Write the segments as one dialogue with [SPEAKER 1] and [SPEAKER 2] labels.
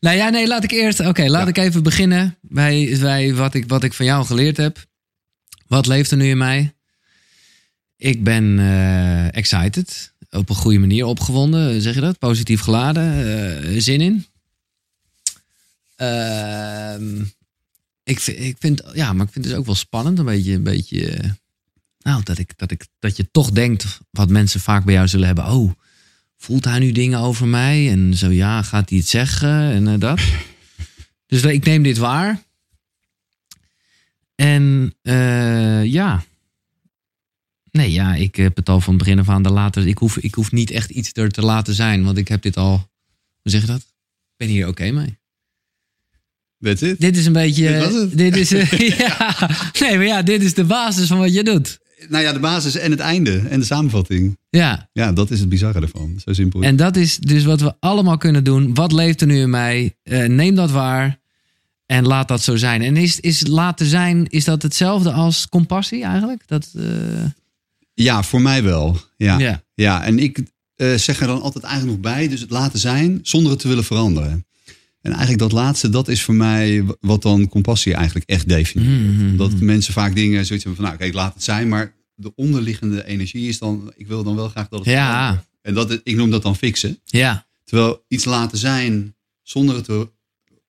[SPEAKER 1] Nou ja, nee, laat ik eerst. Oké, laat ik even beginnen bij, bij wat, ik, wat ik van jou geleerd heb. Wat leeft er nu in mij? Ik ben eh, excited. Op een goede manier opgewonden, eh, zeg je dat? Positief geladen, eh, zin in. Ehm, ik, vind, ik vind, ja, maar ik vind het dus ook wel spannend. Een beetje, een beetje. eh, Nou, dat, ik, dat, ik, dat je toch denkt wat mensen vaak bij jou zullen hebben. Oh, voelt hij nu dingen over mij? En zo ja, gaat hij het zeggen? En eh, dat. dus dat- ik neem dit waar. En eh, ja. Nee, ja, ik heb het al van het begin af aan de later. Ik hoef, ik hoef niet echt iets er te laten zijn, want ik heb dit al. Hoe zeg je dat? Ik ben hier oké mee.
[SPEAKER 2] That's it.
[SPEAKER 1] Dit is een beetje.
[SPEAKER 2] Dit was het.
[SPEAKER 1] dit is. eh, ja. Nee, maar ja, dit is de basis van wat je doet.
[SPEAKER 2] Nou ja, de basis en het einde en de samenvatting.
[SPEAKER 1] Ja.
[SPEAKER 2] Ja, dat is het bizarre ervan. Zo simpel.
[SPEAKER 1] En dat is dus wat we allemaal kunnen doen. Wat leeft er nu in mij? Eh, neem dat waar en laat dat zo zijn. En is, is laten zijn, is dat hetzelfde als compassie eigenlijk? Dat, eh,
[SPEAKER 2] Ja, voor mij wel. Ja, ja.
[SPEAKER 1] Ja.
[SPEAKER 2] en ik eh, zeg er dan altijd eigenlijk nog bij, dus het laten zijn zonder het te willen veranderen. En eigenlijk dat laatste, dat is voor mij w- wat dan compassie eigenlijk echt definieert.
[SPEAKER 1] Mm.
[SPEAKER 2] Omdat mensen vaak dingen zoiets hebben van, nou oké, ik laat het zijn, maar de onderliggende energie is dan, ik wil dan wel graag dat het
[SPEAKER 1] Ja.
[SPEAKER 2] verandert. En dat, ik noem dat dan fixen.
[SPEAKER 1] ja,
[SPEAKER 2] Terwijl iets laten zijn zonder, het te-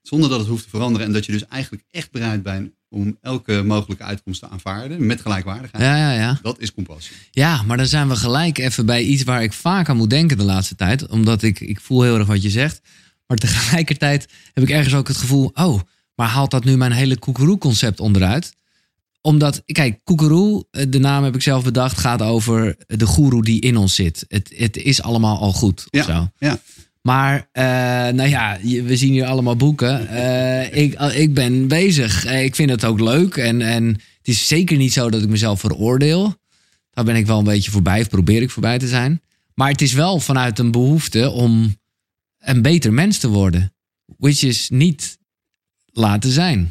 [SPEAKER 2] zonder dat het hoeft te veranderen. En dat je dus eigenlijk echt bereid bent om elke mogelijke uitkomst te aanvaarden met gelijkwaardigheid.
[SPEAKER 1] ja, ja, ja.
[SPEAKER 2] Dat is compassie.
[SPEAKER 1] Ja, maar dan zijn we gelijk even bij iets waar ik vaak aan moet denken de laatste tijd. Omdat ik, ik voel heel erg wat je zegt. Maar tegelijkertijd heb ik ergens ook het gevoel... oh, maar haalt dat nu mijn hele koekeroe-concept onderuit? Omdat, kijk, koekeroe, eh, de naam heb ik zelf bedacht... gaat over de goeroe die in ons zit. Het, het is allemaal al goed, of zo.
[SPEAKER 2] ja.
[SPEAKER 1] Maar, eh, nou ja, je- we zien hier allemaal boeken. Eh, ik, al- ik ben bezig. Eh, ik vind het ook leuk. En, en het is zeker niet zo dat ik mezelf veroordeel. Daar ben ik wel een beetje voorbij. Of probeer ik voorbij te zijn. Maar het is wel vanuit een behoefte om een beter mens te worden. Which is niet laten zijn.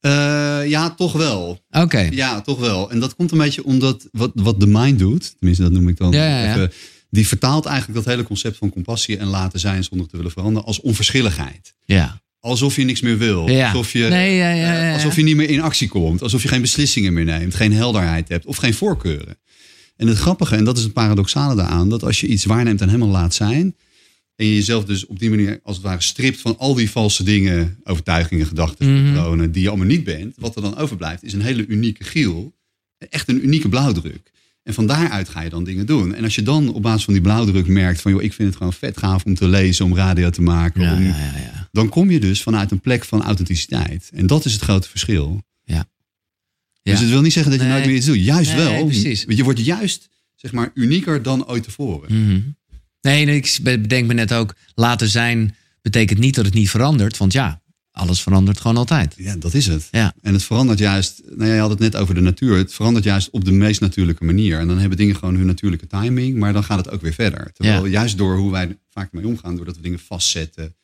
[SPEAKER 2] Eh, ja, toch wel.
[SPEAKER 1] Oké.
[SPEAKER 2] Ja, toch wel. En dat komt een beetje omdat wat, wat de mind doet, tenminste dat noem ik dan
[SPEAKER 1] Ja, ja, ja.
[SPEAKER 2] even, die vertaalt eigenlijk dat hele concept van compassie en laten zijn zonder te willen veranderen als onverschilligheid.
[SPEAKER 1] Ja.
[SPEAKER 2] Alsof je niks meer wil.
[SPEAKER 1] Ja.
[SPEAKER 2] Alsof, je, eh,
[SPEAKER 1] Nee, ja, ja, ja, ja.
[SPEAKER 2] alsof je niet meer in actie komt. Alsof je geen beslissingen meer neemt. Geen helderheid hebt. Of geen voorkeuren. En het grappige, en dat is het paradoxale daaraan. Dat als je iets waarneemt en helemaal laat zijn. En je jezelf dus op die manier als het ware stript van al die valse dingen. Overtuigingen, gedachten,
[SPEAKER 1] Mhm.
[SPEAKER 2] patronen. Die je allemaal niet bent. Wat er dan overblijft is een hele unieke giel. Echt een unieke blauwdruk. En van daaruit ga je dan dingen doen. En als je dan op basis van die blauwdruk merkt van... joh, ik vind het gewoon vet gaaf om te lezen, om radio te maken...
[SPEAKER 1] Ja,
[SPEAKER 2] om
[SPEAKER 1] ja, ja, ja.
[SPEAKER 2] dan kom je dus vanuit een plek van authenticiteit. En dat is het grote verschil.
[SPEAKER 1] Ja.
[SPEAKER 2] Dus het wil niet zeggen dat je
[SPEAKER 1] Nee.
[SPEAKER 2] nooit meer iets doet. Juist
[SPEAKER 1] Nee,
[SPEAKER 2] wel.
[SPEAKER 1] precies.
[SPEAKER 2] Want Je wordt juist zeg maar, unieker dan ooit tevoren.
[SPEAKER 1] Mhm. Nee, nee, ik bedenk me net ook. Laten zijn betekent niet dat het niet verandert. Want ja, alles verandert gewoon altijd.
[SPEAKER 2] Ja, dat is het.
[SPEAKER 1] Ja.
[SPEAKER 2] En het verandert juist, nou ja, je had het net over de natuur. Het verandert juist op de meest natuurlijke manier. En dan hebben dingen gewoon hun natuurlijke timing. Maar dan gaat het ook weer verder. Terwijl
[SPEAKER 1] Ja.
[SPEAKER 2] juist door hoe wij er vaak mee omgaan. Doordat we dingen vastzetten.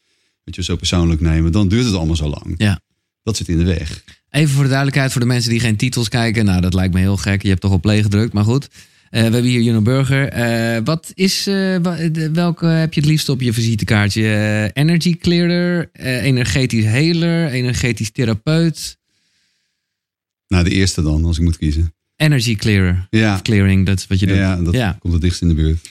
[SPEAKER 2] Dat je zo persoonlijk nemen. Dan duurt het allemaal zo lang.
[SPEAKER 1] Ja.
[SPEAKER 2] Dat zit in de weg.
[SPEAKER 1] Even voor de duidelijkheid, voor de mensen die geen titels kijken. Nou, dat lijkt me heel gek. Je hebt toch op play gedrukt, maar goed. Eh, we hebben hier Juno Burger. Eh, wat is, eh, wa- de- welke heb je het liefst op je visitekaartje? Eh, energy clearer, eh, energetisch heler, energetisch therapeut.
[SPEAKER 2] Nou, de eerste dan, als ik moet kiezen.
[SPEAKER 1] Energy clearer.
[SPEAKER 2] Ja.
[SPEAKER 1] Of clearing, dat is wat je doet.
[SPEAKER 2] Ja, dat
[SPEAKER 1] Ja.
[SPEAKER 2] komt het dichtst in de buurt.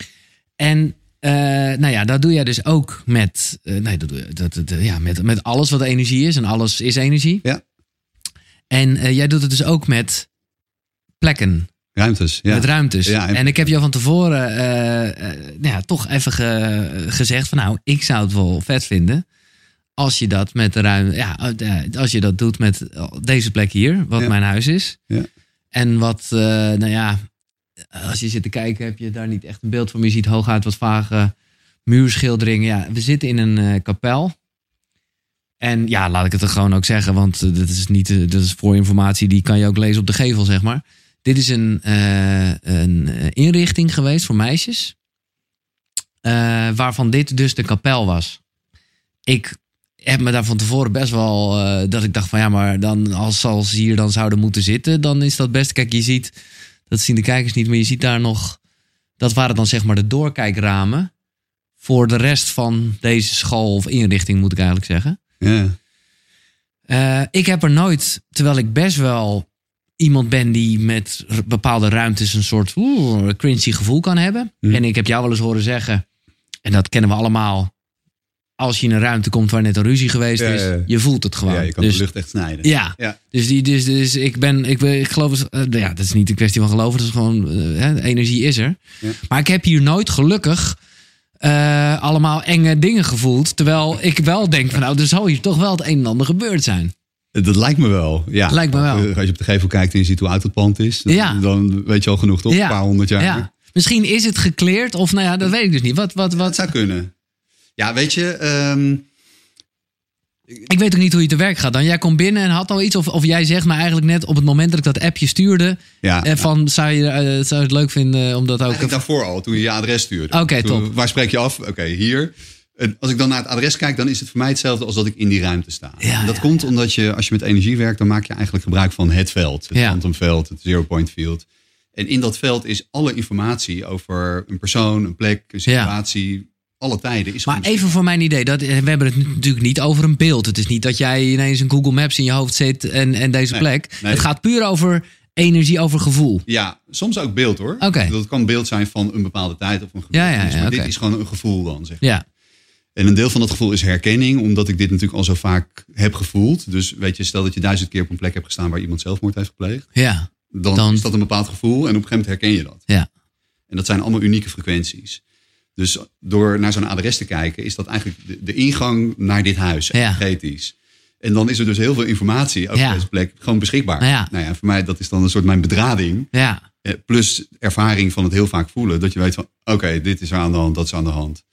[SPEAKER 1] En eh, nou ja, dat doe jij dus ook met, eh, nee, dat, doe je- dat, dat- ja, met, met alles wat energie is. En alles is energie.
[SPEAKER 2] Ja.
[SPEAKER 1] En eh, jij doet het dus ook met plekken.
[SPEAKER 2] Ruimtes, ja.
[SPEAKER 1] met ruimtes.
[SPEAKER 2] Ja, en-
[SPEAKER 1] en, ik heb jou van tevoren eh, eh, nou ja, toch even ge- gezegd van nou, ik zou het wel vet vinden. Als je dat met de ruimte, ja, eh, als je dat doet met deze plek hier, wat
[SPEAKER 2] Ja.
[SPEAKER 1] mijn huis is.
[SPEAKER 2] Ja.
[SPEAKER 1] En wat, eh, nou ja, als je zit te kijken, heb je daar niet echt een beeld van. Je ziet hooguit wat vage muurschilderingen. Ja, we zitten in een eh, kapel. En ja, laat ik het er gewoon ook zeggen, want eh, dat is niet, eh, dat is voor informatie die kan je ook lezen op de gevel, zeg maar. Dit is een, eh, een eh, inrichting geweest voor meisjes. eh, waarvan dit dus de kapel was. Ik heb me daar van tevoren best wel. eh, dat ik dacht van ja, maar dan, als, als ze hier dan zouden moeten zitten. dan is dat best. Kijk, je ziet. dat zien de kijkers niet, maar je ziet daar nog. dat waren dan zeg maar de doorkijkramen. voor de rest van deze school of inrichting, moet ik eigenlijk zeggen.
[SPEAKER 2] Ja.
[SPEAKER 1] Eh, ik heb er nooit, terwijl ik best wel iemand ben die met r- bepaalde ruimtes een soort oeh, cringy gevoel kan hebben.
[SPEAKER 2] Hm.
[SPEAKER 1] En ik heb jou wel eens horen zeggen, en dat kennen we allemaal. Als je in een ruimte komt waar net een ruzie geweest
[SPEAKER 2] Ja,
[SPEAKER 1] is,
[SPEAKER 2] ja, ja.
[SPEAKER 1] je voelt het gewoon.
[SPEAKER 2] ja, je kan
[SPEAKER 1] dus,
[SPEAKER 2] de lucht echt snijden.
[SPEAKER 1] ja.
[SPEAKER 2] Ja.
[SPEAKER 1] Dus, die, dus, dus ik ben, ik, ben- ik geloof, eens- eh, ja, dat is niet een kwestie van geloven, dat is gewoon, eh, hè, de energie is er.
[SPEAKER 2] Ja.
[SPEAKER 1] Maar ik heb hier nooit gelukkig eh, allemaal enge dingen gevoeld. Terwijl ik wel denk van nou, er zal hier toch wel het een en ander gebeurd zijn.
[SPEAKER 2] Dat lijkt me wel. Ja.
[SPEAKER 1] Lijkt me wel.
[SPEAKER 2] Eh, Als je op de gevel kijkt en je ziet hoe oud het pand is, dan,
[SPEAKER 1] Ja.
[SPEAKER 2] dan weet je al genoeg toch?
[SPEAKER 1] Ja.
[SPEAKER 2] Een paar honderd jaar.
[SPEAKER 1] Ja. Misschien is het gekleerd of nou ja, dat weet ik dus niet. Wat, wat,
[SPEAKER 2] Dat
[SPEAKER 1] wat.
[SPEAKER 2] zou kunnen. Ja, weet je, ehm,
[SPEAKER 1] Ik weet ook niet hoe je te werk gaat. Dan jij komt binnen en had al iets of, of jij zegt maar eigenlijk net op het moment dat ik dat appje stuurde.
[SPEAKER 2] ja,
[SPEAKER 1] eh, van zou je, eh, zou je het leuk vinden om dat ook...
[SPEAKER 2] eigenlijk daarvoor al, toen je je adres stuurde.
[SPEAKER 1] Oké,
[SPEAKER 2] Toen-
[SPEAKER 1] top.
[SPEAKER 2] Waar spreek je af? Oké, hier. En als ik dan naar het adres kijk, dan is het voor mij hetzelfde als dat ik in die ruimte sta.
[SPEAKER 1] Ja,
[SPEAKER 2] En dat
[SPEAKER 1] ja,
[SPEAKER 2] komt omdat je, als je met energie werkt, dan maak je eigenlijk gebruik van het veld. Het
[SPEAKER 1] Ja.
[SPEAKER 2] quantumveld, het zero point field. En in dat veld is alle informatie over een persoon, een plek, een situatie, alle tijden. Is
[SPEAKER 1] Maar
[SPEAKER 2] gewoon-
[SPEAKER 1] even voor mijn idee, dat, eh, we hebben het nu natuurlijk niet over een beeld. Het is niet dat jij ineens een Google Maps in je hoofd zit en, en deze
[SPEAKER 2] Nee,
[SPEAKER 1] plek.
[SPEAKER 2] nee.
[SPEAKER 1] Het gaat puur over energie, over gevoel.
[SPEAKER 2] Ja, soms ook beeld hoor.
[SPEAKER 1] e- Oké.
[SPEAKER 2] Ik bedoel, Dat kan beeld zijn van een bepaalde tijd of een gebeurtenis.
[SPEAKER 1] Ja, ja, ja,
[SPEAKER 2] maar
[SPEAKER 1] oké.
[SPEAKER 2] dit is gewoon een gevoel dan, zeg
[SPEAKER 1] Ja,
[SPEAKER 2] En een deel van dat gevoel is herkenning, omdat ik dit natuurlijk al zo vaak heb gevoeld. Dus weet je, stel dat je duizend keer op een plek hebt gestaan waar iemand zelfmoord heeft gepleegd.
[SPEAKER 1] ja,
[SPEAKER 2] Dan,
[SPEAKER 1] Dan-
[SPEAKER 2] is dat een bepaald gevoel en op een gegeven moment herken je dat.
[SPEAKER 1] ja.
[SPEAKER 2] En dat zijn allemaal unieke frequenties. Dus door naar zo'n adres te kijken, is dat eigenlijk de, de ingang naar dit huis,
[SPEAKER 1] Ja.
[SPEAKER 2] energetisch. En dan is er dus heel veel informatie over
[SPEAKER 1] Ja.
[SPEAKER 2] deze plek gewoon beschikbaar.
[SPEAKER 1] Ja.
[SPEAKER 2] Nou ja, voor mij dat is dan een soort mijn bedrading.
[SPEAKER 1] ja.
[SPEAKER 2] Eh, Plus ervaring van het heel vaak voelen. Dat je weet van, oké, dit is er aan de hand, dat is aan de hand.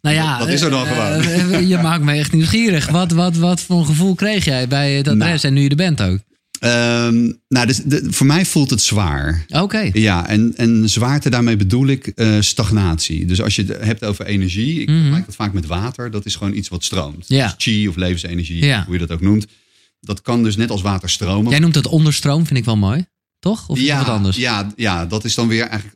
[SPEAKER 1] Nou ja,
[SPEAKER 2] Dat- dat is er dan
[SPEAKER 1] eh,
[SPEAKER 2] gewoon.
[SPEAKER 1] eh, je maakt me echt nieuwsgierig. Wat, wat, wat voor een gevoel kreeg jij bij het adres
[SPEAKER 2] Nou.
[SPEAKER 1] en nu je er bent ook?
[SPEAKER 2] Ehm, nou, dus de- voor mij voelt het zwaar.
[SPEAKER 1] Oké,
[SPEAKER 2] Ja, en, en zwaarte daarmee bedoel ik eh, stagnatie. Dus als je het hebt over energie, ik maak dat vaak met water. Dat is gewoon iets wat stroomt.
[SPEAKER 1] Mhm. Ja.
[SPEAKER 2] Dus chi of levensenergie,
[SPEAKER 1] Ja.
[SPEAKER 2] hoe je dat ook noemt. Dat kan dus net als water stromen.
[SPEAKER 1] jij noemt het onderstroom, vind ik wel mooi. Toch? Of is het
[SPEAKER 2] ja,
[SPEAKER 1] wat anders?
[SPEAKER 2] Ja, ja, dat is dan weer eigenlijk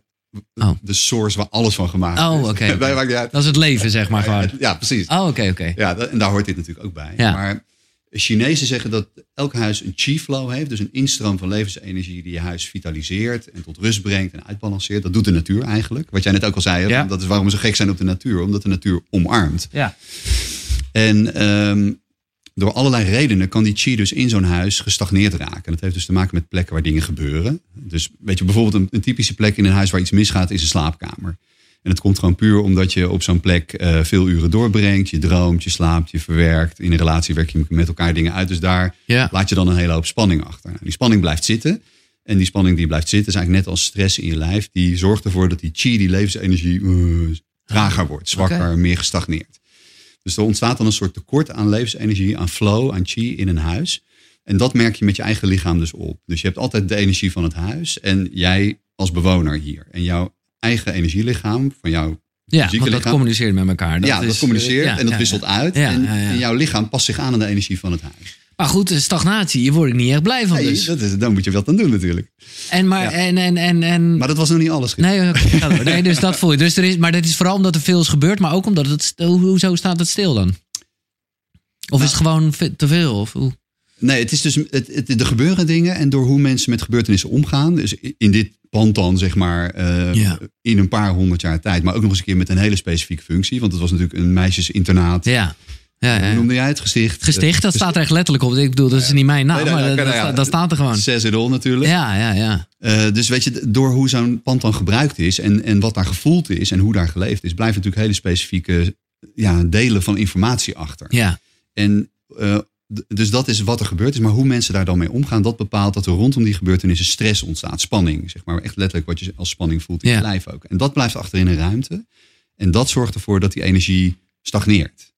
[SPEAKER 1] Oh.
[SPEAKER 2] de source waar alles van gemaakt
[SPEAKER 1] Oh,
[SPEAKER 2] is.
[SPEAKER 1] oké, oké.
[SPEAKER 2] Wij maken die uit.
[SPEAKER 1] Dat is het leven, zeg maar gewoon.
[SPEAKER 2] Ja, precies.
[SPEAKER 1] Oh, oké, oké.
[SPEAKER 2] Ja, dat- en daar hoort dit natuurlijk ook bij.
[SPEAKER 1] Ja.
[SPEAKER 2] Maar Chinezen zeggen dat elk huis een qi flow heeft. Dus een instroom van levensenergie die je huis vitaliseert en tot rust brengt en uitbalanceert. Dat doet de natuur eigenlijk. Wat jij net ook al zei, hè,
[SPEAKER 1] Ja.
[SPEAKER 2] van dat is waarom we zo gek zijn op de natuur. Omdat de natuur omarmt.
[SPEAKER 1] Ja.
[SPEAKER 2] En ehm, door allerlei redenen kan die chi dus in zo'n huis gestagneerd raken. En dat heeft dus te maken met plekken waar dingen gebeuren. Dus weet je, bijvoorbeeld een, een typische plek in een huis waar iets misgaat is een slaapkamer. En dat komt gewoon puur omdat je op zo'n plek eh, veel uren doorbrengt. Je droomt, je slaapt, je verwerkt. In een relatie werk je met elkaar dingen uit. Dus daar
[SPEAKER 1] Ja.
[SPEAKER 2] laat je dan een hele hoop spanning achter. Nou, die spanning blijft zitten. En die spanning die blijft zitten is eigenlijk net als stress in je lijf. Die zorgt ervoor dat die chi, die levensenergie, eh, trager wordt. Zwakker,
[SPEAKER 1] Oké.
[SPEAKER 2] meer gestagneerd. Dus er ontstaat dan een soort tekort aan levensenergie, aan flow, aan chi in een huis. En dat merk je met je eigen lichaam dus op. Dus je hebt altijd de energie van het huis en jij als bewoner hier. En jouw eigen energielichaam van jou.
[SPEAKER 1] Ja,
[SPEAKER 2] Fysieke
[SPEAKER 1] want dat
[SPEAKER 2] lichaam.
[SPEAKER 1] communiceert met elkaar.
[SPEAKER 2] ja, dat
[SPEAKER 1] is, eh,
[SPEAKER 2] communiceert
[SPEAKER 1] ja,
[SPEAKER 2] en dat
[SPEAKER 1] ja,
[SPEAKER 2] wisselt uit.
[SPEAKER 1] Ja,
[SPEAKER 2] en,
[SPEAKER 1] ja, ja.
[SPEAKER 2] en jouw lichaam past zich aan aan de energie van het huis.
[SPEAKER 1] Maar goed, de stagnatie, hier word ik niet echt blij van.
[SPEAKER 2] Nee,
[SPEAKER 1] Dus.
[SPEAKER 2] dat is, dan moet je wat aan doen natuurlijk.
[SPEAKER 1] En maar,
[SPEAKER 2] Ja.
[SPEAKER 1] en, en, en, en.
[SPEAKER 2] Maar dat was nog niet alles. Giel.
[SPEAKER 1] nee, oké, ga door. nee, dus dat voel je. Dus er is, maar dat is vooral omdat er veel is gebeurd, maar ook omdat het. st- Hoe, hoezo staat het stil dan? Of
[SPEAKER 2] Nou.
[SPEAKER 1] is het gewoon ve- te veel? Of hoe?
[SPEAKER 2] Nee, het is dus, het, het- er gebeuren dingen en door hoe mensen met gebeurtenissen omgaan. Dus in dit pand dan, zeg maar, eh,
[SPEAKER 1] Ja.
[SPEAKER 2] in een paar honderd jaar tijd. Maar ook nog eens een keer met een hele specifieke functie. Want het was natuurlijk een meisjesinternaat.
[SPEAKER 1] Ja. Ja, ja,
[SPEAKER 2] Hoe
[SPEAKER 1] ja.
[SPEAKER 2] noemde jij het gesticht?
[SPEAKER 1] Gesticht, dat staat er echt letterlijk op. Ik bedoel, dat is niet mijn naam,
[SPEAKER 2] Nee, nee,
[SPEAKER 1] maar
[SPEAKER 2] nee,
[SPEAKER 1] dat,
[SPEAKER 2] oké,
[SPEAKER 1] dat
[SPEAKER 2] nou ja.
[SPEAKER 1] staat- dat staat er gewoon.
[SPEAKER 2] Cezerol natuurlijk.
[SPEAKER 1] Ja, ja, ja.
[SPEAKER 2] Eh, dus weet je, d- door hoe zo'n pand dan gebruikt is en, en wat daar gevoeld is en hoe daar geleefd is, blijven natuurlijk hele specifieke ja, delen van informatie achter.
[SPEAKER 1] Ja,
[SPEAKER 2] En eh, d- dus dat is wat er gebeurd is. Maar hoe mensen daar dan mee omgaan, dat bepaalt dat er rondom die gebeurtenissen stress ontstaat. Spanning, zeg maar. Echt letterlijk wat je als spanning voelt in
[SPEAKER 1] Ja.
[SPEAKER 2] je lijf ook. En dat blijft achter in een ruimte. En dat zorgt ervoor dat die energie stagneert.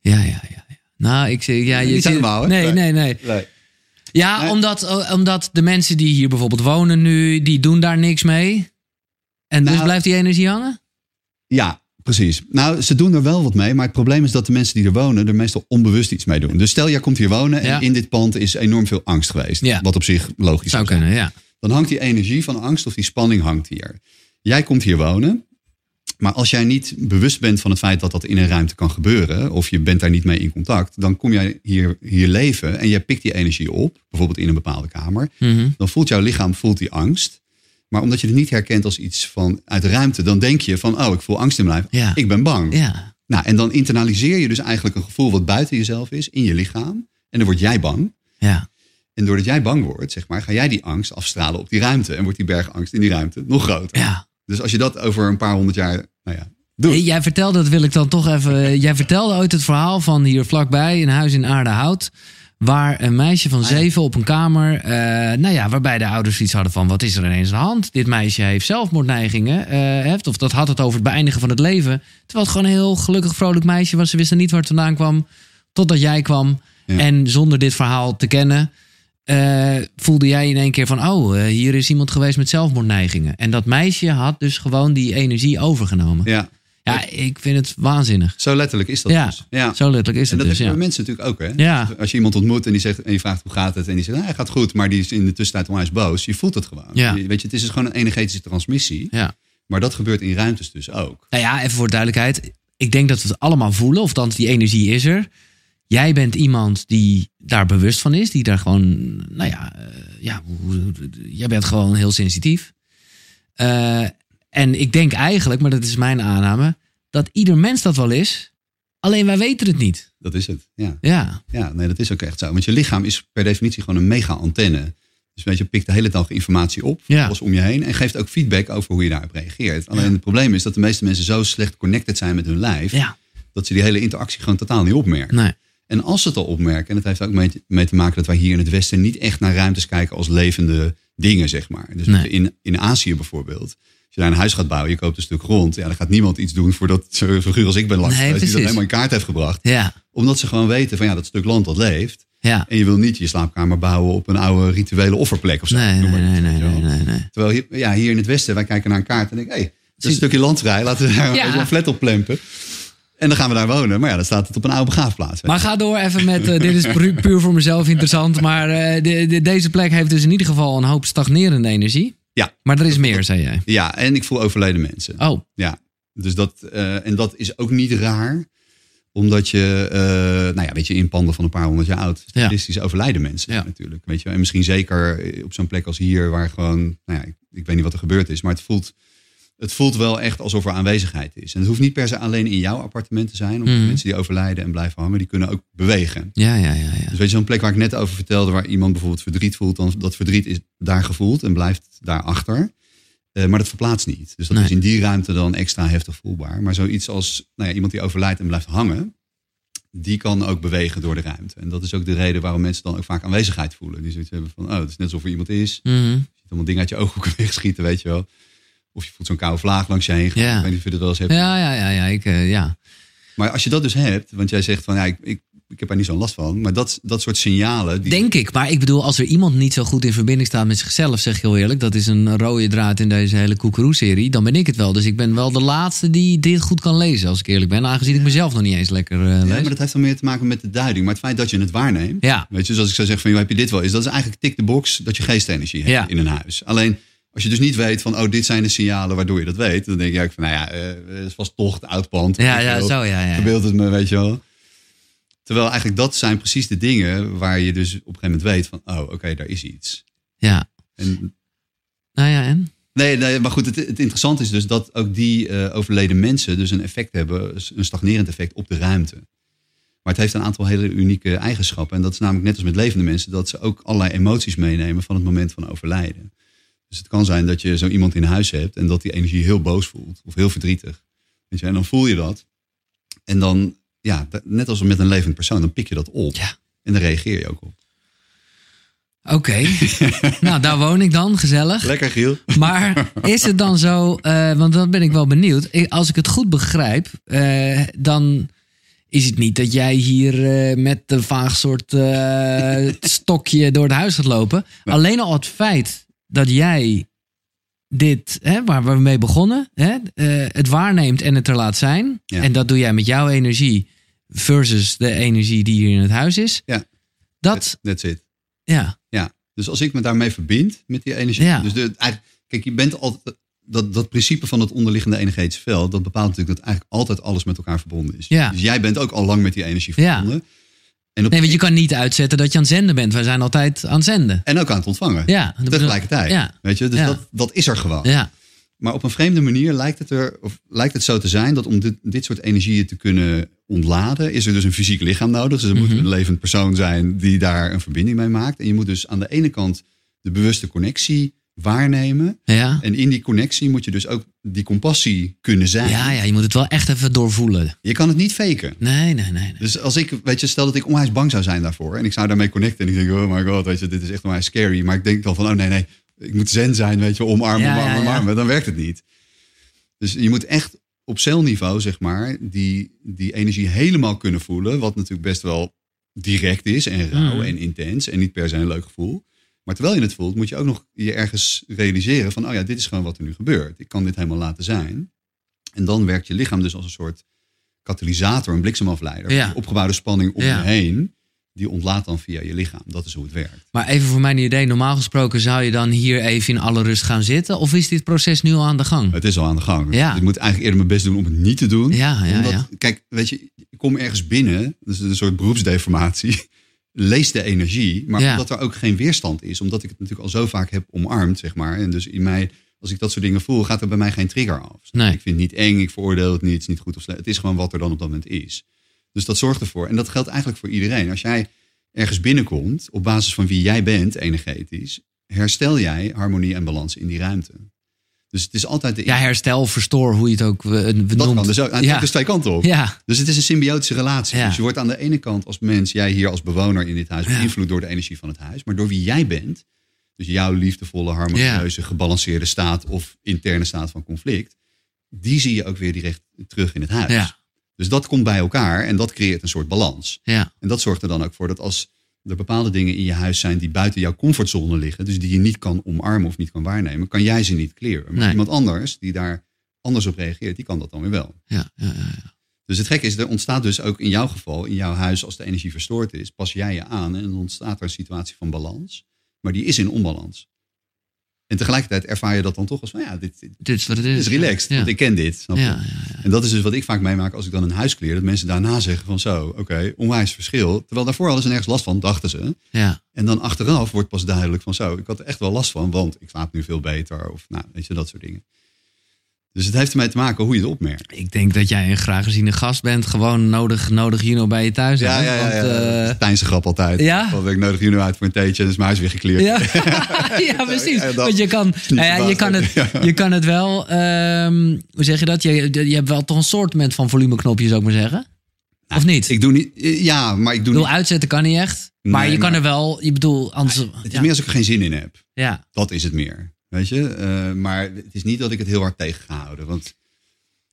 [SPEAKER 1] ja, ja. ja, ja. Nou, ik zeg, ja, je
[SPEAKER 2] Niet helemaal, hè?
[SPEAKER 1] Nee, nee,
[SPEAKER 2] Nee.
[SPEAKER 1] nee. Ja,
[SPEAKER 2] Nee.
[SPEAKER 1] omdat, eh, omdat de mensen die hier bijvoorbeeld wonen nu, die doen daar niks mee. En dus
[SPEAKER 2] Nou.
[SPEAKER 1] blijft die energie hangen?
[SPEAKER 2] Ja, precies. Nou, ze doen er wel wat mee. Maar het probleem is dat de mensen die er wonen er meestal onbewust iets mee doen. Dus stel, jij komt hier wonen en
[SPEAKER 1] Ja.
[SPEAKER 2] in dit pand is enorm veel angst geweest.
[SPEAKER 1] Ja.
[SPEAKER 2] Wat op zich logisch
[SPEAKER 1] Zou
[SPEAKER 2] is.
[SPEAKER 1] kunnen, ja.
[SPEAKER 2] Dan hangt die energie van angst of die spanning hangt hier. Jij komt hier wonen. Maar als jij niet bewust bent van het feit dat dat in een ruimte kan gebeuren, of je bent daar niet mee in contact, dan kom jij hier, hier leven en jij pikt die energie op, bijvoorbeeld in een bepaalde kamer.
[SPEAKER 1] Mhm.
[SPEAKER 2] Dan voelt jouw lichaam voelt die angst. Maar omdat je het niet herkent als iets van uit de ruimte, dan denk je van, oh, ik voel angst in mijn lijf.
[SPEAKER 1] Ja.
[SPEAKER 2] Ik ben bang.
[SPEAKER 1] Ja.
[SPEAKER 2] Nou, en dan internaliseer je dus eigenlijk een gevoel wat buiten jezelf is, in je lichaam. En dan word jij bang.
[SPEAKER 1] Ja.
[SPEAKER 2] En doordat jij bang wordt, zeg maar, ga jij die angst afstralen op die ruimte. En wordt die bergangst in die ruimte nog groter.
[SPEAKER 1] ja.
[SPEAKER 2] Dus als je dat over een paar honderd jaar, nou ja,
[SPEAKER 1] Hey, Jij vertelde, dat wil ik dan toch even. eh, Jij vertelde ooit het verhaal van hier vlakbij, een huis in Aardehout. Waar een meisje van zeven op een kamer. eh, nou ja, waarbij de ouders iets hadden van: wat is er ineens aan de hand? Dit meisje heeft zelfmoordneigingen. eh, heeft, of dat had het over het beëindigen van het leven. Terwijl het gewoon een heel gelukkig, vrolijk meisje was. Ze wist niet waar het vandaan kwam. Totdat jij kwam.
[SPEAKER 2] Ja.
[SPEAKER 1] En zonder dit verhaal te kennen. eh, voelde jij in één keer van: oh, eh, hier is iemand geweest met zelfmoordneigingen. En dat meisje had dus gewoon die energie overgenomen.
[SPEAKER 2] ja,
[SPEAKER 1] Ja, ik vind het waanzinnig.
[SPEAKER 2] zo letterlijk is dat
[SPEAKER 1] ja,
[SPEAKER 2] dus. Ja.
[SPEAKER 1] zo letterlijk is het
[SPEAKER 2] en
[SPEAKER 1] dus.
[SPEAKER 2] dat heb je
[SPEAKER 1] Ja.
[SPEAKER 2] bij mensen natuurlijk ook, hè? Dus
[SPEAKER 1] Ja.
[SPEAKER 2] Als je iemand ontmoet en die zegt en je vraagt hoe gaat het en die zegt, nou, hij gaat goed, maar die is in de tussentijd onwijs boos. Je voelt het gewoon.
[SPEAKER 1] Ja.
[SPEAKER 2] Je- weet je, het is dus gewoon een energetische transmissie.
[SPEAKER 1] Ja.
[SPEAKER 2] Maar dat gebeurt in ruimtes dus ook.
[SPEAKER 1] Nou ja, even voor duidelijkheid. Ik denk dat we het allemaal voelen, of dan die energie is er. Jij bent iemand die daar bewust van is, die daar gewoon, nou ja, eh, ja hoe- hoe- hoe- jij bent gewoon heel sensitief. Eh, en ik denk eigenlijk, maar dat is mijn aanname, dat ieder mens dat wel is, alleen wij weten het niet.
[SPEAKER 2] Dat is het. Ja.
[SPEAKER 1] Ja,
[SPEAKER 2] ja, nee, dat is ook echt zo. Want je lichaam is per definitie gewoon een mega antenne. Dus weet je, pikt de hele dag informatie op,
[SPEAKER 1] Ja.
[SPEAKER 2] alles om je heen. En geeft ook feedback over hoe je daarop reageert. Alleen het probleem is dat de meeste mensen zo slecht connected zijn met hun lijf.
[SPEAKER 1] ja,
[SPEAKER 2] Dat ze die hele interactie gewoon totaal niet opmerken.
[SPEAKER 1] nee.
[SPEAKER 2] En als ze het al opmerken, en dat heeft ook mee te, mee te maken dat wij hier in het Westen niet echt naar ruimtes kijken als levende dingen, zeg maar. Dus
[SPEAKER 1] Nee.
[SPEAKER 2] in, in Azië bijvoorbeeld, als je daar een huis gaat bouwen, je koopt een stuk grond, ja, dan gaat niemand iets doen voordat zo'n figuur als ik ben langs
[SPEAKER 1] Nee,
[SPEAKER 2] geweest, die dat
[SPEAKER 1] precies.
[SPEAKER 2] helemaal in kaart heeft gebracht.
[SPEAKER 1] Ja,
[SPEAKER 2] Omdat ze gewoon weten van ja, dat stuk land dat leeft.
[SPEAKER 1] ja.
[SPEAKER 2] En je wil niet je slaapkamer bouwen op een oude rituele offerplek of zo.
[SPEAKER 1] Nee,
[SPEAKER 2] Noem maar
[SPEAKER 1] nee, nee,
[SPEAKER 2] iets,
[SPEAKER 1] nee,
[SPEAKER 2] weet je wel.
[SPEAKER 1] nee, nee, nee.
[SPEAKER 2] Terwijl hier, ja, hier in het Westen, wij kijken naar een kaart en denken, hé, hey, dat is een stukje landrij, laten we daar
[SPEAKER 1] Ja.
[SPEAKER 2] een flat op plempen. En dan gaan we daar wonen. Maar ja, dan staat het op een oude begraafplaats.
[SPEAKER 1] Maar ga door even met, eh, dit is pu- puur voor mezelf interessant, maar eh, de- de- deze plek heeft dus in ieder geval een hoop stagnerende energie.
[SPEAKER 2] Ja.
[SPEAKER 1] Maar er is meer, zei jij.
[SPEAKER 2] Ja, en ik voel overleden mensen.
[SPEAKER 1] Oh,
[SPEAKER 2] Ja, dus dat, eh, en dat is ook niet raar omdat je, eh, nou ja, weet je, in panden van een paar honderd jaar oud, statistisch overlijden mensen
[SPEAKER 1] Ja.
[SPEAKER 2] natuurlijk. Weet je, wel. en misschien zeker eh, op zo'n plek als hier, waar gewoon, nou ja, ik, ik weet niet wat er gebeurd is, maar het voelt, het voelt wel echt alsof er aanwezigheid is. En het hoeft niet per se alleen in jouw appartement te zijn, omdat
[SPEAKER 1] Mhm.
[SPEAKER 2] mensen die overlijden en blijven hangen, die kunnen ook bewegen.
[SPEAKER 1] ja, ja, ja. ja.
[SPEAKER 2] Dus weet je, zo'n plek waar ik net over vertelde, waar iemand bijvoorbeeld verdriet voelt, dan dat verdriet is daar gevoeld en blijft daarachter. Eh, maar dat verplaatst niet. Dus dat
[SPEAKER 1] Nee.
[SPEAKER 2] is in die ruimte dan extra heftig voelbaar. Maar zoiets als nou ja, iemand die overlijdt en blijft hangen, die kan ook bewegen door de ruimte. En dat is ook de reden waarom mensen dan ook vaak aanwezigheid voelen. Die zoiets hebben van, oh, het is net alsof er iemand is. Je
[SPEAKER 1] Mhm.
[SPEAKER 2] ziet allemaal dingen uit je ooghoeken wegschieten, weet je wel. Of je voelt zo'n koude vlaag langs je heen. gaan.
[SPEAKER 1] Ja.
[SPEAKER 2] Ik weet niet of je dat wel eens hebt.
[SPEAKER 1] Ja, ja, ja, ja, ik, eh, ja.
[SPEAKER 2] Maar als je dat dus hebt, want jij zegt van, ja, ik, ik, ik heb daar niet zo'n last van. Maar dat, dat soort signalen... Die,
[SPEAKER 1] Denk ik, maar ik bedoel, als er iemand niet zo goed in verbinding staat met zichzelf, zeg ik heel eerlijk, dat is een rode draad in deze hele koekeroe-serie, dan ben ik het wel. Dus ik ben wel de laatste die dit goed kan lezen, als ik eerlijk ben, aangezien ik mezelf nog niet eens lekker eh,
[SPEAKER 2] Ja,
[SPEAKER 1] lees.
[SPEAKER 2] maar dat heeft dan meer te maken met de duiding. Maar het feit dat je het waarneemt.
[SPEAKER 1] Ja,
[SPEAKER 2] Weet je, zoals ik zou zeggen van, joh, heb je dit wel? Is dat is eigenlijk tik de box dat je geestenergie hebt
[SPEAKER 1] Ja.
[SPEAKER 2] in een huis. Alleen, als je dus niet weet van, oh, dit zijn de signalen waardoor je dat weet. Dan denk je ook van, nou ja, eh, het is vast tocht, oud pand.
[SPEAKER 1] ja,
[SPEAKER 2] weet je
[SPEAKER 1] ja,
[SPEAKER 2] wel.
[SPEAKER 1] zo, ja, ja.
[SPEAKER 2] Verbeeld het me, weet je wel. Terwijl eigenlijk dat zijn precies de dingen waar je dus op een gegeven moment weet van, oh, oké, daar is iets.
[SPEAKER 1] Ja,
[SPEAKER 2] En,
[SPEAKER 1] nou ja, en?
[SPEAKER 2] nee, nee, maar goed, het, het interessante is dus dat ook die eh, overleden mensen dus een effect hebben, een stagnerend effect op de ruimte. Maar het heeft een aantal hele unieke eigenschappen. En dat is namelijk net als met levende mensen, dat ze ook allerlei emoties meenemen van het moment van overlijden. Dus het kan zijn dat je zo iemand in huis hebt en dat die energie heel boos voelt of heel verdrietig. Weet je, en dan voel je dat. En dan, ja, da- net als met een levend persoon, dan pik je dat op.
[SPEAKER 1] Ja.
[SPEAKER 2] En dan reageer je ook op.
[SPEAKER 1] Oké, nou daar woon ik dan, gezellig.
[SPEAKER 2] Lekker, Giel.
[SPEAKER 1] Maar is het dan zo, eh, want dan ben ik wel benieuwd. Ik- Als ik het goed begrijp, eh, dan is het niet dat jij hier eh, met een vaag soort eh, stokje door het huis gaat lopen. Alleen al het feit dat jij dit, hè, waar we mee begonnen, hè, eh, het waarneemt en het er laat zijn.
[SPEAKER 2] Ja.
[SPEAKER 1] En dat doe jij met jouw energie versus de energie die hier in het huis is.
[SPEAKER 2] Ja.
[SPEAKER 1] Dat,
[SPEAKER 2] That's it.
[SPEAKER 1] ja,
[SPEAKER 2] Ja, dus als ik me daarmee verbind met die energie.
[SPEAKER 1] Ja.
[SPEAKER 2] Dus de, eigenlijk, kijk, je bent altijd. dat, dat principe van het onderliggende energetisch dat bepaalt natuurlijk dat eigenlijk altijd alles met elkaar verbonden is.
[SPEAKER 1] Ja.
[SPEAKER 2] Dus jij bent ook al lang met die energie
[SPEAKER 1] Ja.
[SPEAKER 2] verbonden. En, op,
[SPEAKER 1] Nee, want je kan niet uitzetten dat je aan het zenden bent. Wij zijn altijd aan het zenden.
[SPEAKER 2] en ook aan het ontvangen.
[SPEAKER 1] Ja, dat bedoel-
[SPEAKER 2] Tegelijkertijd.
[SPEAKER 1] Ja.
[SPEAKER 2] Weet je? Dus
[SPEAKER 1] Ja.
[SPEAKER 2] dat, dat is er gewoon.
[SPEAKER 1] Ja,
[SPEAKER 2] Maar op een vreemde manier lijkt het, er, of lijkt het zo te zijn dat om dit, dit soort energieën te kunnen ontladen, is er dus een fysiek lichaam nodig. Dus er
[SPEAKER 1] Mhm.
[SPEAKER 2] moet een levend persoon zijn die daar een verbinding mee maakt. En je moet dus aan de ene kant de bewuste connectie waarnemen.
[SPEAKER 1] ja.
[SPEAKER 2] En in die connectie moet je dus ook die compassie kunnen zijn.
[SPEAKER 1] Ja, ja, je moet het wel echt even doorvoelen.
[SPEAKER 2] Je kan het niet faken.
[SPEAKER 1] Nee, nee, nee. nee.
[SPEAKER 2] Dus als ik, weet je, stel dat ik onwijs bang zou zijn daarvoor en ik zou daarmee connecten en ik denk, oh my god, weet je, dit is echt onwijs scary. Maar ik denk dan van, oh nee, nee, ik moet zen zijn, weet je, omarmen,
[SPEAKER 1] Ja,
[SPEAKER 2] omarmen,
[SPEAKER 1] ja, ja.
[SPEAKER 2] omarmen. Dan werkt het niet. Dus je moet echt op celniveau, zeg maar, die, die energie helemaal kunnen voelen. Wat natuurlijk best wel direct is en rauw
[SPEAKER 1] Mm.
[SPEAKER 2] en intens en niet per se een leuk gevoel. Maar terwijl je het voelt, moet je ook nog je ergens realiseren van, oh ja, dit is gewoon wat er nu gebeurt. Ik kan dit helemaal laten zijn. En dan werkt je lichaam dus als een soort katalysator, een bliksemafleider.
[SPEAKER 1] Ja.
[SPEAKER 2] Die opgebouwde spanning om
[SPEAKER 1] Ja.
[SPEAKER 2] je heen, die ontlaat dan via je lichaam. Dat is hoe het werkt.
[SPEAKER 1] Maar even voor mijn idee, normaal gesproken zou je dan hier even in alle rust gaan zitten. Of is dit proces nu al aan de gang?
[SPEAKER 2] Het is al aan de gang. Dus
[SPEAKER 1] Ja.
[SPEAKER 2] Ik moet eigenlijk eerder mijn best doen om het niet te doen.
[SPEAKER 1] Ja, ja,
[SPEAKER 2] Omdat-
[SPEAKER 1] ja.
[SPEAKER 2] Kijk, weet je, ik kom ergens binnen, dus een soort beroepsdeformatie. Lees de energie, maar
[SPEAKER 1] Ja.
[SPEAKER 2] omdat er ook geen weerstand is. Omdat ik het natuurlijk al zo vaak heb omarmd, zeg maar. En dus in mij, als ik dat soort dingen voel, gaat er bij mij geen trigger af.
[SPEAKER 1] Nee.
[SPEAKER 2] Ik vind het niet eng, ik veroordeel het niet, het is niet goed of slecht. Het is gewoon wat er dan op dat moment is. Dus dat zorgt ervoor. En dat geldt eigenlijk voor iedereen. Als jij ergens binnenkomt, op basis van wie jij bent, energetisch, herstel jij harmonie en balans in die ruimte. Dus het is altijd de.
[SPEAKER 1] Ja, herstel, verstoor, hoe je het ook eh, benoemt.
[SPEAKER 2] dat kan dus ook. Het
[SPEAKER 1] ja.
[SPEAKER 2] gaat dus twee kanten op.
[SPEAKER 1] ja,
[SPEAKER 2] Dus het is een symbiotische relatie.
[SPEAKER 1] Ja.
[SPEAKER 2] Dus je wordt aan de ene kant als mens, jij hier als bewoner in dit huis,
[SPEAKER 1] Ja.
[SPEAKER 2] beïnvloed door de energie van het huis. Maar door wie jij bent, dus jouw liefdevolle, harmonieuze, gebalanceerde staat of interne staat van conflict, die zie je ook weer direct terug in het huis.
[SPEAKER 1] ja,
[SPEAKER 2] Dus dat komt bij elkaar en dat creëert een soort balans.
[SPEAKER 1] ja.
[SPEAKER 2] En dat zorgt er dan ook voor dat als er bepaalde dingen in je huis zijn die buiten jouw comfortzone liggen, dus die je niet kan omarmen of niet kan waarnemen, kan jij ze niet kleren. Maar
[SPEAKER 1] Nee.
[SPEAKER 2] iemand anders die daar anders op reageert, die kan dat dan weer wel.
[SPEAKER 1] ja, ja, ja.
[SPEAKER 2] Dus het gekke is, er ontstaat dus ook in jouw geval, in jouw huis, als de energie verstoord is, pas jij je aan en dan ontstaat er een situatie van balans. Maar die is in onbalans. En tegelijkertijd ervaar je dat dan toch als van ja, dit, dit
[SPEAKER 1] Dit is wat het is.
[SPEAKER 2] is relaxed,
[SPEAKER 1] Ja.
[SPEAKER 2] want ik ken dit. Snap je?
[SPEAKER 1] Ja, ja, ja.
[SPEAKER 2] En dat is dus wat ik vaak meemaak als ik dan een huis kleer, dat mensen daarna zeggen van zo, oké, onwijs verschil. Terwijl daarvoor hadden ze nergens last van, dachten ze.
[SPEAKER 1] ja.
[SPEAKER 2] En dan achteraf wordt pas duidelijk van zo, ik had er echt wel last van, want ik slaap nu veel beter of nou, weet je, dat soort dingen. Dus het heeft ermee te maken hoe je het opmerkt.
[SPEAKER 1] Ik denk dat jij een graag geziene gast bent. Gewoon nodig, nodig hier nog bij je thuis.
[SPEAKER 2] Ja,
[SPEAKER 1] aan,
[SPEAKER 2] ja, ja.
[SPEAKER 1] want,
[SPEAKER 2] ja.
[SPEAKER 1] eh,
[SPEAKER 2] Dat is Tijn's grap altijd.
[SPEAKER 1] Ja?
[SPEAKER 2] Want ik nodig jullie nou uit voor een theetje en is mijn huis weer gekleerd.
[SPEAKER 1] Ja, ja precies.
[SPEAKER 2] Ja, dat
[SPEAKER 1] Want je kan,
[SPEAKER 2] niet
[SPEAKER 1] nou ja, je kan, het,
[SPEAKER 2] verbaasd. Ja.
[SPEAKER 1] je kan het wel, ehm, hoe zeg je dat? Je, je hebt wel toch een soortement van volumeknopje, zou ik maar zeggen. Of niet? Ik
[SPEAKER 2] Nou, Ik doe niet... eh, Ja, maar ik doe
[SPEAKER 1] bedoel,
[SPEAKER 2] niet...
[SPEAKER 1] uitzetten kan niet echt.
[SPEAKER 2] Nee,
[SPEAKER 1] Maar je kan
[SPEAKER 2] maar-
[SPEAKER 1] er wel, je bedoel, anders...
[SPEAKER 2] Het is
[SPEAKER 1] ja,
[SPEAKER 2] meer als ik er geen zin in heb.
[SPEAKER 1] ja.
[SPEAKER 2] Dat is het meer. Weet je? Eh, maar het is niet dat ik het heel hard tegen ga houden. Want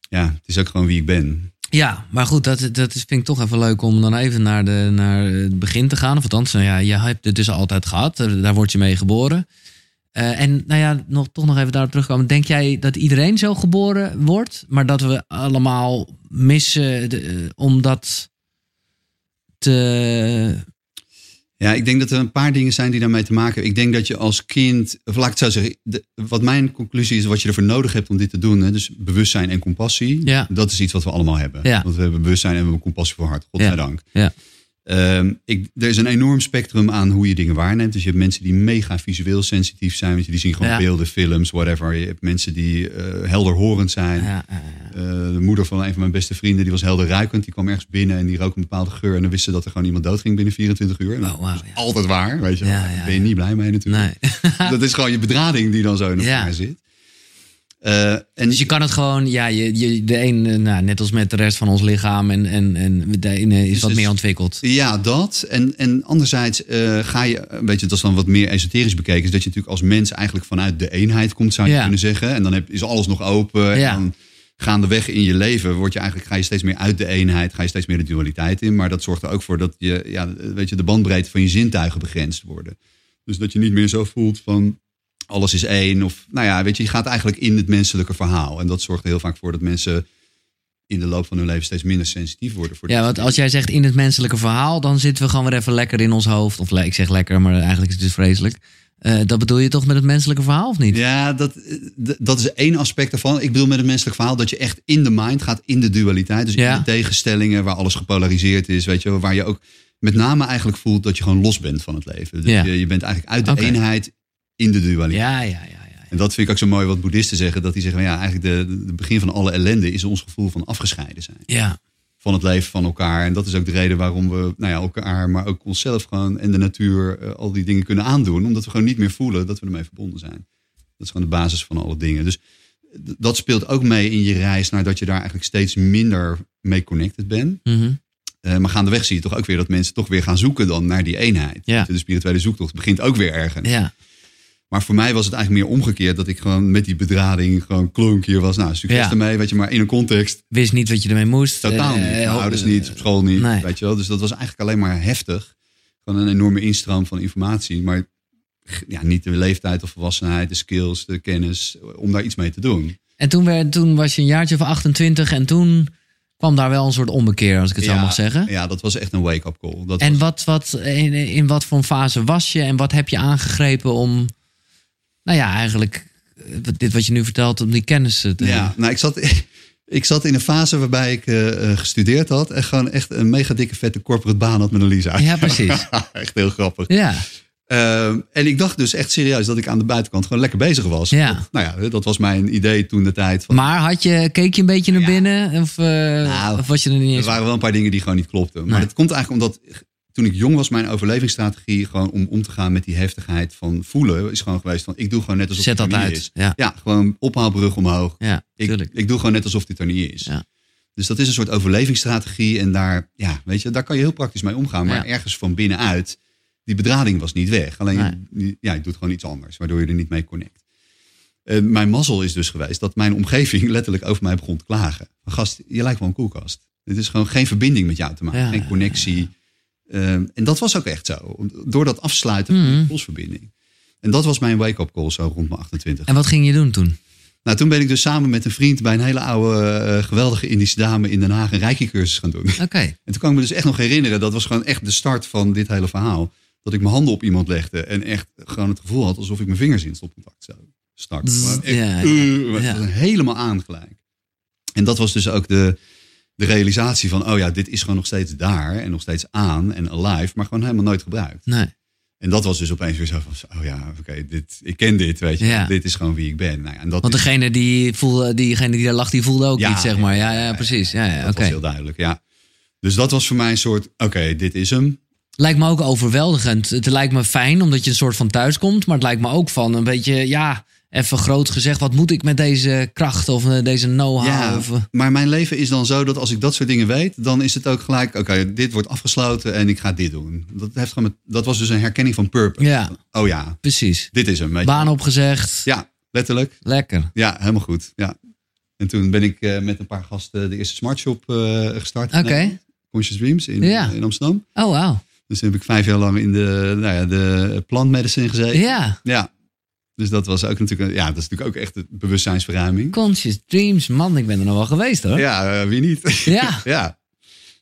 [SPEAKER 2] ja, het is ook gewoon wie ik ben.
[SPEAKER 1] Ja, maar goed, dat, dat is, vind ik toch even leuk om dan even naar, de, naar het begin te gaan. Of althans, nou ja, je hebt het dus altijd gehad. Eh, Daar word je mee geboren. Eh, en nou ja, nog, toch nog even daarop terugkomen. Denk jij dat iedereen zo geboren wordt, maar dat we allemaal missen de, eh, om dat te...
[SPEAKER 2] Ja, ik denk dat er een paar dingen zijn die daarmee te maken hebben. Ik denk dat je als kind, of laat ik het zo zeggen, de- wat mijn conclusie is, wat je ervoor nodig hebt om dit te doen, hè, dus bewustzijn en compassie,
[SPEAKER 1] Ja.
[SPEAKER 2] dat is iets wat we allemaal hebben.
[SPEAKER 1] Ja.
[SPEAKER 2] Want we hebben bewustzijn en we hebben compassie voor hart, godzijdank.
[SPEAKER 1] Ja.
[SPEAKER 2] Ehm, ik, er is een enorm spectrum aan hoe je dingen waarneemt. Dus je hebt mensen die mega visueel sensitief zijn, want je die zien gewoon
[SPEAKER 1] Ja.
[SPEAKER 2] beelden, films, whatever. Je hebt mensen die eh, helderhorend zijn.
[SPEAKER 1] Ja, eh,
[SPEAKER 2] Eh, de moeder van een van mijn beste vrienden, die was helderruikend. Die kwam ergens binnen en die rook een bepaalde geur. En dan wisten ze dat er gewoon iemand doodging binnen 24 uur. Nou, En
[SPEAKER 1] Oh, wauw,
[SPEAKER 2] dat is
[SPEAKER 1] ja.
[SPEAKER 2] Altijd waar, weet je. wel.
[SPEAKER 1] Ja,
[SPEAKER 2] Daar
[SPEAKER 1] ja,
[SPEAKER 2] ben je niet blij mee natuurlijk.
[SPEAKER 1] nee.
[SPEAKER 2] Dat is gewoon je bedrading die dan zo in
[SPEAKER 1] Ja.
[SPEAKER 2] elkaar zit. Eh, en
[SPEAKER 1] Dus je kan het gewoon, ja, je, je, de een, eh, nou, net als met de rest van ons lichaam. En, en, en de ene is wat
[SPEAKER 2] dus-
[SPEAKER 1] meer ontwikkeld.
[SPEAKER 2] Ja, dat. En, en anderzijds eh, ga je, eh, weet je, dat is dan wat meer esoterisch bekeken, is dat je natuurlijk als mens eigenlijk vanuit de eenheid komt, zou je
[SPEAKER 1] Ja.
[SPEAKER 2] kunnen zeggen. En dan heb, is alles nog open.
[SPEAKER 1] Ja.
[SPEAKER 2] En dan gaandeweg in je leven word je eigenlijk, ga je steeds meer uit de eenheid, ga je steeds meer de dualiteit in. Maar dat zorgt er ook voor dat je, ja, weet je, de bandbreedte van je zintuigen begrensd worden. Dus dat je niet meer zo voelt van alles is één. Of nou ja, weet je, je gaat eigenlijk in het menselijke verhaal. En dat zorgt er heel vaak voor dat mensen in de loop van hun leven steeds minder sensitief worden voor dit
[SPEAKER 1] Ja, want als jij zegt in het menselijke verhaal, dan zitten we gewoon weer even lekker in ons hoofd. Of le- ik zeg lekker, maar eigenlijk is het dus vreselijk. Eh, Eh, dat bedoel je toch met het menselijke verhaal of niet?
[SPEAKER 2] Ja, dat, eh, d- dat is één aspect daarvan. Ik bedoel met het menselijk verhaal dat je echt in de mind gaat, in de dualiteit. Dus
[SPEAKER 1] Ja.
[SPEAKER 2] in de tegenstellingen waar alles gepolariseerd is, weet je, wel, waar je ook met name eigenlijk voelt dat je gewoon los bent van het leven. Dus
[SPEAKER 1] Ja.
[SPEAKER 2] je, je bent eigenlijk uit de
[SPEAKER 1] Oké.
[SPEAKER 2] eenheid in de dualiteit.
[SPEAKER 1] Ja, ja, ja. ja.
[SPEAKER 2] En dat vind ik ook zo mooi wat boeddhisten zeggen. Dat die zeggen, ja, eigenlijk de, de begin van alle ellende is ons gevoel van afgescheiden zijn.
[SPEAKER 1] ja.
[SPEAKER 2] Van het leven van elkaar. En dat is ook de reden waarom we nou ja, elkaar, maar ook onszelf gewoon en de natuur eh, al die dingen kunnen aandoen. Omdat we gewoon niet meer voelen dat we ermee verbonden zijn. Dat is gewoon de basis van alle dingen. Dus d- dat speelt ook mee in je reis naar dat je daar eigenlijk steeds minder mee connected bent.
[SPEAKER 1] Mhm.
[SPEAKER 2] Eh, maar gaandeweg zie je toch ook weer dat mensen toch weer gaan zoeken dan naar die eenheid.
[SPEAKER 1] Ja.
[SPEAKER 2] De spirituele zoektocht begint ook weer ergens.
[SPEAKER 1] ja.
[SPEAKER 2] Maar voor mij was het eigenlijk meer omgekeerd. Dat ik gewoon met die bedrading gewoon klonk hier was. Nou, succes
[SPEAKER 1] Ja.
[SPEAKER 2] ermee, weet je. Maar in een context
[SPEAKER 1] Wist niet wat je ermee moest.
[SPEAKER 2] totaal
[SPEAKER 1] Eh,
[SPEAKER 2] niet. Mijn
[SPEAKER 1] eh,
[SPEAKER 2] ouders
[SPEAKER 1] eh,
[SPEAKER 2] niet, op school niet,
[SPEAKER 1] nee.
[SPEAKER 2] weet je wel. Dus dat was eigenlijk alleen maar heftig. Gewoon een enorme instroom van informatie. Maar ja, niet de leeftijd of volwassenheid, de skills, de kennis. Om daar iets mee te doen.
[SPEAKER 1] En toen, werd, toen was je een jaartje van 28 en toen kwam daar wel een soort ombekeer, als ik het
[SPEAKER 2] ja,
[SPEAKER 1] zo mag zeggen.
[SPEAKER 2] Ja, dat was echt een wake-up call. Dat
[SPEAKER 1] En
[SPEAKER 2] was-
[SPEAKER 1] wat, wat, in, in wat voor een fase was je en wat heb je aangegrepen om, nou ja, eigenlijk eh, dit wat je nu vertelt, om die kennis te
[SPEAKER 2] Ja, nou, ik zat, ik zat in een fase waarbij ik eh, eh, gestudeerd had. En gewoon echt een mega dikke vette corporate baan had met een Lisa.
[SPEAKER 1] Ja, precies.
[SPEAKER 2] echt heel grappig.
[SPEAKER 1] Ja,
[SPEAKER 2] Ehm, en ik dacht dus echt serieus dat ik aan de buitenkant gewoon lekker bezig was.
[SPEAKER 1] Ja.
[SPEAKER 2] Dat- nou ja, dat was mijn idee toen de tijd. Van,
[SPEAKER 1] maar had je, keek je een beetje naar
[SPEAKER 2] Ja.
[SPEAKER 1] binnen of, eh,
[SPEAKER 2] Nou,
[SPEAKER 1] of was je er niet
[SPEAKER 2] er
[SPEAKER 1] eens?
[SPEAKER 2] waren wel een paar dingen die gewoon niet klopten. Maar
[SPEAKER 1] Nee.
[SPEAKER 2] dat komt eigenlijk omdat toen ik jong was, mijn overlevingsstrategie gewoon om om te gaan met die heftigheid van voelen, is gewoon geweest van ik doe gewoon net alsof
[SPEAKER 1] Zet
[SPEAKER 2] het
[SPEAKER 1] dat
[SPEAKER 2] er niet
[SPEAKER 1] uit.
[SPEAKER 2] is.
[SPEAKER 1] Ja,
[SPEAKER 2] Ja, gewoon ophaalbrug omhoog.
[SPEAKER 1] ja,
[SPEAKER 2] Ik,
[SPEAKER 1] tuurlijk.
[SPEAKER 2] ik doe gewoon net alsof dit er niet is.
[SPEAKER 1] Ja.
[SPEAKER 2] Dus dat is een soort overlevingsstrategie. En daar, ja, weet je, daar kan je heel praktisch mee omgaan. Maar
[SPEAKER 1] Ja.
[SPEAKER 2] ergens van binnenuit, die bedrading was niet weg. Alleen, je- ja, je doet gewoon iets anders, waardoor je er niet mee connect. En mijn mazzel is dus geweest dat mijn omgeving letterlijk over mij begon te klagen. Van, Gast, je lijkt wel een koelkast. Dit is gewoon geen verbinding met jou te maken,
[SPEAKER 1] Ja, ja,
[SPEAKER 2] geen
[SPEAKER 1] ja,
[SPEAKER 2] connectie. Ehm, en dat was ook echt zo. Door dat afsluiten van
[SPEAKER 1] Mhm.
[SPEAKER 2] die polsverbinding. En dat was mijn wake-up call zo rond mijn 28.
[SPEAKER 1] En wat ging je doen toen?
[SPEAKER 2] Nou, toen ben ik dus samen met een vriend bij een hele oude, eh, geweldige Indische dame in Den Haag een reiki-cursus gaan doen.
[SPEAKER 1] Oké,
[SPEAKER 2] En toen kan ik me dus echt nog herinneren, dat was gewoon echt de start van dit hele verhaal. Dat ik mijn handen op iemand legde en echt gewoon het gevoel had alsof ik mijn vingers in stopcontact zou starten.
[SPEAKER 1] Zzz,
[SPEAKER 2] Gewoon echt,
[SPEAKER 1] Mm, ja, ja,
[SPEAKER 2] eh, maar
[SPEAKER 1] ja.
[SPEAKER 2] het was helemaal aangelijk. En dat was dus ook de, de realisatie van, oh ja, dit is gewoon nog steeds daar en nog steeds aan en alive, maar gewoon helemaal nooit gebruikt.
[SPEAKER 1] nee.
[SPEAKER 2] En dat was dus opeens weer zo van, oh ja, oké, dit, ik ken dit, weet je.
[SPEAKER 1] Ja.
[SPEAKER 2] Dit is gewoon wie ik ben. Nou ja, en dat
[SPEAKER 1] Want
[SPEAKER 2] is-
[SPEAKER 1] degene die, voelde, diegene die daar lag, die voelde ook
[SPEAKER 2] Ja,
[SPEAKER 1] iets, zeg
[SPEAKER 2] ja,
[SPEAKER 1] maar. Ja, ja, precies. Ja, ja,
[SPEAKER 2] Dat
[SPEAKER 1] oké.
[SPEAKER 2] was heel duidelijk, ja. Dus dat was voor mij een soort, oké, dit is hem.
[SPEAKER 1] Lijkt me ook overweldigend. Het lijkt me fijn omdat je een soort van thuis komt. Maar het lijkt me ook van een beetje, ja, even groot gezegd. Wat moet ik met deze kracht of eh, deze know-how?
[SPEAKER 2] Ja,
[SPEAKER 1] Of, eh,
[SPEAKER 2] Ah, maar mijn leven is dan zo dat als ik dat soort dingen weet, dan is het ook gelijk, oké, dit wordt afgesloten en ik ga dit doen. Dat, heeft gewoon met- dat was dus een herkenning van purpose.
[SPEAKER 1] Ja.
[SPEAKER 2] Oh ja,
[SPEAKER 1] precies.
[SPEAKER 2] dit is hem. Weet je.
[SPEAKER 1] Baan opgezegd.
[SPEAKER 2] Ja, letterlijk.
[SPEAKER 1] Lekker.
[SPEAKER 2] Ja, helemaal goed. Ja. En toen ben ik eh, met een paar gasten de eerste smartshop eh gestart.
[SPEAKER 1] Oké.
[SPEAKER 2] Nee, Conscious Dreams in,
[SPEAKER 1] Ja.
[SPEAKER 2] in Amsterdam.
[SPEAKER 1] Oh, wauw.
[SPEAKER 2] Dus toen heb ik vijf jaar lang in de, nou ja, de plant medicine gezeten.
[SPEAKER 1] Ja.
[SPEAKER 2] Ja. Dus dat was ook natuurlijk, een- ja, dat is natuurlijk ook echt een bewustzijnsverruiming.
[SPEAKER 1] Conscious Dreams. Man, ik ben er nog wel geweest hoor.
[SPEAKER 2] Ja, eh, wie niet?
[SPEAKER 1] Ja.
[SPEAKER 2] ja.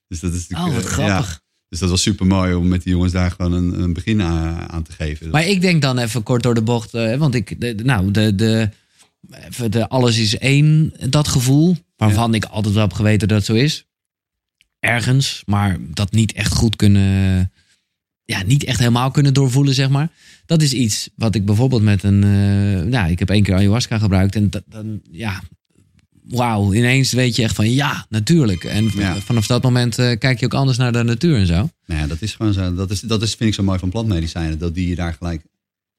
[SPEAKER 2] Dus dat is
[SPEAKER 1] Oh,
[SPEAKER 2] natuurlijk.
[SPEAKER 1] wat
[SPEAKER 2] eh,
[SPEAKER 1] grappig.
[SPEAKER 2] ja. Dus dat was super mooi om met die jongens daar gewoon een, een begin aan, aan te geven.
[SPEAKER 1] Maar ik denk dan even kort door de bocht. eh, want ik, de, de- nou, de, de, even de alles is één, dat gevoel. Waarvan ik altijd wel heb geweten dat het zo is. Ergens, maar dat niet echt goed kunnen. Ja, niet echt helemaal kunnen doorvoelen, zeg maar. Dat is iets wat ik bijvoorbeeld met een. eh, nou, ik heb één keer ayahuasca gebruikt. En dat, dan, ja. Wauw, ineens weet je echt van ja, natuurlijk. En v-
[SPEAKER 2] Ja.
[SPEAKER 1] vanaf dat moment eh, kijk je ook anders naar de natuur en zo.
[SPEAKER 2] Nou ja, dat is gewoon zo. Dat, is, dat is, vind ik zo mooi van plantmedicijnen. Dat die je daar gelijk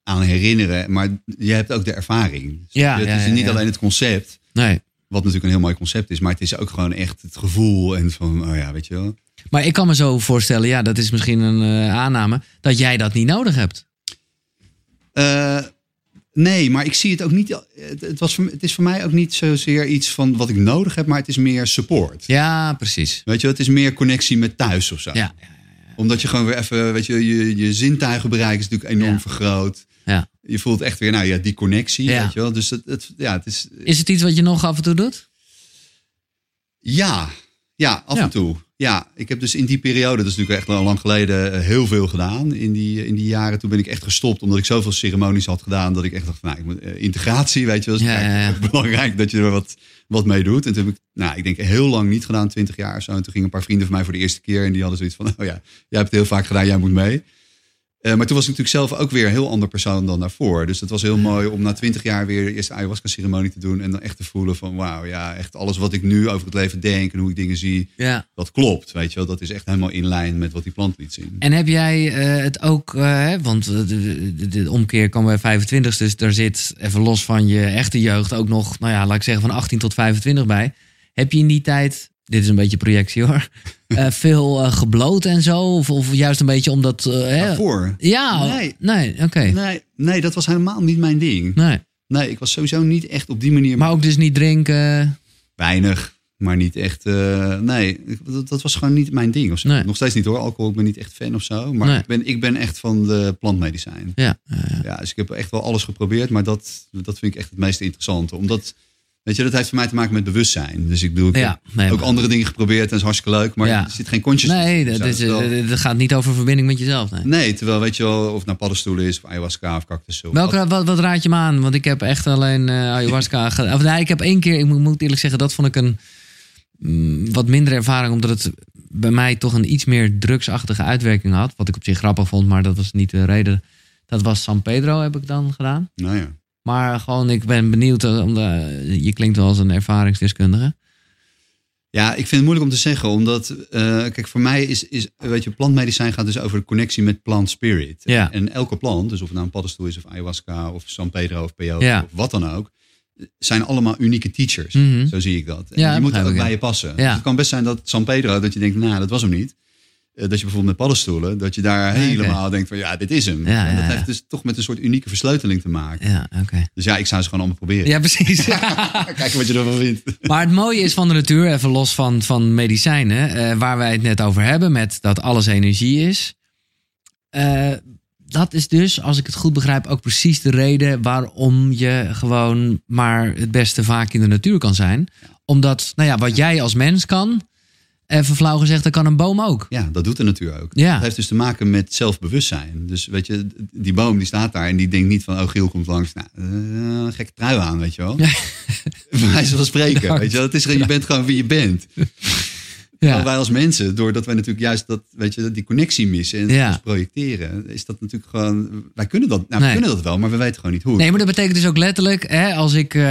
[SPEAKER 2] aan herinneren. Maar je hebt ook de ervaring.
[SPEAKER 1] Ja,
[SPEAKER 2] het
[SPEAKER 1] ja,
[SPEAKER 2] is
[SPEAKER 1] ja,
[SPEAKER 2] niet
[SPEAKER 1] ja.
[SPEAKER 2] alleen het concept.
[SPEAKER 1] Nee.
[SPEAKER 2] Wat natuurlijk een heel mooi concept is. Maar het is ook gewoon echt het gevoel. En van, oh ja, weet je wel.
[SPEAKER 1] Maar ik kan me zo voorstellen, ja, dat is misschien een eh, aanname, dat jij dat niet nodig hebt.
[SPEAKER 2] Eh, nee, maar ik zie het ook niet. eh, Het, het was voor, m- het is voor mij ook niet zozeer iets van wat ik nodig heb. Maar het is meer support.
[SPEAKER 1] Ja, precies.
[SPEAKER 2] Weet je, wel, het is meer connectie met thuis of zo.
[SPEAKER 1] Ja,
[SPEAKER 2] Omdat je gewoon weer even, weet je, je, je zintuigenbereik is natuurlijk enorm
[SPEAKER 1] Ja.
[SPEAKER 2] vergroot.
[SPEAKER 1] ja.
[SPEAKER 2] Je voelt echt weer, nou ja, die connectie,
[SPEAKER 1] Ja.
[SPEAKER 2] weet je wel. Dus het, het, ja, het is,
[SPEAKER 1] Is het iets wat je nog af en toe doet?
[SPEAKER 2] ja, ja, af
[SPEAKER 1] Ja.
[SPEAKER 2] en toe. Ja, ik heb dus in die periode, dat is natuurlijk echt al lang geleden, eh, heel veel gedaan. In die, eh, in die jaren toen ben ik echt gestopt, omdat ik zoveel ceremonies had gedaan. Dat ik echt dacht, van, nou, ik moet, eh, integratie, weet je wel. is
[SPEAKER 1] Ja, ja,
[SPEAKER 2] eigenlijk
[SPEAKER 1] ja.
[SPEAKER 2] echt belangrijk dat je er wat, wat mee doet. En toen heb ik, nou, ik denk heel lang niet gedaan, 20 jaar of zo. En toen gingen een paar vrienden van mij voor de eerste keer. En die hadden zoiets van, oh ja, jij hebt het heel vaak gedaan, jij moet mee. Eh, maar toen was ik natuurlijk zelf ook weer een heel ander persoon dan daarvoor. Dus dat was heel mooi om na twintig jaar weer de eerste ayahuasca-ceremonie te doen. En dan echt te voelen van, wauw, ja, echt alles wat ik nu over het leven denk en hoe ik dingen zie
[SPEAKER 1] Ja.
[SPEAKER 2] dat klopt, weet je wel. Dat is echt helemaal in lijn met wat die plant liet zien.
[SPEAKER 1] En heb jij eh, het ook, eh, hè, want de, de- de- de omkeer kan bij 25, dus daar zit even los van je echte jeugd ook nog, nou ja, laat ik zeggen van 18 tot 25 bij. Heb je in die tijd, dit is een beetje projectie hoor, eh, veel eh, gebloot en zo? Of, of juist een beetje omdat... eh, hè?
[SPEAKER 2] Daarvoor?
[SPEAKER 1] Ja,
[SPEAKER 2] Nee.
[SPEAKER 1] nee, oké. Nee.
[SPEAKER 2] Nee, nee, dat was helemaal niet mijn ding. Nee, ik was sowieso niet echt op die manier
[SPEAKER 1] Maar ook dus niet drinken.
[SPEAKER 2] weinig, maar niet echt... eh, nee, ik- dat, dat was gewoon niet mijn ding of zo.
[SPEAKER 1] Nee.
[SPEAKER 2] Nog steeds niet hoor, alcohol, ik ben niet echt fan of zo. Maar
[SPEAKER 1] Nee.
[SPEAKER 2] ik, ben, ik ben echt van de plantmedicijn.
[SPEAKER 1] Ja.
[SPEAKER 2] Ja, dus ik heb echt wel alles geprobeerd, maar dat, dat vind ik echt het meest interessante. Omdat, weet je, dat heeft voor mij te maken met bewustzijn. Dus ik bedoel, ik
[SPEAKER 1] ja
[SPEAKER 2] heb
[SPEAKER 1] nee,
[SPEAKER 2] ook
[SPEAKER 1] maar-
[SPEAKER 2] andere dingen geprobeerd en dat is hartstikke leuk, maar
[SPEAKER 1] Ja.
[SPEAKER 2] er zit geen conscious.
[SPEAKER 1] Nee, dat, is, eh, dat gaat niet over verbinding met jezelf. Nee.
[SPEAKER 2] Nee, terwijl weet je wel, of het nou paddenstoelen is, of ayahuasca of cactus. Of
[SPEAKER 1] Welke, wat, wat raad je me aan? Want ik heb echt alleen eh, ayahuasca gedaan. Of nee, ik heb één keer, ik moet, moet eerlijk zeggen, dat vond ik een mm, wat mindere ervaring. Omdat het bij mij toch een iets meer drugsachtige uitwerking had. Wat ik op zich grappig vond, maar dat was niet de reden. Dat was San Pedro heb ik dan gedaan.
[SPEAKER 2] Nou ja.
[SPEAKER 1] Maar gewoon, ik ben benieuwd. eh, Om de, je klinkt wel als een ervaringsdeskundige.
[SPEAKER 2] ja, ik vind het moeilijk om te zeggen, omdat, eh, kijk, voor mij is, is, weet je, plantmedicijn gaat dus over de connectie met plant spirit.
[SPEAKER 1] Ja.
[SPEAKER 2] En elke plant, dus of het nou een paddenstoel is, of ayahuasca, of San Pedro, of peyote,
[SPEAKER 1] Ja.
[SPEAKER 2] of wat dan ook, zijn allemaal unieke teachers.
[SPEAKER 1] Mhm.
[SPEAKER 2] Zo zie ik dat. En
[SPEAKER 1] Ja,
[SPEAKER 2] die
[SPEAKER 1] dat
[SPEAKER 2] moeten
[SPEAKER 1] begrijp
[SPEAKER 2] ook
[SPEAKER 1] ik, ja.
[SPEAKER 2] bij je passen.
[SPEAKER 1] Ja.
[SPEAKER 2] Dus het kan best zijn dat San Pedro, dat je denkt, nou, dat was hem niet. Eh, Dat je bijvoorbeeld met paddenstoelen, dat je daar
[SPEAKER 1] oké.
[SPEAKER 2] helemaal denkt van ja, dit is hem.
[SPEAKER 1] Ja,
[SPEAKER 2] en dat
[SPEAKER 1] ja, ja.
[SPEAKER 2] heeft dus toch met een soort unieke versleuteling te maken.
[SPEAKER 1] Ja, oké.
[SPEAKER 2] Dus ja, ik zou ze gewoon allemaal proberen.
[SPEAKER 1] Ja, precies.
[SPEAKER 2] Kijken wat je ervan vindt.
[SPEAKER 1] Maar het mooie is van de natuur, even los van, van medicijnen, eh, waar wij het net over hebben, met dat alles energie is. Eh, dat is dus, als ik het goed begrijp, ook precies de reden waarom je gewoon maar het beste vaak in de natuur kan zijn. Omdat, nou ja, wat jij als mens kan, even flauw gezegd, dat kan een boom ook.
[SPEAKER 2] Ja, dat doet de natuur ook.
[SPEAKER 1] Ja.
[SPEAKER 2] Dat heeft dus te maken met zelfbewustzijn. Dus weet je, die boom die staat daar en die denkt niet van, oh Giel komt langs. Nou, eh, gekke trui aan, weet je wel.
[SPEAKER 1] Ja.
[SPEAKER 2] Bij wijze van spreken, weet je wel. Het is, gewoon, je bent gewoon wie je bent. Terwijl
[SPEAKER 1] Ja,
[SPEAKER 2] Wij als mensen, doordat wij natuurlijk juist dat, weet je, die connectie missen en
[SPEAKER 1] Ja.
[SPEAKER 2] ons projecteren, is dat natuurlijk gewoon, wij kunnen dat, nou, we
[SPEAKER 1] Nee.
[SPEAKER 2] kunnen dat wel, maar we weten gewoon niet hoe.
[SPEAKER 1] Nee, maar dat betekent dus ook letterlijk, hè, als ik eh,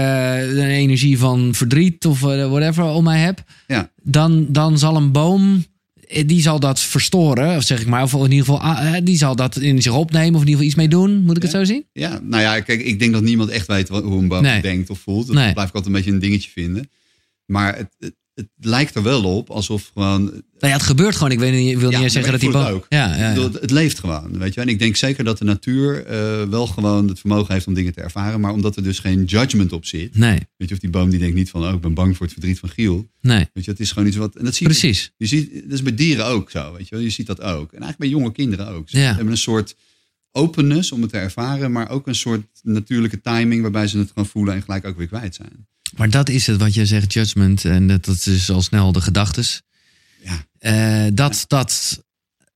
[SPEAKER 1] een energie van verdriet of eh, whatever om mij heb,
[SPEAKER 2] Ja.
[SPEAKER 1] dan, dan zal een boom, eh, die zal dat verstoren, of zeg ik maar, of in ieder geval, ah, eh, die zal dat in zich opnemen of in ieder geval iets mee doen, moet ik
[SPEAKER 2] Ja.
[SPEAKER 1] het zo zien?
[SPEAKER 2] Ja, nou ja, kijk, ik denk dat niemand echt weet wat- hoe een boom
[SPEAKER 1] Nee.
[SPEAKER 2] denkt of voelt. Dat
[SPEAKER 1] Nee.
[SPEAKER 2] blijf ik altijd een beetje een dingetje vinden. Maar het, het, het lijkt er wel op alsof gewoon.
[SPEAKER 1] Nou ja, het gebeurt gewoon, ik, weet, niet- ik wil
[SPEAKER 2] Ja,
[SPEAKER 1] niet eens
[SPEAKER 2] maar
[SPEAKER 1] zeggen dat
[SPEAKER 2] ik
[SPEAKER 1] die
[SPEAKER 2] voel
[SPEAKER 1] boom...
[SPEAKER 2] het ook.
[SPEAKER 1] Ja, ja, ja.
[SPEAKER 2] dat- Het leeft gewoon, weet je. En ik denk zeker dat de natuur eh, wel gewoon het vermogen heeft om dingen te ervaren. Maar omdat er dus geen judgment op zit.
[SPEAKER 1] Nee,
[SPEAKER 2] Weet je, of die boom die denkt niet van, oh, ik ben bang voor het verdriet van Giel.
[SPEAKER 1] nee,
[SPEAKER 2] Weet je, het is gewoon iets wat. En dat zie je
[SPEAKER 1] precies.
[SPEAKER 2] Je ziet, dat is bij dieren ook zo, weet je wel. Je ziet dat ook. En eigenlijk bij jonge kinderen ook. Ze
[SPEAKER 1] Ja.
[SPEAKER 2] hebben een soort openness om het te ervaren, maar ook een soort natuurlijke timing waarbij ze het gewoon voelen en gelijk ook weer kwijt zijn.
[SPEAKER 1] Maar dat is het wat jij zegt, judgment. En dat, dat is al snel de gedachtes.
[SPEAKER 2] Ja.
[SPEAKER 1] Eh, dat, dat,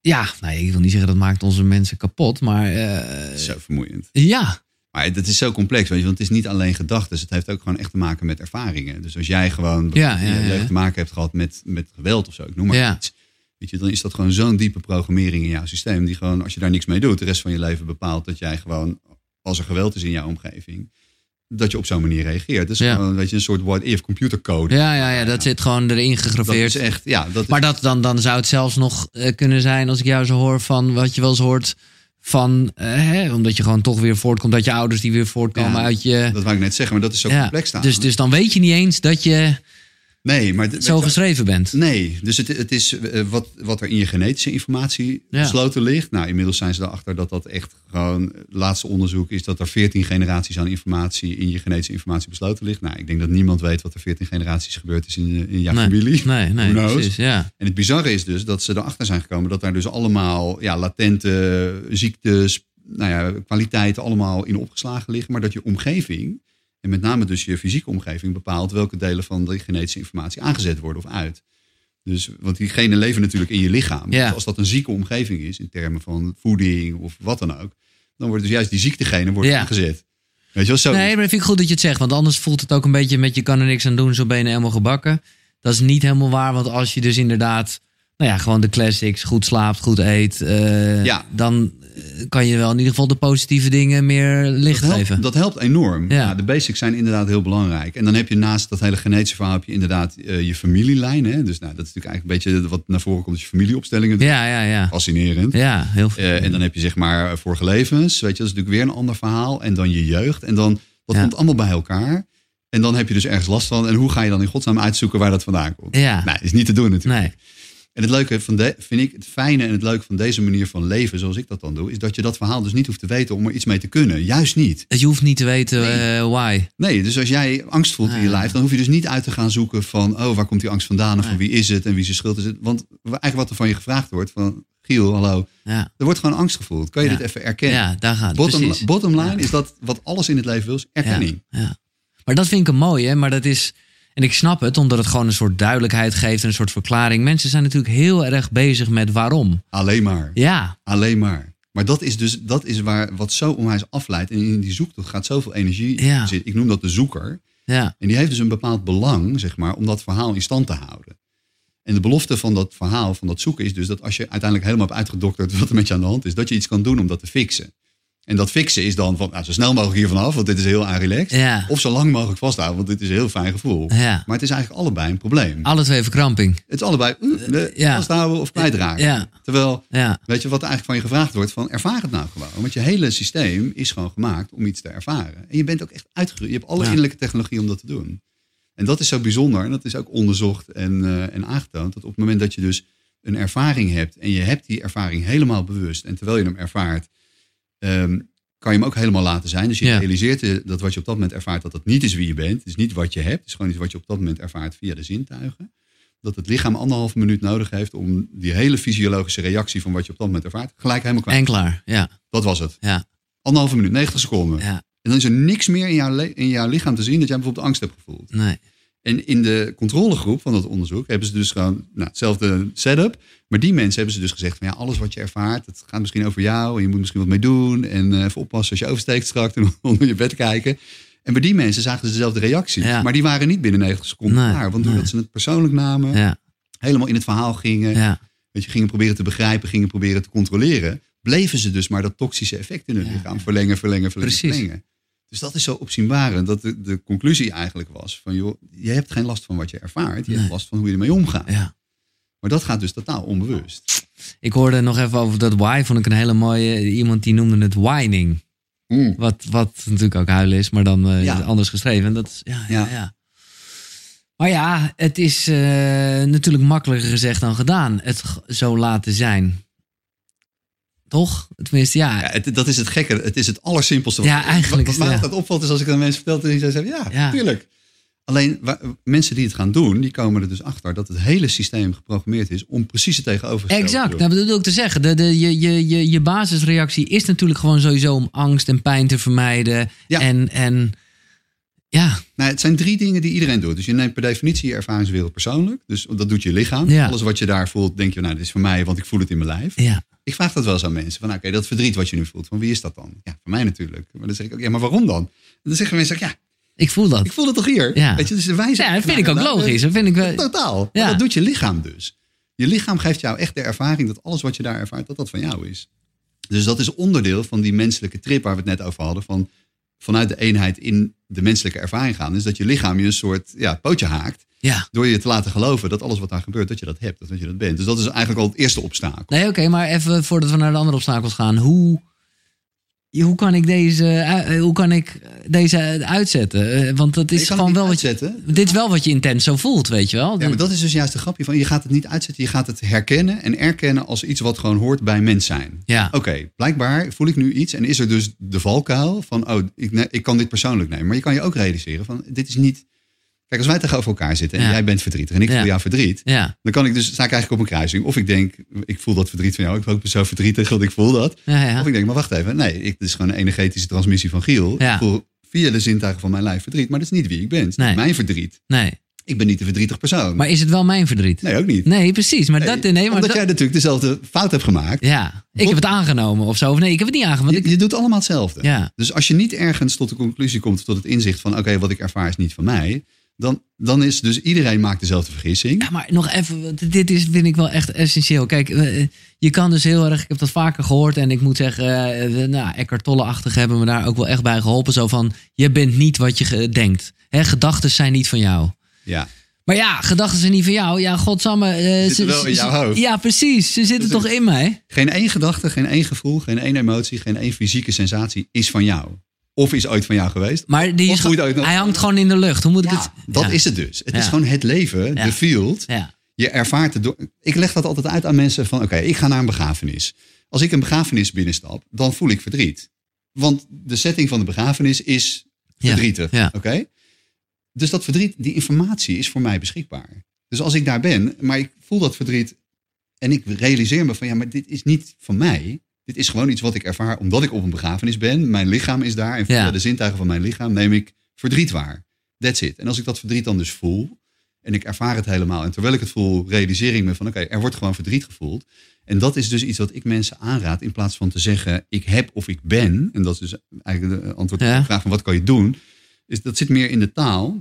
[SPEAKER 1] ja, nee, ik wil niet zeggen dat maakt onze mensen kapot, maar eh,
[SPEAKER 2] Zo vermoeiend.
[SPEAKER 1] ja.
[SPEAKER 2] Maar dat is zo complex, weet je, want het is niet alleen gedachten. Het heeft ook gewoon echt te maken met ervaringen. Dus als jij gewoon
[SPEAKER 1] Ja, ja,
[SPEAKER 2] je
[SPEAKER 1] ja,
[SPEAKER 2] leven
[SPEAKER 1] ja.
[SPEAKER 2] te maken hebt gehad met, met geweld of zo, ik noem maar
[SPEAKER 1] Ja.
[SPEAKER 2] iets. Weet je, dan is dat gewoon zo'n diepe programmering in jouw systeem. Die gewoon, als je daar niks mee doet, de rest van je leven bepaalt dat jij gewoon, als er geweld is in jouw omgeving, dat je op zo'n manier reageert. Dus
[SPEAKER 1] Ja.
[SPEAKER 2] gewoon, weet je, een soort what-if computercode.
[SPEAKER 1] Ja, ja, ja, dat zit gewoon erin
[SPEAKER 2] dat
[SPEAKER 1] gegraveerd.
[SPEAKER 2] is echt, ja, dat is-
[SPEAKER 1] Maar dat, dan, dan zou het zelfs nog eh, kunnen zijn, als ik jou zo hoor, van wat je wel eens hoort. Van, eh, hè, omdat je gewoon toch weer voortkomt uit je ouders die weer voortkomen
[SPEAKER 2] Ja,
[SPEAKER 1] uit je.
[SPEAKER 2] dat wou ik net zeggen, maar dat is zo
[SPEAKER 1] ja,
[SPEAKER 2] complex staan.
[SPEAKER 1] dus, dus dan weet je niet eens dat je
[SPEAKER 2] nee, maar d-
[SPEAKER 1] zo
[SPEAKER 2] weet je-
[SPEAKER 1] geschreven bent.
[SPEAKER 2] Nee, dus het, het is eh, wat, wat er in je genetische informatie
[SPEAKER 1] Ja.
[SPEAKER 2] gesloten ligt. Nou, inmiddels zijn ze erachter dat dat echt gewoon... Het laatste onderzoek is dat er 14 generaties aan informatie... in je genetische informatie besloten ligt. Nou, ik denk dat niemand weet wat er 14 generaties gebeurd is in, eh, in jouw
[SPEAKER 1] Nee.
[SPEAKER 2] familie.
[SPEAKER 1] Nee, nee,
[SPEAKER 2] Who knows?
[SPEAKER 1] precies. Ja.
[SPEAKER 2] En het bizarre is dus dat ze erachter zijn gekomen... dat daar dus allemaal ja, latente ziektes, nou ja, kwaliteiten... allemaal in opgeslagen liggen. Maar dat je omgeving, en met name dus je fysieke omgeving... bepaalt welke delen van die genetische informatie aangezet worden of uit. Dus, want die genen leven natuurlijk in je lichaam.
[SPEAKER 1] Ja.
[SPEAKER 2] Dus als dat een zieke omgeving is, in termen van voeding of wat dan ook, dan wordt dus juist die ziektegenen wordt
[SPEAKER 1] Ja.
[SPEAKER 2] gezet. Weet je wel, zo.
[SPEAKER 1] Nee, maar dat vind ik goed dat je het zegt. Want anders voelt het ook een beetje met je kan er niks aan doen, zo ben je nou helemaal gebakken. Dat is niet helemaal waar. Want als je dus inderdaad, nou ja, gewoon de classics, goed slaapt, goed eet. eh,
[SPEAKER 2] Ja.
[SPEAKER 1] Dan eh, kan je wel in ieder geval de positieve dingen meer licht
[SPEAKER 2] dat
[SPEAKER 1] geven.
[SPEAKER 2] helpt, dat helpt enorm.
[SPEAKER 1] Ja.
[SPEAKER 2] Ja. de basics zijn inderdaad heel belangrijk. En dan heb je naast dat hele genetische verhaal heb je inderdaad eh, je familielijn. Hè? Dus nou, dat is natuurlijk eigenlijk een beetje wat naar voren komt, dus je familieopstellingen.
[SPEAKER 1] Ja, ja, ja.
[SPEAKER 2] Fascinerend.
[SPEAKER 1] Ja, heel veel.
[SPEAKER 2] Eh, en dan heb je zeg maar eh, vorige levens, weet je, dat is natuurlijk weer een ander verhaal. En dan je jeugd. En dan, dat
[SPEAKER 1] Ja.
[SPEAKER 2] komt allemaal bij elkaar. En dan heb je dus ergens last van. En hoe ga je dan in godsnaam uitzoeken waar dat vandaan komt?
[SPEAKER 1] Ja.
[SPEAKER 2] Nou, is niet te doen natuurlijk.
[SPEAKER 1] Nee.
[SPEAKER 2] En het leuke van de, vind ik, het fijne en het leuke van deze manier van leven, zoals ik dat dan doe, is dat je dat verhaal dus niet hoeft te weten om er iets mee te kunnen. Juist niet.
[SPEAKER 1] Dus je hoeft niet te weten eh, why.
[SPEAKER 2] Nee, dus als jij angst voelt
[SPEAKER 1] Ah,
[SPEAKER 2] in je lijf, dan hoef je dus niet uit te gaan zoeken van, oh, waar komt die angst vandaan? Of van wie is het en wie zijn schuld is het? Want eigenlijk wat er van je gevraagd wordt, van Giel, hallo,
[SPEAKER 1] Ja,
[SPEAKER 2] er wordt gewoon angst gevoeld. Kan je
[SPEAKER 1] Ja.
[SPEAKER 2] dit even
[SPEAKER 1] ja.
[SPEAKER 2] erkennen?
[SPEAKER 1] daar gaat het.
[SPEAKER 2] Bottom,
[SPEAKER 1] Precies.
[SPEAKER 2] bottom line
[SPEAKER 1] Ja.
[SPEAKER 2] is dat wat alles in het leven wil, is erkenning.
[SPEAKER 1] Ja, ja. Maar dat vind ik een mooie, hè? maar dat is. En ik snap het, omdat het gewoon een soort duidelijkheid geeft en een soort verklaring. Mensen zijn natuurlijk heel erg bezig met waarom.
[SPEAKER 2] Alleen maar.
[SPEAKER 1] Ja,
[SPEAKER 2] Alleen maar. Maar dat is dus dat is waar wat zo onwijs afleidt. En in die zoektocht gaat zoveel energie
[SPEAKER 1] Ja.
[SPEAKER 2] zitten. Ik noem dat de zoeker.
[SPEAKER 1] ja,
[SPEAKER 2] En die heeft dus een bepaald belang, zeg maar, om dat verhaal in stand te houden. En de belofte van dat verhaal, van dat zoeken, is dus dat als je uiteindelijk helemaal hebt uitgedokterd wat er met je aan de hand is, dat je iets kan doen om dat te fixen. En dat fixen is dan van nou, zo snel mogelijk hiervan af, want dit is heel aanrelaxed.
[SPEAKER 1] Ja.
[SPEAKER 2] Of zo lang mogelijk vasthouden, want dit is een heel fijn gevoel.
[SPEAKER 1] ja.
[SPEAKER 2] Maar het is eigenlijk allebei een probleem.
[SPEAKER 1] Alle twee verkramping.
[SPEAKER 2] Het is allebei uh, de-
[SPEAKER 1] ja.
[SPEAKER 2] vasthouden of kwijtraken.
[SPEAKER 1] Ja.
[SPEAKER 2] Terwijl,
[SPEAKER 1] Ja,
[SPEAKER 2] weet je wat er eigenlijk van je gevraagd wordt? Van ervaar het nou gewoon. Want je hele systeem is gewoon gemaakt om iets te ervaren. En je bent ook echt uitgerust. Je hebt alle
[SPEAKER 1] Ja.
[SPEAKER 2] innerlijke technologie om dat te doen. En dat is zo bijzonder. En dat is ook onderzocht en, eh, en aangetoond. Dat op het moment dat je dus een ervaring hebt. En je hebt die ervaring helemaal bewust. En terwijl je hem ervaart. ehm, kan je hem ook helemaal laten zijn. Dus je
[SPEAKER 1] Ja.
[SPEAKER 2] realiseert eh, dat wat je op dat moment ervaart, dat dat niet is wie je bent. Het is niet wat je hebt. Het is gewoon iets wat je op dat moment ervaart via de zintuigen dat het lichaam anderhalve minuut nodig heeft om die hele fysiologische reactie van wat je op dat moment ervaart, gelijk helemaal kwijt.
[SPEAKER 1] en klaar. Ja,
[SPEAKER 2] dat was het.
[SPEAKER 1] ja,
[SPEAKER 2] Anderhalve minuut, 90 seconden.
[SPEAKER 1] ja.
[SPEAKER 2] En dan is er niks meer in jouw, le- in jouw lichaam te zien dat jij bijvoorbeeld angst hebt gevoeld.
[SPEAKER 1] Nee.
[SPEAKER 2] En in de controlegroep van dat onderzoek hebben ze dus gewoon nou, hetzelfde setup. Maar die mensen hebben ze dus gezegd van ja, alles wat je ervaart, het gaat misschien over jou. En je moet misschien wat mee doen. En eh, even oppassen als je oversteekt straks en onder je bed kijken. En bij die mensen zagen ze dezelfde reactie.
[SPEAKER 1] Ja.
[SPEAKER 2] Maar die waren niet binnen 90 seconden
[SPEAKER 1] Nee,
[SPEAKER 2] klaar.
[SPEAKER 1] nee.
[SPEAKER 2] Want doordat ze het persoonlijk namen,
[SPEAKER 1] Ja,
[SPEAKER 2] helemaal in het verhaal gingen.
[SPEAKER 1] ja,
[SPEAKER 2] Weet je, gingen proberen te begrijpen, gingen proberen te controleren. Bleven ze dus maar dat toxische effect in hun
[SPEAKER 1] Ja,
[SPEAKER 2] lichaam verlengen, verlengen, verlengen,
[SPEAKER 1] Precies.
[SPEAKER 2] verlengen. Dus dat is zo opzienbarend. Dat de, de conclusie eigenlijk was van, joh, je hebt geen last van wat je ervaart. Je
[SPEAKER 1] Nee.
[SPEAKER 2] hebt last van hoe je ermee omgaat.
[SPEAKER 1] ja.
[SPEAKER 2] Maar dat gaat dus totaal onbewust.
[SPEAKER 1] Ik hoorde nog even over dat why, vond ik een hele mooie. Iemand die noemde het whining.
[SPEAKER 2] Hmm.
[SPEAKER 1] Wat, wat natuurlijk ook huilen is, maar dan eh,
[SPEAKER 2] Ja.
[SPEAKER 1] anders geschreven. En Dat is, ja, ja, ja.
[SPEAKER 2] Ja.
[SPEAKER 1] Maar ja, het is eh, natuurlijk makkelijker gezegd dan gedaan. Het g- zo laten zijn. Toch? Tenminste, ja.
[SPEAKER 2] Ja,
[SPEAKER 1] Ja,
[SPEAKER 2] het- dat is het gekke. Het is het allersimpelste.
[SPEAKER 1] Ja, eigenlijk
[SPEAKER 2] Wat,
[SPEAKER 1] is
[SPEAKER 2] wat mij
[SPEAKER 1] het, ja.
[SPEAKER 2] altijd opvalt is als ik aan mensen vertel, dan zeggen ze, ja,
[SPEAKER 1] Ja.
[SPEAKER 2] tuurlijk. Alleen waar- mensen die het gaan doen, die komen er dus achter dat het hele systeem geprogrammeerd is om precies het tegenovergestelde te
[SPEAKER 1] exact.
[SPEAKER 2] doen.
[SPEAKER 1] Dat bedoel ik te zeggen. De, de, je, je, je, je basisreactie is natuurlijk gewoon sowieso om angst en pijn te vermijden.
[SPEAKER 2] Ja.
[SPEAKER 1] En, en ja,
[SPEAKER 2] Nou, het zijn drie dingen die iedereen doet. Dus je neemt per definitie je ervaringswereld persoonlijk. Dus dat doet je lichaam.
[SPEAKER 1] Ja.
[SPEAKER 2] Alles wat je daar voelt, denk je, nou, dit is voor mij, want ik voel het in mijn lijf.
[SPEAKER 1] ja,
[SPEAKER 2] Ik vraag dat wel eens aan mensen. Van, nou, oké, dat verdriet wat je nu voelt, van wie is dat dan? Ja, van mij natuurlijk. Maar dan zeg ik ook, ja, maar waarom dan? En dan zeggen mensen, ook, ja,
[SPEAKER 1] ik voel dat.
[SPEAKER 2] ik voel het toch hier?
[SPEAKER 1] Ja.
[SPEAKER 2] Weet je, dus de wijze.
[SPEAKER 1] Ja, dat vind ik ook logisch. Dat vind ik wel...
[SPEAKER 2] Totaal. Maar
[SPEAKER 1] Ja.
[SPEAKER 2] dat doet je lichaam dus. Je lichaam geeft jou echt de ervaring dat alles wat je daar ervaart, dat dat van jou is. Dus dat is onderdeel van die menselijke trip waar we het net over hadden. Van, vanuit de eenheid in de menselijke ervaring gaan. Is dat je lichaam je een soort ja, pootje haakt.
[SPEAKER 1] Ja.
[SPEAKER 2] Door je te laten geloven dat alles wat daar gebeurt, dat je dat hebt. Dat je dat bent. Dus dat is eigenlijk al het eerste obstakel.
[SPEAKER 1] Nee, oké, maar even voordat we naar de andere obstakels gaan. Hoe, hoe, kan, ik deze, eh, hoe kan ik deze uitzetten? Eh, Want dat
[SPEAKER 2] je
[SPEAKER 1] is
[SPEAKER 2] kan
[SPEAKER 1] gewoon
[SPEAKER 2] het
[SPEAKER 1] wel wat
[SPEAKER 2] niet
[SPEAKER 1] je,
[SPEAKER 2] uitzetten.
[SPEAKER 1] dit is wel wat je intens zo voelt, weet je wel?
[SPEAKER 2] Ja, maar dat is dus juist de grapje van je gaat het niet uitzetten, je gaat het herkennen en erkennen als iets wat gewoon hoort bij mens zijn.
[SPEAKER 1] Ja.
[SPEAKER 2] Oké, blijkbaar voel ik nu iets en is er dus de valkuil van, oh, ik, ne- ik kan dit persoonlijk nemen. Maar je kan je ook realiseren van, dit is niet. Kijk, als wij tegenover elkaar zitten en
[SPEAKER 1] Ja.
[SPEAKER 2] jij bent verdrietig en ik
[SPEAKER 1] Ja.
[SPEAKER 2] voel jou verdriet,
[SPEAKER 1] Ja.
[SPEAKER 2] dan kan ik dus, sta ik eigenlijk op een kruising. Of ik denk, ik voel dat verdriet van jou, ik ben ook zo verdrietig, want ik voel dat.
[SPEAKER 1] Ja, ja.
[SPEAKER 2] Of ik denk, maar wacht even, nee, ik, dit is gewoon een energetische transmissie van Giel.
[SPEAKER 1] Ja.
[SPEAKER 2] Ik voel via de zintuigen van mijn lijf verdriet, maar dat is niet wie ik ben. Het is niet
[SPEAKER 1] Nee.
[SPEAKER 2] mijn verdriet.
[SPEAKER 1] Nee.
[SPEAKER 2] Ik ben niet een verdrietig persoon.
[SPEAKER 1] Maar is het wel mijn verdriet?
[SPEAKER 2] nee, ook niet.
[SPEAKER 1] Nee, precies. Maar dat...
[SPEAKER 2] Nee,
[SPEAKER 1] Nee, maar
[SPEAKER 2] omdat
[SPEAKER 1] dat-
[SPEAKER 2] jij natuurlijk dezelfde fout hebt gemaakt.
[SPEAKER 1] Ja, ik heb het aangenomen of zo. Of nee, ik heb het niet aangenomen.
[SPEAKER 2] Je,
[SPEAKER 1] Want ik,
[SPEAKER 2] je doet allemaal hetzelfde.
[SPEAKER 1] ja,
[SPEAKER 2] Dus als je niet ergens tot de conclusie komt, tot het inzicht van oké, wat ik ervaar is niet van mij, dan, dan is dus iedereen maakt dezelfde vergissing.
[SPEAKER 1] Ja, maar nog even, want dit is, vind ik wel echt essentieel. Kijk, eh, je kan dus heel erg, ik heb dat vaker gehoord en ik moet zeggen, eh, nou, Eckhart Tolle-achtig hebben me daar ook wel echt bij geholpen. Zo van, je bent niet wat je ge- denkt. Hè, gedachten zijn niet van jou.
[SPEAKER 2] Ja.
[SPEAKER 1] Maar ja, gedachten zijn niet van jou. Ja, godsamme. eh, ze-
[SPEAKER 2] wel in
[SPEAKER 1] ze-
[SPEAKER 2] jouw hoofd.
[SPEAKER 1] Ja, precies. Ze zitten
[SPEAKER 2] Dus-
[SPEAKER 1] toch in mij?
[SPEAKER 2] Geen één gedachte, geen één gevoel, geen één emotie, geen één fysieke sensatie is van jou. Of is ooit van jou geweest.
[SPEAKER 1] Maar die
[SPEAKER 2] Of
[SPEAKER 1] is
[SPEAKER 2] hoe je het
[SPEAKER 1] gewoon-
[SPEAKER 2] ook nog-
[SPEAKER 1] hij hangt gewoon in de lucht. Hoe moet ik het...
[SPEAKER 2] Ja, dat
[SPEAKER 1] Ja,
[SPEAKER 2] is het dus. Het
[SPEAKER 1] Ja.
[SPEAKER 2] is gewoon het leven,
[SPEAKER 1] Ja.
[SPEAKER 2] de field.
[SPEAKER 1] Ja,
[SPEAKER 2] Je ervaart het door. Ik leg dat altijd uit aan mensen van oké, ik ga naar een begrafenis. Als ik een begrafenis binnenstap, dan voel ik verdriet. Want de setting van de begrafenis is
[SPEAKER 1] Ja,
[SPEAKER 2] verdrietig.
[SPEAKER 1] ja.
[SPEAKER 2] Oké? Dus dat verdriet, die informatie is voor mij beschikbaar. Dus als ik daar ben, maar ik voel dat verdriet en ik realiseer me van ja, maar dit is niet van mij. Dit is gewoon iets wat ik ervaar omdat ik op een begrafenis ben. Mijn lichaam is daar en via
[SPEAKER 1] Ja.
[SPEAKER 2] de zintuigen van mijn lichaam neem ik verdriet waar. That's it. En als ik dat verdriet dan dus voel en ik ervaar het helemaal en terwijl ik het voel, realiseer ik me van oké, er wordt gewoon verdriet gevoeld. En dat is dus iets wat ik mensen aanraad in plaats van te zeggen ik heb of ik ben. En dat is dus eigenlijk de antwoord op
[SPEAKER 1] Ja.
[SPEAKER 2] de vraag van wat kan je doen. Is, dat zit meer in de taal.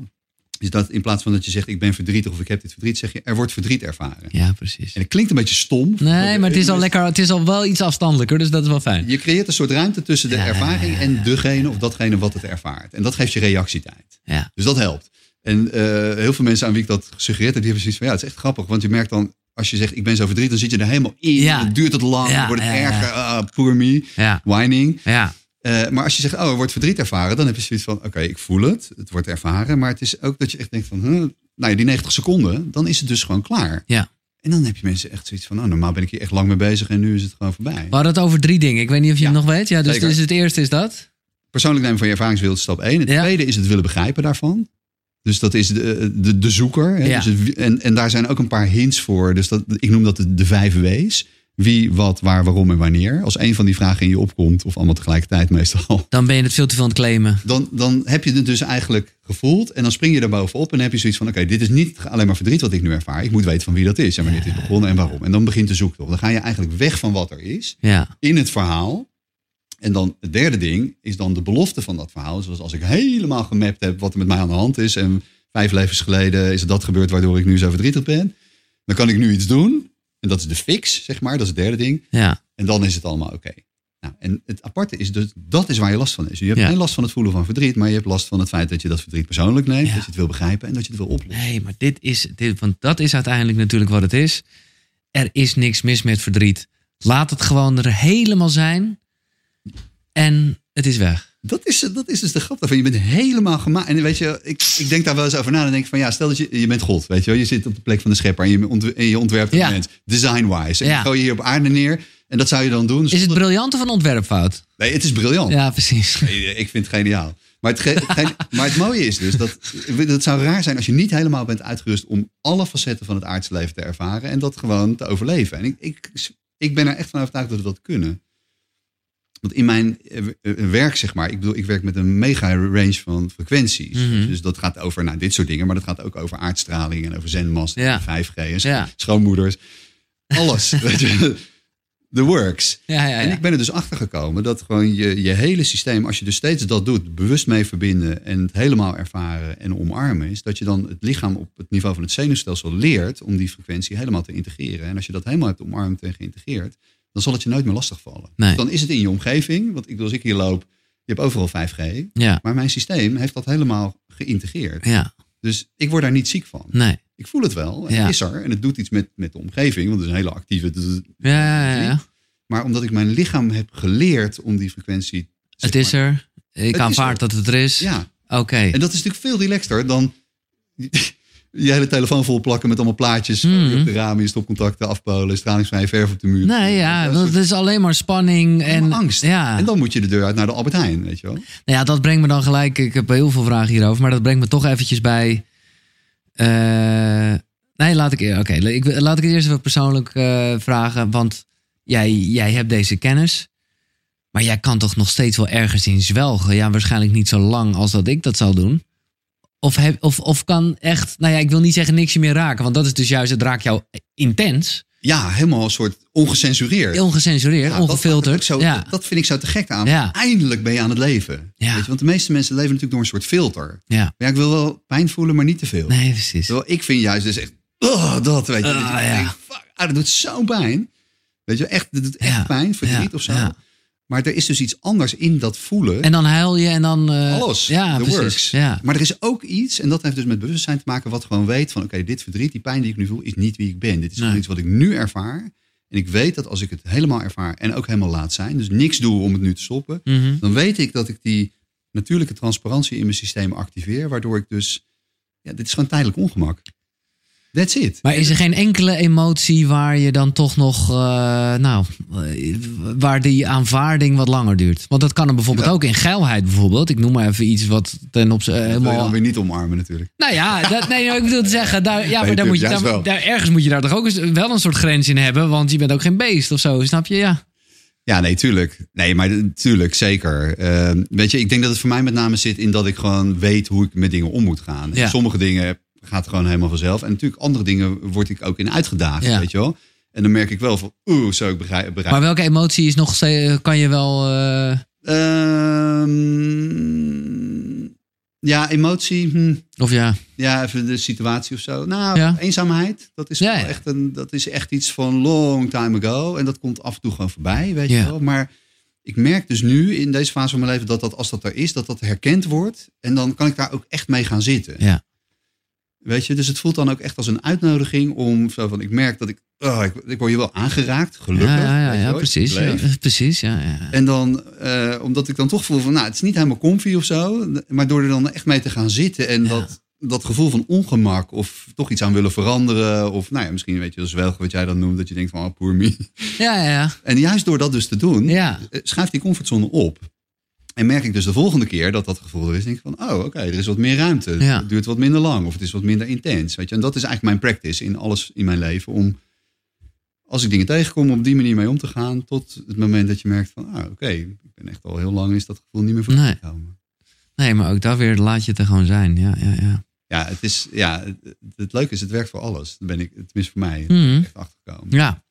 [SPEAKER 2] Is dat in plaats van dat je zegt ik ben verdrietig of ik heb dit verdriet, zeg je er wordt verdriet ervaren.
[SPEAKER 1] ja, precies.
[SPEAKER 2] En het klinkt een beetje stom.
[SPEAKER 1] Nee, maar het is al
[SPEAKER 2] Dus
[SPEAKER 1] lekker. Het is al wel iets afstandelijker, dus dat is wel fijn.
[SPEAKER 2] Je creëert een soort ruimte tussen de
[SPEAKER 1] Ja,
[SPEAKER 2] ervaring
[SPEAKER 1] ja,
[SPEAKER 2] en degene of datgene wat het ervaart. En dat geeft je reactietijd.
[SPEAKER 1] Ja.
[SPEAKER 2] Dus dat helpt. En eh, heel veel mensen aan wie ik dat gesuggereerd heb, die hebben zoiets van ja, het is echt grappig. Want je merkt dan, als je zegt ik ben zo verdrietig, dan zit je er helemaal in.
[SPEAKER 1] Ja.
[SPEAKER 2] Dan duurt het lang,
[SPEAKER 1] Ja,
[SPEAKER 2] dan wordt het
[SPEAKER 1] ja, ja.
[SPEAKER 2] erger, ah, poor me,
[SPEAKER 1] Ja.
[SPEAKER 2] whining.
[SPEAKER 1] Ja.
[SPEAKER 2] Eh, maar als je zegt, oh, er wordt verdriet ervaren, dan heb je zoiets van, oké, ik voel het, het wordt ervaren. Maar het is ook dat je echt denkt van, huh, nou ja, die 90 seconden, dan is het dus gewoon klaar.
[SPEAKER 1] Ja.
[SPEAKER 2] En dan heb je mensen echt zoiets van, oh, normaal ben ik hier echt lang mee bezig en nu is het gewoon voorbij.
[SPEAKER 1] We hadden het over drie dingen. Ik weet niet of je
[SPEAKER 2] Ja,
[SPEAKER 1] het nog weet. Ja, dus,
[SPEAKER 2] zeker.
[SPEAKER 1] dus het eerste is dat.
[SPEAKER 2] Persoonlijk nemen van je ervaringswereld stap 1. Het
[SPEAKER 1] Ja.
[SPEAKER 2] tweede is het willen begrijpen daarvan. Dus dat is de, de, de zoeker. Hè?
[SPEAKER 1] Ja.
[SPEAKER 2] Dus het wie- en, en daar zijn ook een paar hints voor. Dus dat, ik noem dat de, de vijf W's. Wie, wat, waar, waarom en wanneer. Als een van die vragen in je opkomt, of allemaal tegelijkertijd meestal,
[SPEAKER 1] Dan ben je het veel te veel aan het claimen.
[SPEAKER 2] dan, dan heb je het dus eigenlijk gevoeld. En dan spring je er bovenop en dan heb je zoiets van... oké, dit is niet alleen maar verdriet wat ik nu ervaar. Ik moet weten van wie dat is en wanneer dit is begonnen en waarom. En dan begint de zoektocht. Dan ga je eigenlijk weg van wat er is
[SPEAKER 1] Ja.
[SPEAKER 2] in het verhaal. En dan het derde ding is dan de belofte van dat verhaal. Zoals als ik helemaal gemapt heb wat er met mij aan de hand is... en vijf levens geleden is er dat gebeurd waardoor ik nu zo verdrietig ben... dan kan ik nu iets doen. En dat is de fix, zeg maar. Dat is het derde ding.
[SPEAKER 1] Ja.
[SPEAKER 2] En dan is het allemaal oké. Nou, en het aparte is dus, dat is waar je last van is. Je hebt
[SPEAKER 1] Ja.
[SPEAKER 2] geen last van het voelen van verdriet, maar je hebt last van het feit dat je dat verdriet persoonlijk neemt,
[SPEAKER 1] Ja.
[SPEAKER 2] dat je het wil begrijpen en dat je het wil oplossen.
[SPEAKER 1] Nee, maar dit is. Dit, want dat is uiteindelijk natuurlijk wat het is. Er is niks mis met verdriet. Laat het gewoon er helemaal zijn. En het is weg.
[SPEAKER 2] Dat is, dat is dus de grap daarvan. Je bent helemaal gemaakt. En weet je, ik, ik denk daar wel eens over na. Dan denk ik van ja, stel dat je, je bent God, weet je wel. Je zit op de plek van de schepper en je, ontw- en je ontwerpt een
[SPEAKER 1] Ja.
[SPEAKER 2] mens. Design-wise. En
[SPEAKER 1] Ja.
[SPEAKER 2] je gooi je hier op aarde neer. En dat zou je dan doen.
[SPEAKER 1] Is het
[SPEAKER 2] zonder-
[SPEAKER 1] briljant of een ontwerpfout?
[SPEAKER 2] nee, het is briljant.
[SPEAKER 1] Ja, precies.
[SPEAKER 2] Nee, Ik vind het geniaal. Maar het, ge- geen- maar het mooie is dus dat het zou raar zijn als je niet helemaal bent uitgerust om alle facetten van het aardse leven te ervaren en dat gewoon te overleven. En ik, ik, ik ben er echt van overtuigd dat we dat kunnen. Want in mijn eh, w- eh, werk, zeg maar, ik bedoel, ik werk met een mega range van frequenties.
[SPEAKER 1] Mhm.
[SPEAKER 2] Dus dat gaat over nou, dit soort dingen, maar dat gaat ook over aardstraling en over zenmast,
[SPEAKER 1] Ja.
[SPEAKER 2] en 5G en scho-
[SPEAKER 1] Ja.
[SPEAKER 2] schoonmoeders. Alles. weet je. The works.
[SPEAKER 1] Ja, ja,
[SPEAKER 2] En
[SPEAKER 1] ja.
[SPEAKER 2] ik ben er dus achter gekomen dat gewoon je, je hele systeem, als je dus steeds dat doet, bewust mee verbinden en het helemaal ervaren en omarmen, is dat je dan het lichaam op het niveau van het zenuwstelsel leert om die frequentie helemaal te integreren. En als je dat helemaal hebt omarmd en geïntegreerd, dan zal het je nooit meer lastigvallen.
[SPEAKER 1] Nee.
[SPEAKER 2] Dus dan is het in je omgeving, want ik bedoel, als ik hier loop, je hebt overal 5G,
[SPEAKER 1] Ja.
[SPEAKER 2] maar mijn systeem heeft dat helemaal geïntegreerd.
[SPEAKER 1] Ja.
[SPEAKER 2] Dus ik word daar niet ziek van.
[SPEAKER 1] Nee.
[SPEAKER 2] Ik voel het wel, en
[SPEAKER 1] Ja.
[SPEAKER 2] het is er en het doet iets met, met de omgeving, want het is een hele actieve
[SPEAKER 1] Ja, ja, ja, ja.
[SPEAKER 2] maar omdat ik mijn lichaam heb geleerd om die frequentie. zeg
[SPEAKER 1] Het is
[SPEAKER 2] maar-
[SPEAKER 1] er. Ik
[SPEAKER 2] is
[SPEAKER 1] aanvaard dat het er is.
[SPEAKER 2] Ja,
[SPEAKER 1] Oké.
[SPEAKER 2] en dat is natuurlijk veel relaxter dan. Je hele telefoon vol plakken met allemaal plaatjes.
[SPEAKER 1] Hmm.
[SPEAKER 2] die Op de ramen, je stopcontacten, afpolen, stralingsvrij verf op de muur.
[SPEAKER 1] Nee, ja,
[SPEAKER 2] Dat
[SPEAKER 1] dat
[SPEAKER 2] soort-
[SPEAKER 1] is alleen maar spanning en
[SPEAKER 2] Allemaal angst.
[SPEAKER 1] Ja.
[SPEAKER 2] En dan moet je de deur uit naar de Albert Heijn, weet je wel.
[SPEAKER 1] Nou ja, dat brengt me dan gelijk. Ik heb heel veel vragen hierover, maar dat brengt me toch eventjes bij. eh, nee, laat ik, eer- oké, ik, laat ik het eerst even persoonlijk eh, vragen. Want jij, jij hebt deze kennis. Maar jij kan toch nog steeds wel ergens in zwelgen? Ja, waarschijnlijk niet zo lang als dat ik dat zal doen. Of, heb, of, of kan echt, nou ja, ik wil niet zeggen niks je meer raken. Want dat is dus juist, het raakt jou intens,
[SPEAKER 2] Ja, helemaal een soort ongecensureerd.
[SPEAKER 1] ongecensureerd,
[SPEAKER 2] Ja, dat vind ik
[SPEAKER 1] ongefilterd.
[SPEAKER 2] Zo,
[SPEAKER 1] ja.
[SPEAKER 2] Dat vind ik zo te gek aan.
[SPEAKER 1] Ja.
[SPEAKER 2] Eindelijk ben je aan het leven.
[SPEAKER 1] Ja.
[SPEAKER 2] Weet je, want de meeste mensen leven natuurlijk door een soort filter. Maar
[SPEAKER 1] ja,
[SPEAKER 2] ja, ik wil wel pijn voelen, maar niet te veel.
[SPEAKER 1] nee, precies.
[SPEAKER 2] Terwijl ik vind juist dus echt, oh, dat weet je.
[SPEAKER 1] Ah,
[SPEAKER 2] Dat je
[SPEAKER 1] ja.
[SPEAKER 2] denkt, fuck, ah, dat doet zo'n pijn. Weet je, echt, dat doet echt
[SPEAKER 1] Ja,
[SPEAKER 2] pijn, verdriet
[SPEAKER 1] ja,
[SPEAKER 2] of zo.
[SPEAKER 1] ja.
[SPEAKER 2] Maar er is dus iets anders in dat voelen.
[SPEAKER 1] En dan huil je en dan... eh,
[SPEAKER 2] Alles,
[SPEAKER 1] Ja,
[SPEAKER 2] the
[SPEAKER 1] precies.
[SPEAKER 2] works.
[SPEAKER 1] Ja.
[SPEAKER 2] Maar er is ook iets, en dat heeft dus met bewustzijn te maken, wat gewoon weet van, oké, dit verdriet, die pijn die ik nu voel, is niet wie ik ben. Dit is gewoon
[SPEAKER 1] Nee.
[SPEAKER 2] iets wat ik nu ervaar. En ik weet dat als ik het helemaal ervaar en ook helemaal laat zijn, dus niks doe om het nu te stoppen,
[SPEAKER 1] Mhm.
[SPEAKER 2] dan weet ik dat ik die natuurlijke transparantie in mijn systeem activeer, waardoor ik dus, ja, dit is gewoon tijdelijk ongemak. That's it.
[SPEAKER 1] Maar is er geen enkele emotie waar je dan toch nog, eh, nou, eh, waar die aanvaarding wat langer duurt? Want dat kan er bijvoorbeeld
[SPEAKER 2] Ja.
[SPEAKER 1] ook in geilheid bijvoorbeeld. Ik noem maar even iets wat ten opzichte eh,
[SPEAKER 2] Dat wil je
[SPEAKER 1] helemaal
[SPEAKER 2] dan weer niet omarmen natuurlijk.
[SPEAKER 1] Nou ja, dat, nee, ik bedoel te zeggen, daar, ja,
[SPEAKER 2] Nee,
[SPEAKER 1] maar daar
[SPEAKER 2] tuurlijk,
[SPEAKER 1] moet je,
[SPEAKER 2] juist
[SPEAKER 1] daar,
[SPEAKER 2] wel.
[SPEAKER 1] daar- ergens moet je daar toch ook eens, wel een soort grens in hebben, want je bent ook geen beest of zo, snap je? Ja.
[SPEAKER 2] Ja, nee, tuurlijk. Nee, maar d- tuurlijk, zeker. Ehm, weet je, ik denk dat het voor mij met name zit in dat ik gewoon weet hoe ik met dingen om moet gaan.
[SPEAKER 1] Ja.
[SPEAKER 2] En Sommige dingen gaat het gewoon helemaal vanzelf. En natuurlijk andere dingen word ik ook in uitgedaagd,
[SPEAKER 1] Ja.
[SPEAKER 2] weet je wel. En dan merk ik wel van, oeh, zo ik begrijp. begrijp.
[SPEAKER 1] Maar welke emotie is nog, steeds- kan je wel, eh,
[SPEAKER 2] Ehm, ja, emotie. hm.
[SPEAKER 1] of ja,
[SPEAKER 2] Ja, even de situatie of zo. Nou,
[SPEAKER 1] Ja.
[SPEAKER 2] eenzaamheid, dat is,
[SPEAKER 1] Ja,
[SPEAKER 2] wel
[SPEAKER 1] ja.
[SPEAKER 2] Echt een, dat is echt iets van long time ago. En dat komt af en toe gewoon voorbij, weet
[SPEAKER 1] Ja.
[SPEAKER 2] je wel. Maar ik merk dus nu in deze fase van mijn leven dat, dat als dat er is, dat dat herkend wordt. En dan kan ik daar ook echt mee gaan zitten.
[SPEAKER 1] Ja.
[SPEAKER 2] Weet je, dus het voelt dan ook echt als een uitnodiging om zo van, ik merk dat ik, oh, ik, ik word je wel aangeraakt, gelukkig.
[SPEAKER 1] ja, ja, ja,
[SPEAKER 2] weet je
[SPEAKER 1] ja,
[SPEAKER 2] wel, ik
[SPEAKER 1] precies, ja,
[SPEAKER 2] leef.
[SPEAKER 1] eh, precies, ja, ja.
[SPEAKER 2] En dan, eh, omdat ik dan toch voel van, nou, het is niet helemaal comfy of zo. Maar door er dan echt mee te gaan zitten en
[SPEAKER 1] Ja.
[SPEAKER 2] dat, dat gevoel van ongemak of toch iets aan willen veranderen. Of nou ja, misschien weet je wel zwelgen wat jij dan noemt. Dat je denkt van, oh, poor me.
[SPEAKER 1] ja, ja, ja,
[SPEAKER 2] En juist door dat dus te doen,
[SPEAKER 1] ja,
[SPEAKER 2] eh, schuift die comfortzone op. En merk ik dus de volgende keer dat dat gevoel er is, denk ik van, oh, oké, er is wat meer ruimte.
[SPEAKER 1] Ja.
[SPEAKER 2] Het duurt wat minder lang of het is wat minder intens. Weet je? En dat is eigenlijk mijn practice in alles in mijn leven. Om, als ik dingen tegenkom, op die manier mee om te gaan. Tot het moment dat je merkt van, ah, oké, ik ben echt al heel lang is dat gevoel niet meer voor
[SPEAKER 1] Nee.
[SPEAKER 2] te komen.
[SPEAKER 1] nee, maar ook daar weer laat je het er gewoon zijn, ja, ja, ja.
[SPEAKER 2] Ja, het, is, ja het, het leuke is, het werkt voor alles. Daar ben ik, tenminste voor mij,
[SPEAKER 1] Mhm.
[SPEAKER 2] echt achtergekomen.
[SPEAKER 1] Ja.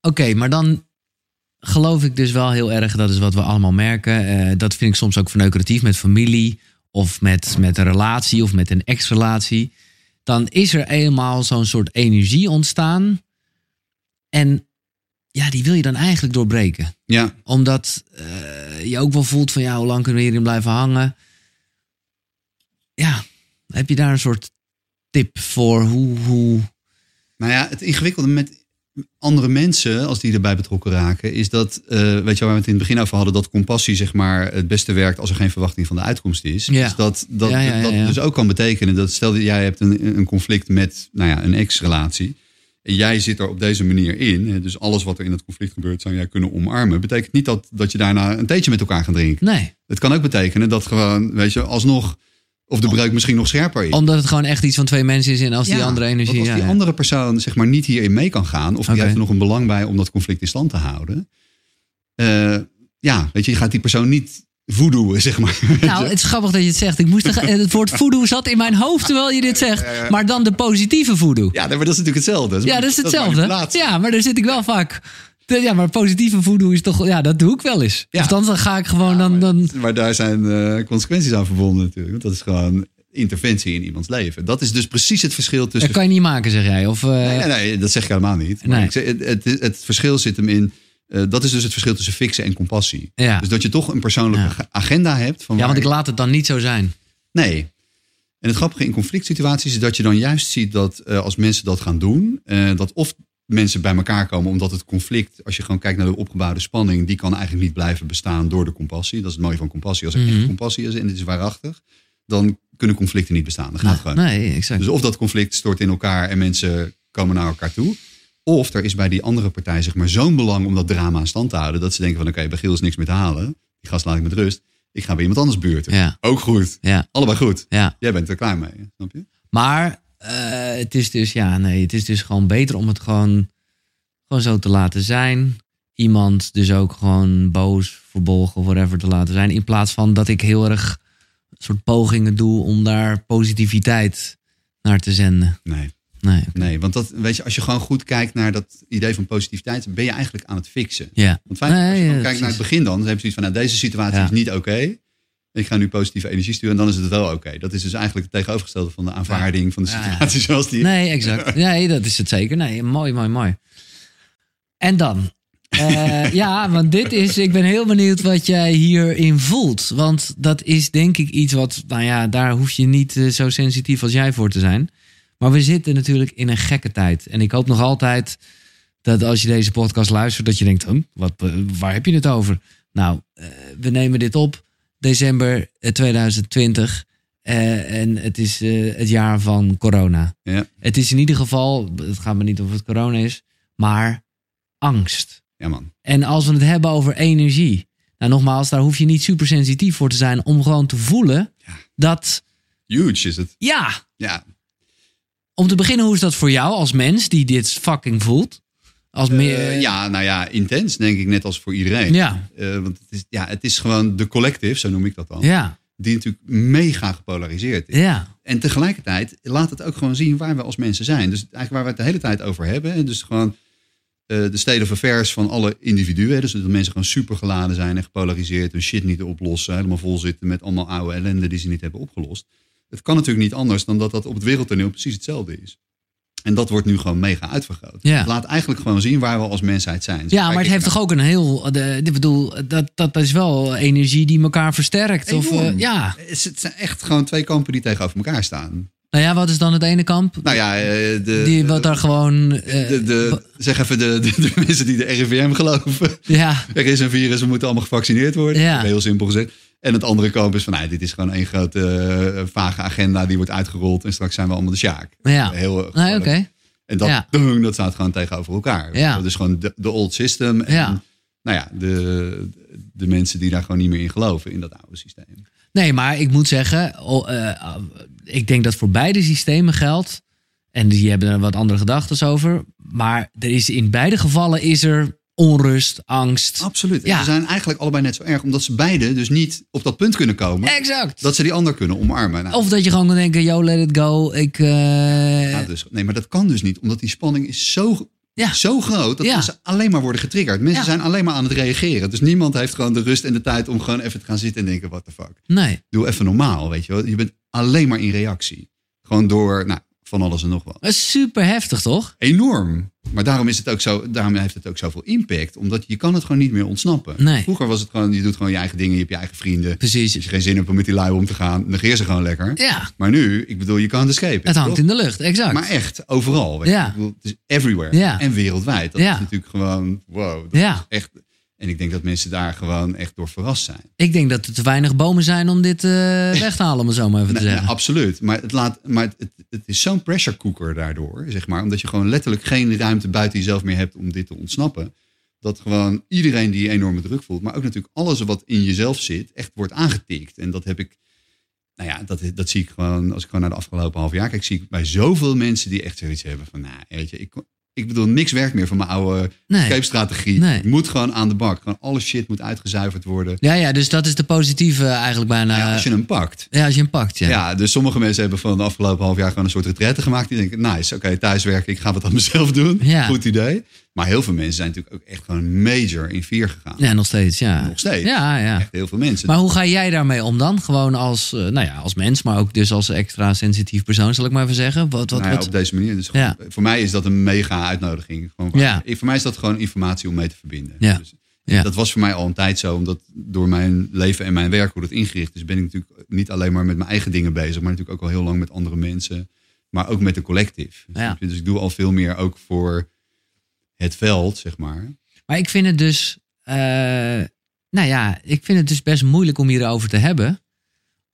[SPEAKER 1] Oké, maar dan geloof ik dus wel heel erg, dat is wat we allemaal merken. eh, dat vind ik soms ook verneukeratief met familie of met, met een relatie of met een ex-relatie. Dan is er eenmaal zo'n soort energie ontstaan. En ja, die wil je dan eigenlijk doorbreken.
[SPEAKER 2] Ja,
[SPEAKER 1] Omdat eh, je ook wel voelt van ja, hoe lang kunnen we hierin blijven hangen? Ja, heb je daar een soort tip voor hoe... hoe...
[SPEAKER 2] Nou ja, het ingewikkelde met andere mensen, als die erbij betrokken raken, is dat, eh, weet je wel, waar we het in het begin over hadden, dat compassie zeg maar het beste werkt als er geen verwachting van de uitkomst is.
[SPEAKER 1] Ja.
[SPEAKER 2] Dus dat dat,
[SPEAKER 1] Ja, ja, ja,
[SPEAKER 2] dat
[SPEAKER 1] ja.
[SPEAKER 2] dus ook kan betekenen dat stel dat jij hebt een, een conflict met, nou ja, een ex-relatie. En jij zit er op deze manier in. hè, Dus alles wat er in dat conflict gebeurt, zou jij kunnen omarmen. Betekent niet dat, dat je daarna een theetje met elkaar gaat drinken.
[SPEAKER 1] Nee.
[SPEAKER 2] Het kan ook betekenen dat gewoon, weet je, alsnog, of de breuk misschien nog scherper is.
[SPEAKER 1] Omdat het gewoon echt iets van twee mensen is en als die
[SPEAKER 2] Ja,
[SPEAKER 1] andere energie...
[SPEAKER 2] Want als
[SPEAKER 1] ja,
[SPEAKER 2] die
[SPEAKER 1] ja.
[SPEAKER 2] andere persoon zeg maar niet hierin mee kan gaan, of
[SPEAKER 1] Oké.
[SPEAKER 2] die heeft er nog een belang bij om dat conflict in stand te houden. eh, ja, weet je, je gaat die persoon niet voedoen, zeg maar. weet
[SPEAKER 1] Nou,
[SPEAKER 2] je.
[SPEAKER 1] het is grappig dat je het zegt. Ik moest er- het woord voodoo zat in mijn hoofd terwijl je dit zegt. Maar dan de positieve voodoo.
[SPEAKER 2] ja, maar dat is natuurlijk hetzelfde.
[SPEAKER 1] Ja, dat is hetzelfde.
[SPEAKER 2] manipulatie.
[SPEAKER 1] Ja, maar daar zit ik wel vaak... Ja, maar positieve voodoo is toch... Ja, dat doe ik wel eens.
[SPEAKER 2] Ja.
[SPEAKER 1] Of dan, dan ga ik gewoon... Dan, dan,
[SPEAKER 2] Maar daar zijn eh, consequenties aan verbonden natuurlijk. Want dat is gewoon interventie in iemands leven. Dat is dus precies het verschil
[SPEAKER 1] dat
[SPEAKER 2] tussen
[SPEAKER 1] kan je niet maken, zeg jij. Of, eh,
[SPEAKER 2] Nee, nee, nee, dat zeg ik helemaal niet. Maar
[SPEAKER 1] Nee.
[SPEAKER 2] ik zeg, het, het, het verschil zit hem in. eh, dat is dus het verschil tussen fixen en compassie.
[SPEAKER 1] Ja.
[SPEAKER 2] Dus dat je toch een persoonlijke
[SPEAKER 1] Ja.
[SPEAKER 2] agenda hebt. Van
[SPEAKER 1] ja, want
[SPEAKER 2] waar
[SPEAKER 1] ik laat het dan niet zo zijn.
[SPEAKER 2] Nee. En het grappige in conflict situaties is dat je dan juist ziet dat eh, als mensen dat gaan doen, eh, dat of mensen bij elkaar komen omdat het conflict, als je gewoon kijkt naar de opgebouwde spanning, die kan eigenlijk niet blijven bestaan door de compassie. Dat is het mooie van compassie. Als er
[SPEAKER 1] Mhm.
[SPEAKER 2] echt compassie is en het is waarachtig, dan kunnen conflicten niet bestaan. Dan
[SPEAKER 1] Nou,
[SPEAKER 2] gaat het gewoon.
[SPEAKER 1] Nee, exact.
[SPEAKER 2] Dus of dat conflict stort in elkaar en mensen komen naar elkaar toe. Of er is bij die andere partij zeg maar zo'n belang om dat drama in stand te houden. Dat ze denken van oké, bij Giel is niks meer te halen. Die gast laat ik met rust. Ik ga bij iemand anders buurten.
[SPEAKER 1] Ja,
[SPEAKER 2] Ook goed.
[SPEAKER 1] ja,
[SPEAKER 2] Allebei goed.
[SPEAKER 1] ja.
[SPEAKER 2] Jij bent er klaar mee, hè? snap je?
[SPEAKER 1] Maar eh, het is dus, ja, nee, het is dus gewoon beter om het gewoon, gewoon zo te laten zijn. Iemand dus ook gewoon boos, verbolgen, whatever te laten zijn. In plaats van dat ik heel erg soort pogingen doe om daar positiviteit naar te zenden.
[SPEAKER 2] Nee,
[SPEAKER 1] Nee.
[SPEAKER 2] nee. Want dat, weet je, als je gewoon goed kijkt naar dat idee van positiviteit, dan ben je eigenlijk aan het fixen.
[SPEAKER 1] Ja.
[SPEAKER 2] Want feitelijk, als je
[SPEAKER 1] Nee,
[SPEAKER 2] gewoon
[SPEAKER 1] ja,
[SPEAKER 2] kijkt naar het begin dan, dan heb je zoiets van, nou, deze situatie
[SPEAKER 1] Ja.
[SPEAKER 2] is niet oké. Ik ga nu positieve energie sturen en dan is het wel oké. Dat is dus eigenlijk het tegenovergestelde van de aanvaarding van de
[SPEAKER 1] Ja, ja.
[SPEAKER 2] situatie zoals die
[SPEAKER 1] Nee, exact. Nee, dat is het zeker. Nee, mooi, mooi, mooi. En dan? Eh, ja, want dit is, ik ben heel benieuwd wat jij hierin voelt. Want dat is denk ik iets wat, nou ja, daar hoef je niet eh, zo sensitief als jij voor te zijn. Maar we zitten natuurlijk in een gekke tijd. En ik hoop nog altijd dat als je deze podcast luistert, dat je denkt, hm, wat, eh, waar heb je het over? Nou, eh, we nemen dit op december eh, 2020. eh, en het is eh, het jaar van corona.
[SPEAKER 2] Ja.
[SPEAKER 1] Het is in ieder geval, het gaat me niet of het corona is, maar angst.
[SPEAKER 2] Ja, man.
[SPEAKER 1] En als we het hebben over energie. Nou, nogmaals, daar hoef je niet super sensitief voor te zijn om gewoon te voelen
[SPEAKER 2] Ja.
[SPEAKER 1] dat,
[SPEAKER 2] Huge is het.
[SPEAKER 1] ja,
[SPEAKER 2] Ja.
[SPEAKER 1] om te beginnen, hoe is dat voor jou als mens die dit fucking voelt? Als meer,
[SPEAKER 2] Eh, ja, nou ja, intens denk ik, net als voor iedereen.
[SPEAKER 1] ja,
[SPEAKER 2] Eh, want het is, ja, het is gewoon de collective, zo noem ik dat dan.
[SPEAKER 1] ja,
[SPEAKER 2] Die natuurlijk mega gepolariseerd is.
[SPEAKER 1] ja,
[SPEAKER 2] En tegelijkertijd laat het ook gewoon zien waar we als mensen zijn. Dus eigenlijk waar we het de hele tijd over hebben. En dus gewoon eh, de state of affairs van alle individuen. hè. Dus dat mensen gewoon super geladen zijn en gepolariseerd. Hun shit niet oplossen. Helemaal vol zitten met allemaal oude ellende die ze niet hebben opgelost. Het kan natuurlijk niet anders dan dat dat op het wereldtoneel precies hetzelfde is. En dat wordt nu gewoon mega uitvergroot.
[SPEAKER 1] Ja.
[SPEAKER 2] Het laat eigenlijk gewoon zien waar we als mensheid zijn. Dus
[SPEAKER 1] ja, maar
[SPEAKER 2] kijk
[SPEAKER 1] het heeft
[SPEAKER 2] ik
[SPEAKER 1] toch ook een heel, de, ik bedoel, dat, dat is wel energie die elkaar versterkt. Of,
[SPEAKER 2] Enorm.
[SPEAKER 1] eh, ja,
[SPEAKER 2] naar- Het zijn echt gewoon twee kampen die tegenover elkaar staan.
[SPEAKER 1] nou ja, wat is dan het ene kamp?
[SPEAKER 2] Nou ja, eh, de,
[SPEAKER 1] die wat daar gewoon, eh,
[SPEAKER 2] de, de, zeg even de, de, de mensen die de RIVM geloven.
[SPEAKER 1] ja,
[SPEAKER 2] Er is een virus, we moeten allemaal gevaccineerd worden.
[SPEAKER 1] Ja.
[SPEAKER 2] Heel simpel gezegd. En het andere kamp is van, nou, dit is gewoon één grote eh, vage agenda die wordt uitgerold. En straks zijn we allemaal de Sjaak.
[SPEAKER 1] ja.
[SPEAKER 2] Heel eh,
[SPEAKER 1] Nee, oké.
[SPEAKER 2] En dat,
[SPEAKER 1] Ja.
[SPEAKER 2] dung, dat staat gewoon tegenover elkaar.
[SPEAKER 1] Ja.
[SPEAKER 2] Dat is gewoon de, de old system. En,
[SPEAKER 1] Ja.
[SPEAKER 2] Nou ja, de, de mensen die daar gewoon niet meer in geloven, in dat oude systeem.
[SPEAKER 1] Nee, maar ik moet zeggen, oh, eh, ik denk dat voor beide systemen geldt. En die hebben er wat andere gedachten over. Maar er is in beide gevallen is er onrust, angst.
[SPEAKER 2] Absoluut. En
[SPEAKER 1] Ja.
[SPEAKER 2] Ze zijn eigenlijk allebei net zo erg, omdat ze beide dus niet op dat punt kunnen komen.
[SPEAKER 1] Exact.
[SPEAKER 2] Dat ze die ander kunnen omarmen. Nou,
[SPEAKER 1] Of dat je gewoon kan denken, yo, let it go. Ik, eh,
[SPEAKER 2] Ja, dus, nee, maar dat kan dus niet, omdat die spanning is zo,
[SPEAKER 1] Ja.
[SPEAKER 2] zo groot dat
[SPEAKER 1] Ja.
[SPEAKER 2] mensen alleen maar worden getriggerd. Mensen
[SPEAKER 1] Ja.
[SPEAKER 2] zijn alleen maar aan het reageren. Dus niemand heeft gewoon de rust en de tijd om gewoon even te gaan zitten en denken: what the fuck.
[SPEAKER 1] Nee,
[SPEAKER 2] Doe even normaal, weet je wel. Je bent alleen maar in reactie. Gewoon door nou, van alles en nog wat.
[SPEAKER 1] dat is super heftig, toch?
[SPEAKER 2] Enorm. Maar daarom, is het ook zo, daarom heeft het ook zoveel impact. Omdat je kan het gewoon niet meer ontsnappen.
[SPEAKER 1] Nee.
[SPEAKER 2] Vroeger was het gewoon, je doet gewoon je eigen dingen, je hebt je eigen vrienden. Als
[SPEAKER 1] Precies.
[SPEAKER 2] je geen zin hebt om met die lui om te gaan, negeer ze gewoon lekker.
[SPEAKER 1] Ja,
[SPEAKER 2] Maar nu, ik bedoel, je kan het escapen.
[SPEAKER 1] het hangt
[SPEAKER 2] toch?
[SPEAKER 1] in de lucht, exact.
[SPEAKER 2] Maar echt, overal. Weet je.
[SPEAKER 1] Ja.
[SPEAKER 2] Ik bedoel, het is everywhere.
[SPEAKER 1] Ja.
[SPEAKER 2] En wereldwijd. Dat
[SPEAKER 1] Ja.
[SPEAKER 2] is natuurlijk gewoon, wow. dat
[SPEAKER 1] ja,
[SPEAKER 2] is echt. En ik denk dat mensen daar gewoon echt door verrast zijn.
[SPEAKER 1] ik denk dat er te weinig bomen zijn om dit eh, weg te halen, om het zo maar even te
[SPEAKER 2] Nee, nee,
[SPEAKER 1] zeggen.
[SPEAKER 2] absoluut. Maar, het, laat, maar het, het, het is zo'n pressure cooker daardoor, zeg maar. Omdat je gewoon letterlijk geen ruimte buiten jezelf meer hebt om dit te ontsnappen. Dat gewoon iedereen die enorme druk voelt, maar ook natuurlijk alles wat in jezelf zit, echt wordt aangetikt. En dat heb ik, nou ja, dat, dat zie ik gewoon, als ik gewoon naar de afgelopen half jaar kijk, zie ik bij zoveel mensen die echt zoiets hebben van, nou, weet je, ik, ik bedoel, niks werkt meer van mijn oude
[SPEAKER 1] Nee.
[SPEAKER 2] escape-strategie.
[SPEAKER 1] Nee.
[SPEAKER 2] Ik moet gewoon aan de bak. Gewoon alle shit moet uitgezuiverd worden.
[SPEAKER 1] Ja, ja, dus dat is de positieve eigenlijk bijna.
[SPEAKER 2] ja, als je hem pakt.
[SPEAKER 1] Ja, als je hem pakt, ja.
[SPEAKER 2] Ja. dus sommige mensen hebben van de afgelopen half jaar gewoon een soort retraite gemaakt. Die denken, nice, oké, thuiswerken, ik ga wat aan mezelf doen.
[SPEAKER 1] Ja.
[SPEAKER 2] Goed idee. Maar heel veel mensen zijn natuurlijk ook echt gewoon major in vier gegaan.
[SPEAKER 1] Ja, nog steeds, ja.
[SPEAKER 2] Nog steeds.
[SPEAKER 1] Ja, ja.
[SPEAKER 2] Echt heel veel mensen.
[SPEAKER 1] Maar hoe ga jij daarmee om dan? Gewoon als, eh, nou ja, als mens, maar ook dus als extra sensitief persoon, zal ik maar even zeggen. Wat, wat,
[SPEAKER 2] Nou ja,
[SPEAKER 1] wat-
[SPEAKER 2] op deze manier. Dus
[SPEAKER 1] Ja.
[SPEAKER 2] gewoon- Voor mij is dat een mega uitnodiging. Gewoon waar-
[SPEAKER 1] Ja.
[SPEAKER 2] Ik- Voor mij is dat gewoon informatie om mee te verbinden.
[SPEAKER 1] Ja.
[SPEAKER 2] Dus
[SPEAKER 1] Ja.
[SPEAKER 2] Dat was voor mij al een tijd zo, omdat door mijn leven en mijn werk, hoe dat ingericht is, ben ik natuurlijk niet alleen maar met mijn eigen dingen bezig, maar natuurlijk ook al heel lang met andere mensen, maar ook met de collectief.
[SPEAKER 1] Ja.
[SPEAKER 2] Dus ik doe al veel meer ook voor het veld, zeg maar.
[SPEAKER 1] Maar ik vind het dus, eh, nou ja, ik vind het dus best moeilijk om hierover te hebben.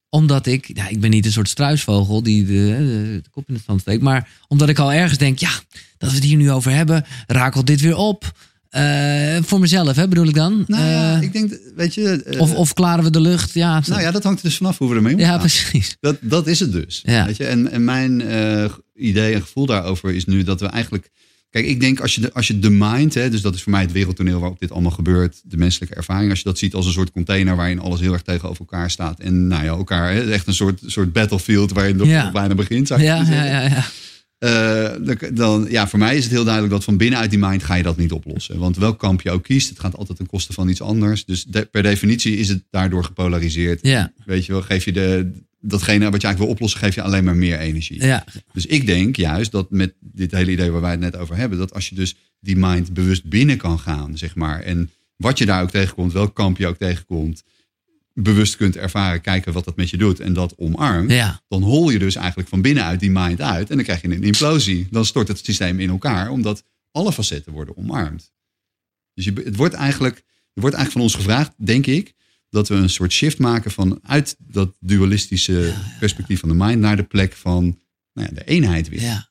[SPEAKER 1] Omdat ik, nou, ik ben niet een soort struisvogel die de, eh, de- de kop in het zand steekt. Maar omdat ik al ergens denk, ja, dat we het hier nu over hebben, rakelt dit weer op. Eh, voor mezelf, hè, bedoel ik dan.
[SPEAKER 2] Nou ja,
[SPEAKER 1] Eh,
[SPEAKER 2] ik denk, weet je, eh,
[SPEAKER 1] of, of klaren we de lucht, ja.
[SPEAKER 2] nou ja, dat hangt er dus vanaf hoe we ermee omgaan.
[SPEAKER 1] ja, precies.
[SPEAKER 2] Dat, dat is het dus.
[SPEAKER 1] Ja.
[SPEAKER 2] Weet je? En, en mijn eh, idee en gevoel daarover is nu dat we eigenlijk. Kijk, ik denk als je de, als je de mind, hè, dus dat is voor mij het wereldtoneel waarop dit allemaal gebeurt, de menselijke ervaring, als je dat ziet als een soort container waarin alles heel erg tegenover elkaar staat. En nou ja, elkaar, hè, echt een soort, soort battlefield waarin dat
[SPEAKER 1] Ja.
[SPEAKER 2] bijna begint, zou ik
[SPEAKER 1] Ja,
[SPEAKER 2] kunnen
[SPEAKER 1] ja,
[SPEAKER 2] zeggen.
[SPEAKER 1] ja, ja.
[SPEAKER 2] Eh, dan, dan- ja, voor mij is het heel duidelijk dat van binnenuit die mind ga je dat niet oplossen. Want welk kamp je ook kiest, het gaat altijd ten koste van iets anders. Dus de- per definitie is het daardoor gepolariseerd.
[SPEAKER 1] ja,
[SPEAKER 2] Weet je wel, geef je de, datgene wat je eigenlijk wil oplossen, geef je alleen maar meer energie.
[SPEAKER 1] ja.
[SPEAKER 2] Dus ik denk juist dat met dit hele idee waar wij het net over hebben, dat als je dus die mind bewust binnen kan gaan, zeg maar, en wat je daar ook tegenkomt, welk kamp je ook tegenkomt, bewust kunt ervaren, kijken wat dat met je doet en dat omarmt,
[SPEAKER 1] ja.
[SPEAKER 2] dan hol je dus eigenlijk van binnenuit die mind uit en dan krijg je een implosie. Dan stort het systeem in elkaar, omdat alle facetten worden omarmd. Dus je, het wordt eigenlijk, er wordt eigenlijk van ons gevraagd, denk ik, dat we een soort shift maken van uit dat dualistische perspectief van de mind naar de plek van nou ja, de eenheid weer.
[SPEAKER 1] ja.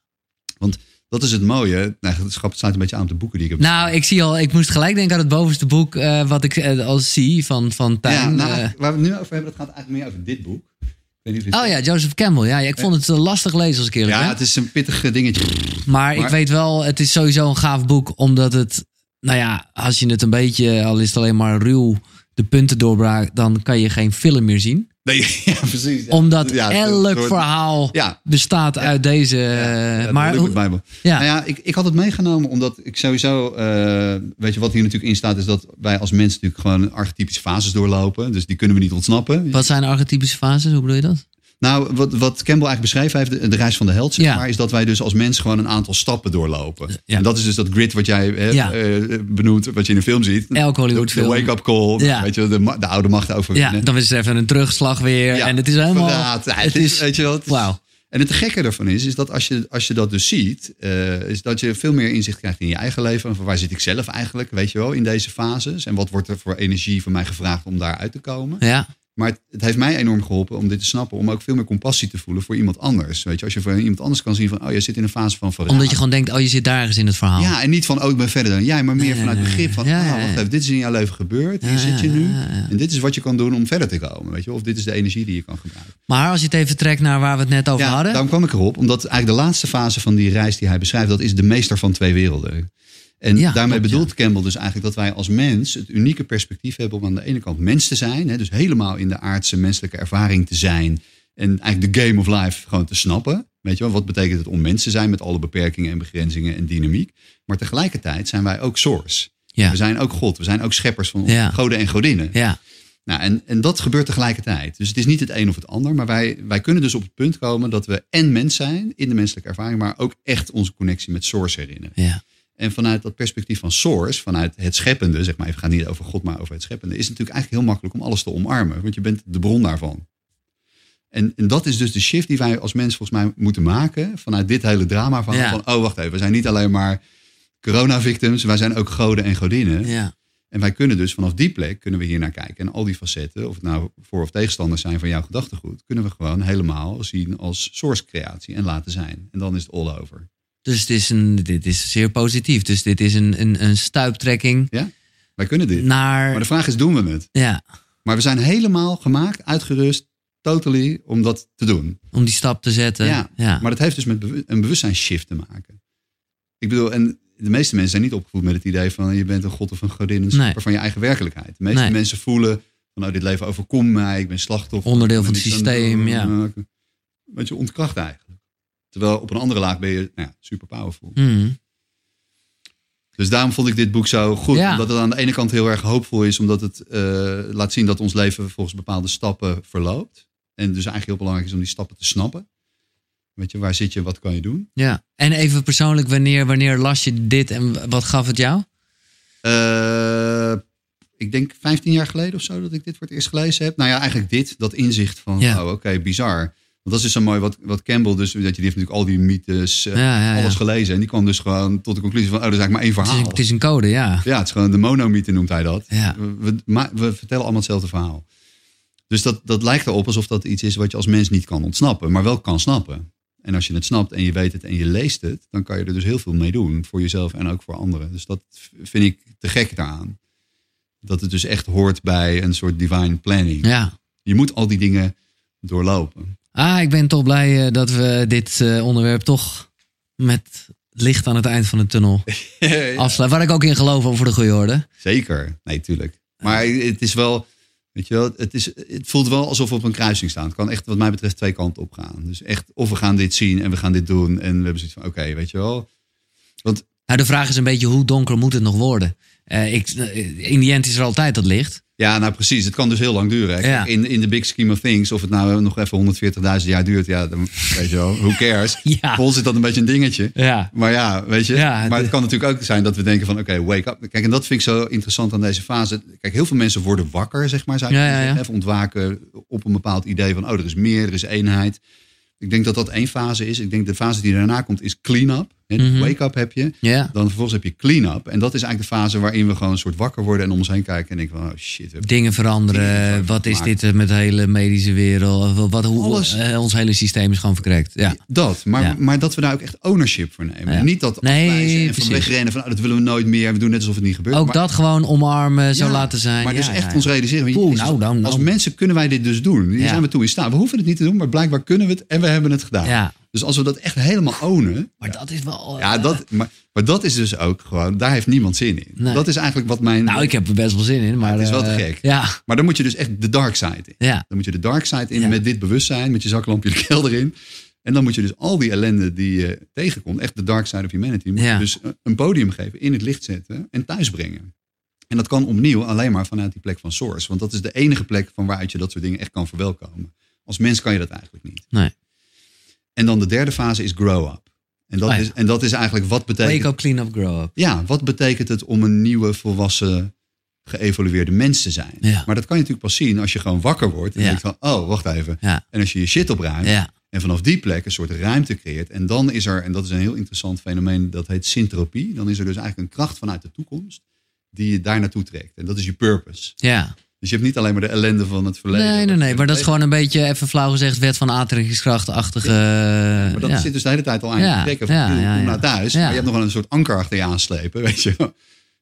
[SPEAKER 2] Dat is het mooie. Nou, het schap- het sluit een beetje aan op de boeken die ik heb.
[SPEAKER 1] Nou, ik zie al, ik moest gelijk denken aan het bovenste boek eh, wat ik eh, al zie van, van Tuin.
[SPEAKER 2] ja, nou,
[SPEAKER 1] eh.
[SPEAKER 2] eigenlijk waar we het nu over hebben, dat gaat eigenlijk meer over dit boek. Ik weet niet of je het-
[SPEAKER 1] oh ja, Joseph Campbell. Ja, ja, ik vond het eh, lastig lezen als ik eerlijk
[SPEAKER 2] ja,
[SPEAKER 1] ben.
[SPEAKER 2] het is een pittig eh, dingetje.
[SPEAKER 1] Maar, ik
[SPEAKER 2] Maar-
[SPEAKER 1] weet wel, het is sowieso een gaaf boek, omdat het, nou ja, als je het een beetje, al is het alleen maar ruw, de punten doorbraakt, dan kan je geen film meer zien.
[SPEAKER 2] Nee, ja, precies. ja.
[SPEAKER 1] Omdat
[SPEAKER 2] Ja, het-
[SPEAKER 1] elk
[SPEAKER 2] het-
[SPEAKER 1] verhaal
[SPEAKER 2] Ja,
[SPEAKER 1] bestaat uit deze. eh,
[SPEAKER 2] Ja,
[SPEAKER 1] maar
[SPEAKER 2] dat lukt met Bijbel.
[SPEAKER 1] ja.
[SPEAKER 2] Nou ja, ik, ik had het meegenomen omdat ik sowieso, eh, weet je wat hier natuurlijk in staat, is dat wij als mensen natuurlijk gewoon archetypische fases doorlopen. Dus die kunnen we niet ontsnappen.
[SPEAKER 1] wat zijn archetypische fases? Hoe bedoel je dat?
[SPEAKER 2] Nou, wat, wat Campbell eigenlijk beschreven heeft, de, de reis van de held, zeg
[SPEAKER 1] Ja.
[SPEAKER 2] maar, is dat wij dus als mens gewoon een aantal stappen doorlopen.
[SPEAKER 1] Ja.
[SPEAKER 2] En dat is dus dat grid wat jij eh,
[SPEAKER 1] Ja.
[SPEAKER 2] eh, benoemt, wat je in een film ziet.
[SPEAKER 1] Elk
[SPEAKER 2] De, de
[SPEAKER 1] Hollywoodfilm.
[SPEAKER 2] wake-up call,
[SPEAKER 1] Ja.
[SPEAKER 2] weet je, wel, de, ma- de oude macht overwinnen.
[SPEAKER 1] Ja, dan is het even een terugslag weer.
[SPEAKER 2] Ja,
[SPEAKER 1] en het is helemaal.
[SPEAKER 2] verraad. Ja,
[SPEAKER 1] het is,
[SPEAKER 2] weet je wel, het is-
[SPEAKER 1] Wauw.
[SPEAKER 2] En het gekke daarvan is, is dat als je, als je dat dus ziet, eh, is dat je veel meer inzicht krijgt in je eigen leven. Van waar zit ik zelf eigenlijk, weet je wel, in deze fases? En wat wordt er voor energie van mij gevraagd om daaruit te komen?
[SPEAKER 1] Ja,
[SPEAKER 2] Maar het, het heeft mij enorm geholpen om dit te snappen. Om ook veel meer compassie te voelen voor iemand anders. Weet je, als je voor iemand anders kan zien van, oh, jij zit in een fase van verraad.
[SPEAKER 1] omdat je gewoon denkt, oh, je zit daar ergens in het verhaal.
[SPEAKER 2] Ja, en niet van, oh, ik ben verder dan jij. Maar meer
[SPEAKER 1] Nee,
[SPEAKER 2] vanuit
[SPEAKER 1] nee, nee.
[SPEAKER 2] begrip van,
[SPEAKER 1] Ja,
[SPEAKER 2] ah,
[SPEAKER 1] ja,
[SPEAKER 2] wacht
[SPEAKER 1] ja.
[SPEAKER 2] even, dit is in jouw leven gebeurd. Hier
[SPEAKER 1] Ja,
[SPEAKER 2] zit je
[SPEAKER 1] ja,
[SPEAKER 2] nu.
[SPEAKER 1] ja, ja.
[SPEAKER 2] En dit is wat je kan doen om verder te komen, weet je. Of dit is de energie die je kan gebruiken.
[SPEAKER 1] Maar als je het even trekt naar waar we het net over
[SPEAKER 2] Ja,
[SPEAKER 1] hadden.
[SPEAKER 2] daarom kwam ik erop. Omdat eigenlijk de laatste fase van die reis die hij beschrijft, dat is de meester van twee werelden. En
[SPEAKER 1] Ja,
[SPEAKER 2] daarmee
[SPEAKER 1] klopt,
[SPEAKER 2] bedoelt Campbell dus eigenlijk dat wij als mens het unieke perspectief hebben om aan de ene kant mens te zijn. Hè, dus helemaal in de aardse menselijke ervaring te zijn. En eigenlijk de game of life gewoon te snappen. Weet je wel, wat betekent het om mens te zijn met alle beperkingen en begrenzingen en dynamiek. Maar tegelijkertijd zijn wij ook source.
[SPEAKER 1] Ja.
[SPEAKER 2] We zijn ook God. We zijn ook scheppers van
[SPEAKER 1] Ja.
[SPEAKER 2] goden en godinnen.
[SPEAKER 1] ja.
[SPEAKER 2] Nou, en, en dat gebeurt tegelijkertijd. Dus het is niet het een of het ander. Maar wij, wij kunnen dus op het punt komen dat we en mens zijn in de menselijke ervaring, maar ook echt onze connectie met Source herinneren.
[SPEAKER 1] ja.
[SPEAKER 2] En vanuit dat perspectief van Source, vanuit het scheppende, zeg maar, even gaat niet over God, maar over het scheppende, is het natuurlijk eigenlijk heel makkelijk om alles te omarmen. Want je bent de bron daarvan. En, en dat is dus de shift die wij als mens volgens mij moeten maken. Vanuit dit hele drama van,
[SPEAKER 1] Ja.
[SPEAKER 2] van oh wacht even, we zijn niet alleen maar corona-victims, wij zijn ook goden en godinnen.
[SPEAKER 1] ja.
[SPEAKER 2] En wij kunnen dus vanaf die plek kunnen we hier naar kijken. En al die facetten, of het nou voor- of tegenstanders zijn van jouw gedachtegoed, kunnen we gewoon helemaal zien als source creatie en laten zijn. En dan is het all over.
[SPEAKER 1] Dus het is een, dit is zeer positief. Dus dit is een, een, een stuiptrekking
[SPEAKER 2] Wij kunnen dit. Maar
[SPEAKER 1] naar.
[SPEAKER 2] de vraag is, doen we het?
[SPEAKER 1] Ja,
[SPEAKER 2] Maar we zijn helemaal gemaakt, uitgerust, totally om dat te doen.
[SPEAKER 1] om die stap te zetten.
[SPEAKER 2] Ja,
[SPEAKER 1] ja.
[SPEAKER 2] Maar dat heeft dus met bewust- een bewustzijnsshift te maken. Ik bedoel, en de meeste mensen zijn niet opgevoed met het idee van je bent een god of een godin, een schepper
[SPEAKER 1] Nee.
[SPEAKER 2] van je eigen werkelijkheid. De meeste
[SPEAKER 1] Nee.
[SPEAKER 2] mensen voelen van nou, dit leven overkomt mij, ik ben slachtoffer.
[SPEAKER 1] Onderdeel
[SPEAKER 2] ik
[SPEAKER 1] van
[SPEAKER 2] ben
[SPEAKER 1] het
[SPEAKER 2] niks aan
[SPEAKER 1] systeem,
[SPEAKER 2] doen.
[SPEAKER 1] ja.
[SPEAKER 2] Want eh, je ontkracht eigenlijk. Terwijl op een andere laag ben je nou ja, super powerful.
[SPEAKER 1] Mhm.
[SPEAKER 2] Dus daarom vond ik dit boek zo goed.
[SPEAKER 1] Ja.
[SPEAKER 2] Omdat het aan de ene kant heel erg hoopvol is. Omdat het eh, laat zien dat ons leven volgens bepaalde stappen verloopt. En dus eigenlijk heel belangrijk is om die stappen te snappen. Weet je, waar zit je, wat kan je doen?
[SPEAKER 1] Ja, en even persoonlijk, wanneer, wanneer las je dit en wat gaf het jou?
[SPEAKER 2] Eh, ik denk 15 jaar geleden of zo dat ik dit voor het eerst gelezen heb. Nou ja, eigenlijk dit, dat inzicht van,
[SPEAKER 1] Ja.
[SPEAKER 2] oh oké, bizar. Want dat is dus zo mooi wat, wat Campbell, dus, dat je, die heeft natuurlijk al die mythes, eh,
[SPEAKER 1] Ja, Ah, ja, ja.
[SPEAKER 2] alles gelezen. En die kwam dus gewoon tot de conclusie van, oh, dat is eigenlijk maar één
[SPEAKER 1] Het is,
[SPEAKER 2] verhaal.
[SPEAKER 1] het is een code, ja.
[SPEAKER 2] Ja, het is gewoon de monomythe noemt hij dat.
[SPEAKER 1] Ja.
[SPEAKER 2] We, we, ma- we vertellen allemaal hetzelfde verhaal. Dus dat, dat lijkt erop alsof dat iets is wat je als mens niet kan ontsnappen, maar wel kan snappen. En als je het snapt en je weet het en je leest het, dan kan je er dus heel veel mee doen. Voor jezelf en ook voor anderen. Dus dat v- vind ik te gek daaraan. Dat het dus echt hoort bij een soort divine planning.
[SPEAKER 1] ja.
[SPEAKER 2] Je moet al die dingen doorlopen.
[SPEAKER 1] Ah, ik ben toch blij eh, dat we dit eh, onderwerp toch met licht aan het eind van de tunnel afsluit. Waar ik ook in geloof over de goede orde.
[SPEAKER 2] Zeker. Nee, tuurlijk. Maar het is wel, weet je wel, het, is, het voelt wel alsof we op een kruising staan. Het kan echt wat mij betreft twee kanten op gaan. Dus echt, of we gaan dit zien en we gaan dit doen. En we hebben zoiets van, oké, weet je wel.
[SPEAKER 1] Nou, de vraag is een beetje hoe donker moet het nog worden? Eh, ik, in die end is er altijd dat licht.
[SPEAKER 2] Ja, nou precies. Het kan dus heel lang duren. hè.
[SPEAKER 1] Ja.
[SPEAKER 2] Kijk, In, in the big scheme of things, of het nou nog even 140.000 jaar duurt. Ja, dan, weet je wel, who cares.
[SPEAKER 1] Ja.
[SPEAKER 2] Voor ons is dat een beetje een dingetje.
[SPEAKER 1] Ja.
[SPEAKER 2] Maar ja, weet je.
[SPEAKER 1] Ja,
[SPEAKER 2] maar het
[SPEAKER 1] de-
[SPEAKER 2] kan natuurlijk ook zijn dat we denken van, oké, wake up. Kijk, en dat vind ik zo interessant aan deze fase. Kijk, heel veel mensen worden wakker, zeg maar. Zou je
[SPEAKER 1] Ja,
[SPEAKER 2] kunnen
[SPEAKER 1] ja, ja.
[SPEAKER 2] zeggen, hè, Of ontwaken op een bepaald idee van, oh, er is meer, er is eenheid. Ik denk dat dat één fase is. Ik denk de fase die daarna komt is clean-up. hè.
[SPEAKER 1] Mhm.
[SPEAKER 2] Wake-up heb je.
[SPEAKER 1] Ja.
[SPEAKER 2] Dan vervolgens heb je clean-up. En dat is eigenlijk de fase waarin we gewoon een soort wakker worden en om ons heen kijken. En denken van, oh shit, we hebben
[SPEAKER 1] Dingen
[SPEAKER 2] Dingen
[SPEAKER 1] veranderen.
[SPEAKER 2] veranderen,
[SPEAKER 1] Wat is
[SPEAKER 2] maar-
[SPEAKER 1] dit eh, met de hele medische wereld? Wat, wat- hoe,
[SPEAKER 2] Alles.
[SPEAKER 1] eh, ons hele systeem is gewoon verkrekt. Ja.
[SPEAKER 2] Dat, maar,
[SPEAKER 1] Ja.
[SPEAKER 2] maar dat we daar ook echt ownership voor nemen.
[SPEAKER 1] Ja.
[SPEAKER 2] Niet dat
[SPEAKER 1] Nee,
[SPEAKER 2] afwijzen en van
[SPEAKER 1] precies.
[SPEAKER 2] wegrennen van oh, dat willen we nooit meer. We doen net alsof het niet gebeurt.
[SPEAKER 1] Ook
[SPEAKER 2] maar,
[SPEAKER 1] dat gewoon omarmen, zo
[SPEAKER 2] Ja,
[SPEAKER 1] laten zijn.
[SPEAKER 2] Maar
[SPEAKER 1] Ja,
[SPEAKER 2] dus echt
[SPEAKER 1] ja.
[SPEAKER 2] ons
[SPEAKER 1] Oeh,
[SPEAKER 2] realiseren. jezus,
[SPEAKER 1] nou, nou, nou.
[SPEAKER 2] Als mensen kunnen wij dit dus doen. Hier
[SPEAKER 1] Ja.
[SPEAKER 2] zijn we toe in staat. We hoeven het niet te doen, maar blijkbaar kunnen we het en we hebben het gedaan.
[SPEAKER 1] Ja.
[SPEAKER 2] Dus als we dat echt helemaal ownen.
[SPEAKER 1] Maar dat is wel... eh,
[SPEAKER 2] Ja, dat, maar, maar dat is dus ook gewoon, daar heeft niemand zin in.
[SPEAKER 1] Nee.
[SPEAKER 2] Dat is eigenlijk wat mijn.
[SPEAKER 1] Nou, ik heb er best wel zin in. Maar,
[SPEAKER 2] het is wel te
[SPEAKER 1] eh,
[SPEAKER 2] gek.
[SPEAKER 1] Ja,
[SPEAKER 2] Maar dan moet je dus echt de dark side in.
[SPEAKER 1] ja.
[SPEAKER 2] Dan moet je de dark side in
[SPEAKER 1] Ja.
[SPEAKER 2] met dit bewustzijn, met je zaklampje de kelder in. En dan moet je dus al die ellende die je tegenkomt, echt de dark side of humanity, moet
[SPEAKER 1] Ja.
[SPEAKER 2] je dus een podium geven, in het licht zetten en thuis brengen. En dat kan opnieuw alleen maar vanuit die plek van source. Want dat is de enige plek van waaruit je dat soort dingen echt kan verwelkomen. Als mens kan je dat eigenlijk niet.
[SPEAKER 1] Nee.
[SPEAKER 2] En dan de derde fase is grow up. En dat,
[SPEAKER 1] Oh ja.
[SPEAKER 2] is, en dat is eigenlijk wat betekent
[SPEAKER 1] Wake up, clean up, grow up.
[SPEAKER 2] ja, wat betekent het om een nieuwe, volwassen, geëvolueerde mens te zijn?
[SPEAKER 1] Ja.
[SPEAKER 2] Maar dat kan je natuurlijk pas zien als je gewoon wakker wordt en
[SPEAKER 1] Ja.
[SPEAKER 2] denkt van, oh, wacht even.
[SPEAKER 1] Ja.
[SPEAKER 2] En als je je shit opruimt
[SPEAKER 1] Ja.
[SPEAKER 2] en vanaf die plek een soort ruimte creëert. En dan is er, en dat is een heel interessant fenomeen, dat heet syntropie. Dan is er dus eigenlijk een kracht vanuit de toekomst die je daar naartoe trekt. En dat is je purpose.
[SPEAKER 1] Ja.
[SPEAKER 2] Dus je hebt niet alleen maar de ellende van het verleden.
[SPEAKER 1] Nee, nee,
[SPEAKER 2] wat
[SPEAKER 1] nee.
[SPEAKER 2] je
[SPEAKER 1] Maar dat is
[SPEAKER 2] hebt
[SPEAKER 1] gewoon een beetje, even flauw gezegd, wet van aantrekkingskrachtachtige...
[SPEAKER 2] Maar dat
[SPEAKER 1] ja.
[SPEAKER 2] zit dus de hele tijd al aan
[SPEAKER 1] Ja,
[SPEAKER 2] je trekken van
[SPEAKER 1] ja,
[SPEAKER 2] joh,
[SPEAKER 1] ja,
[SPEAKER 2] kom
[SPEAKER 1] ja.
[SPEAKER 2] naar thuis.
[SPEAKER 1] Ja.
[SPEAKER 2] Maar je hebt nog wel een soort anker achter je aanslepen, weet je. wel.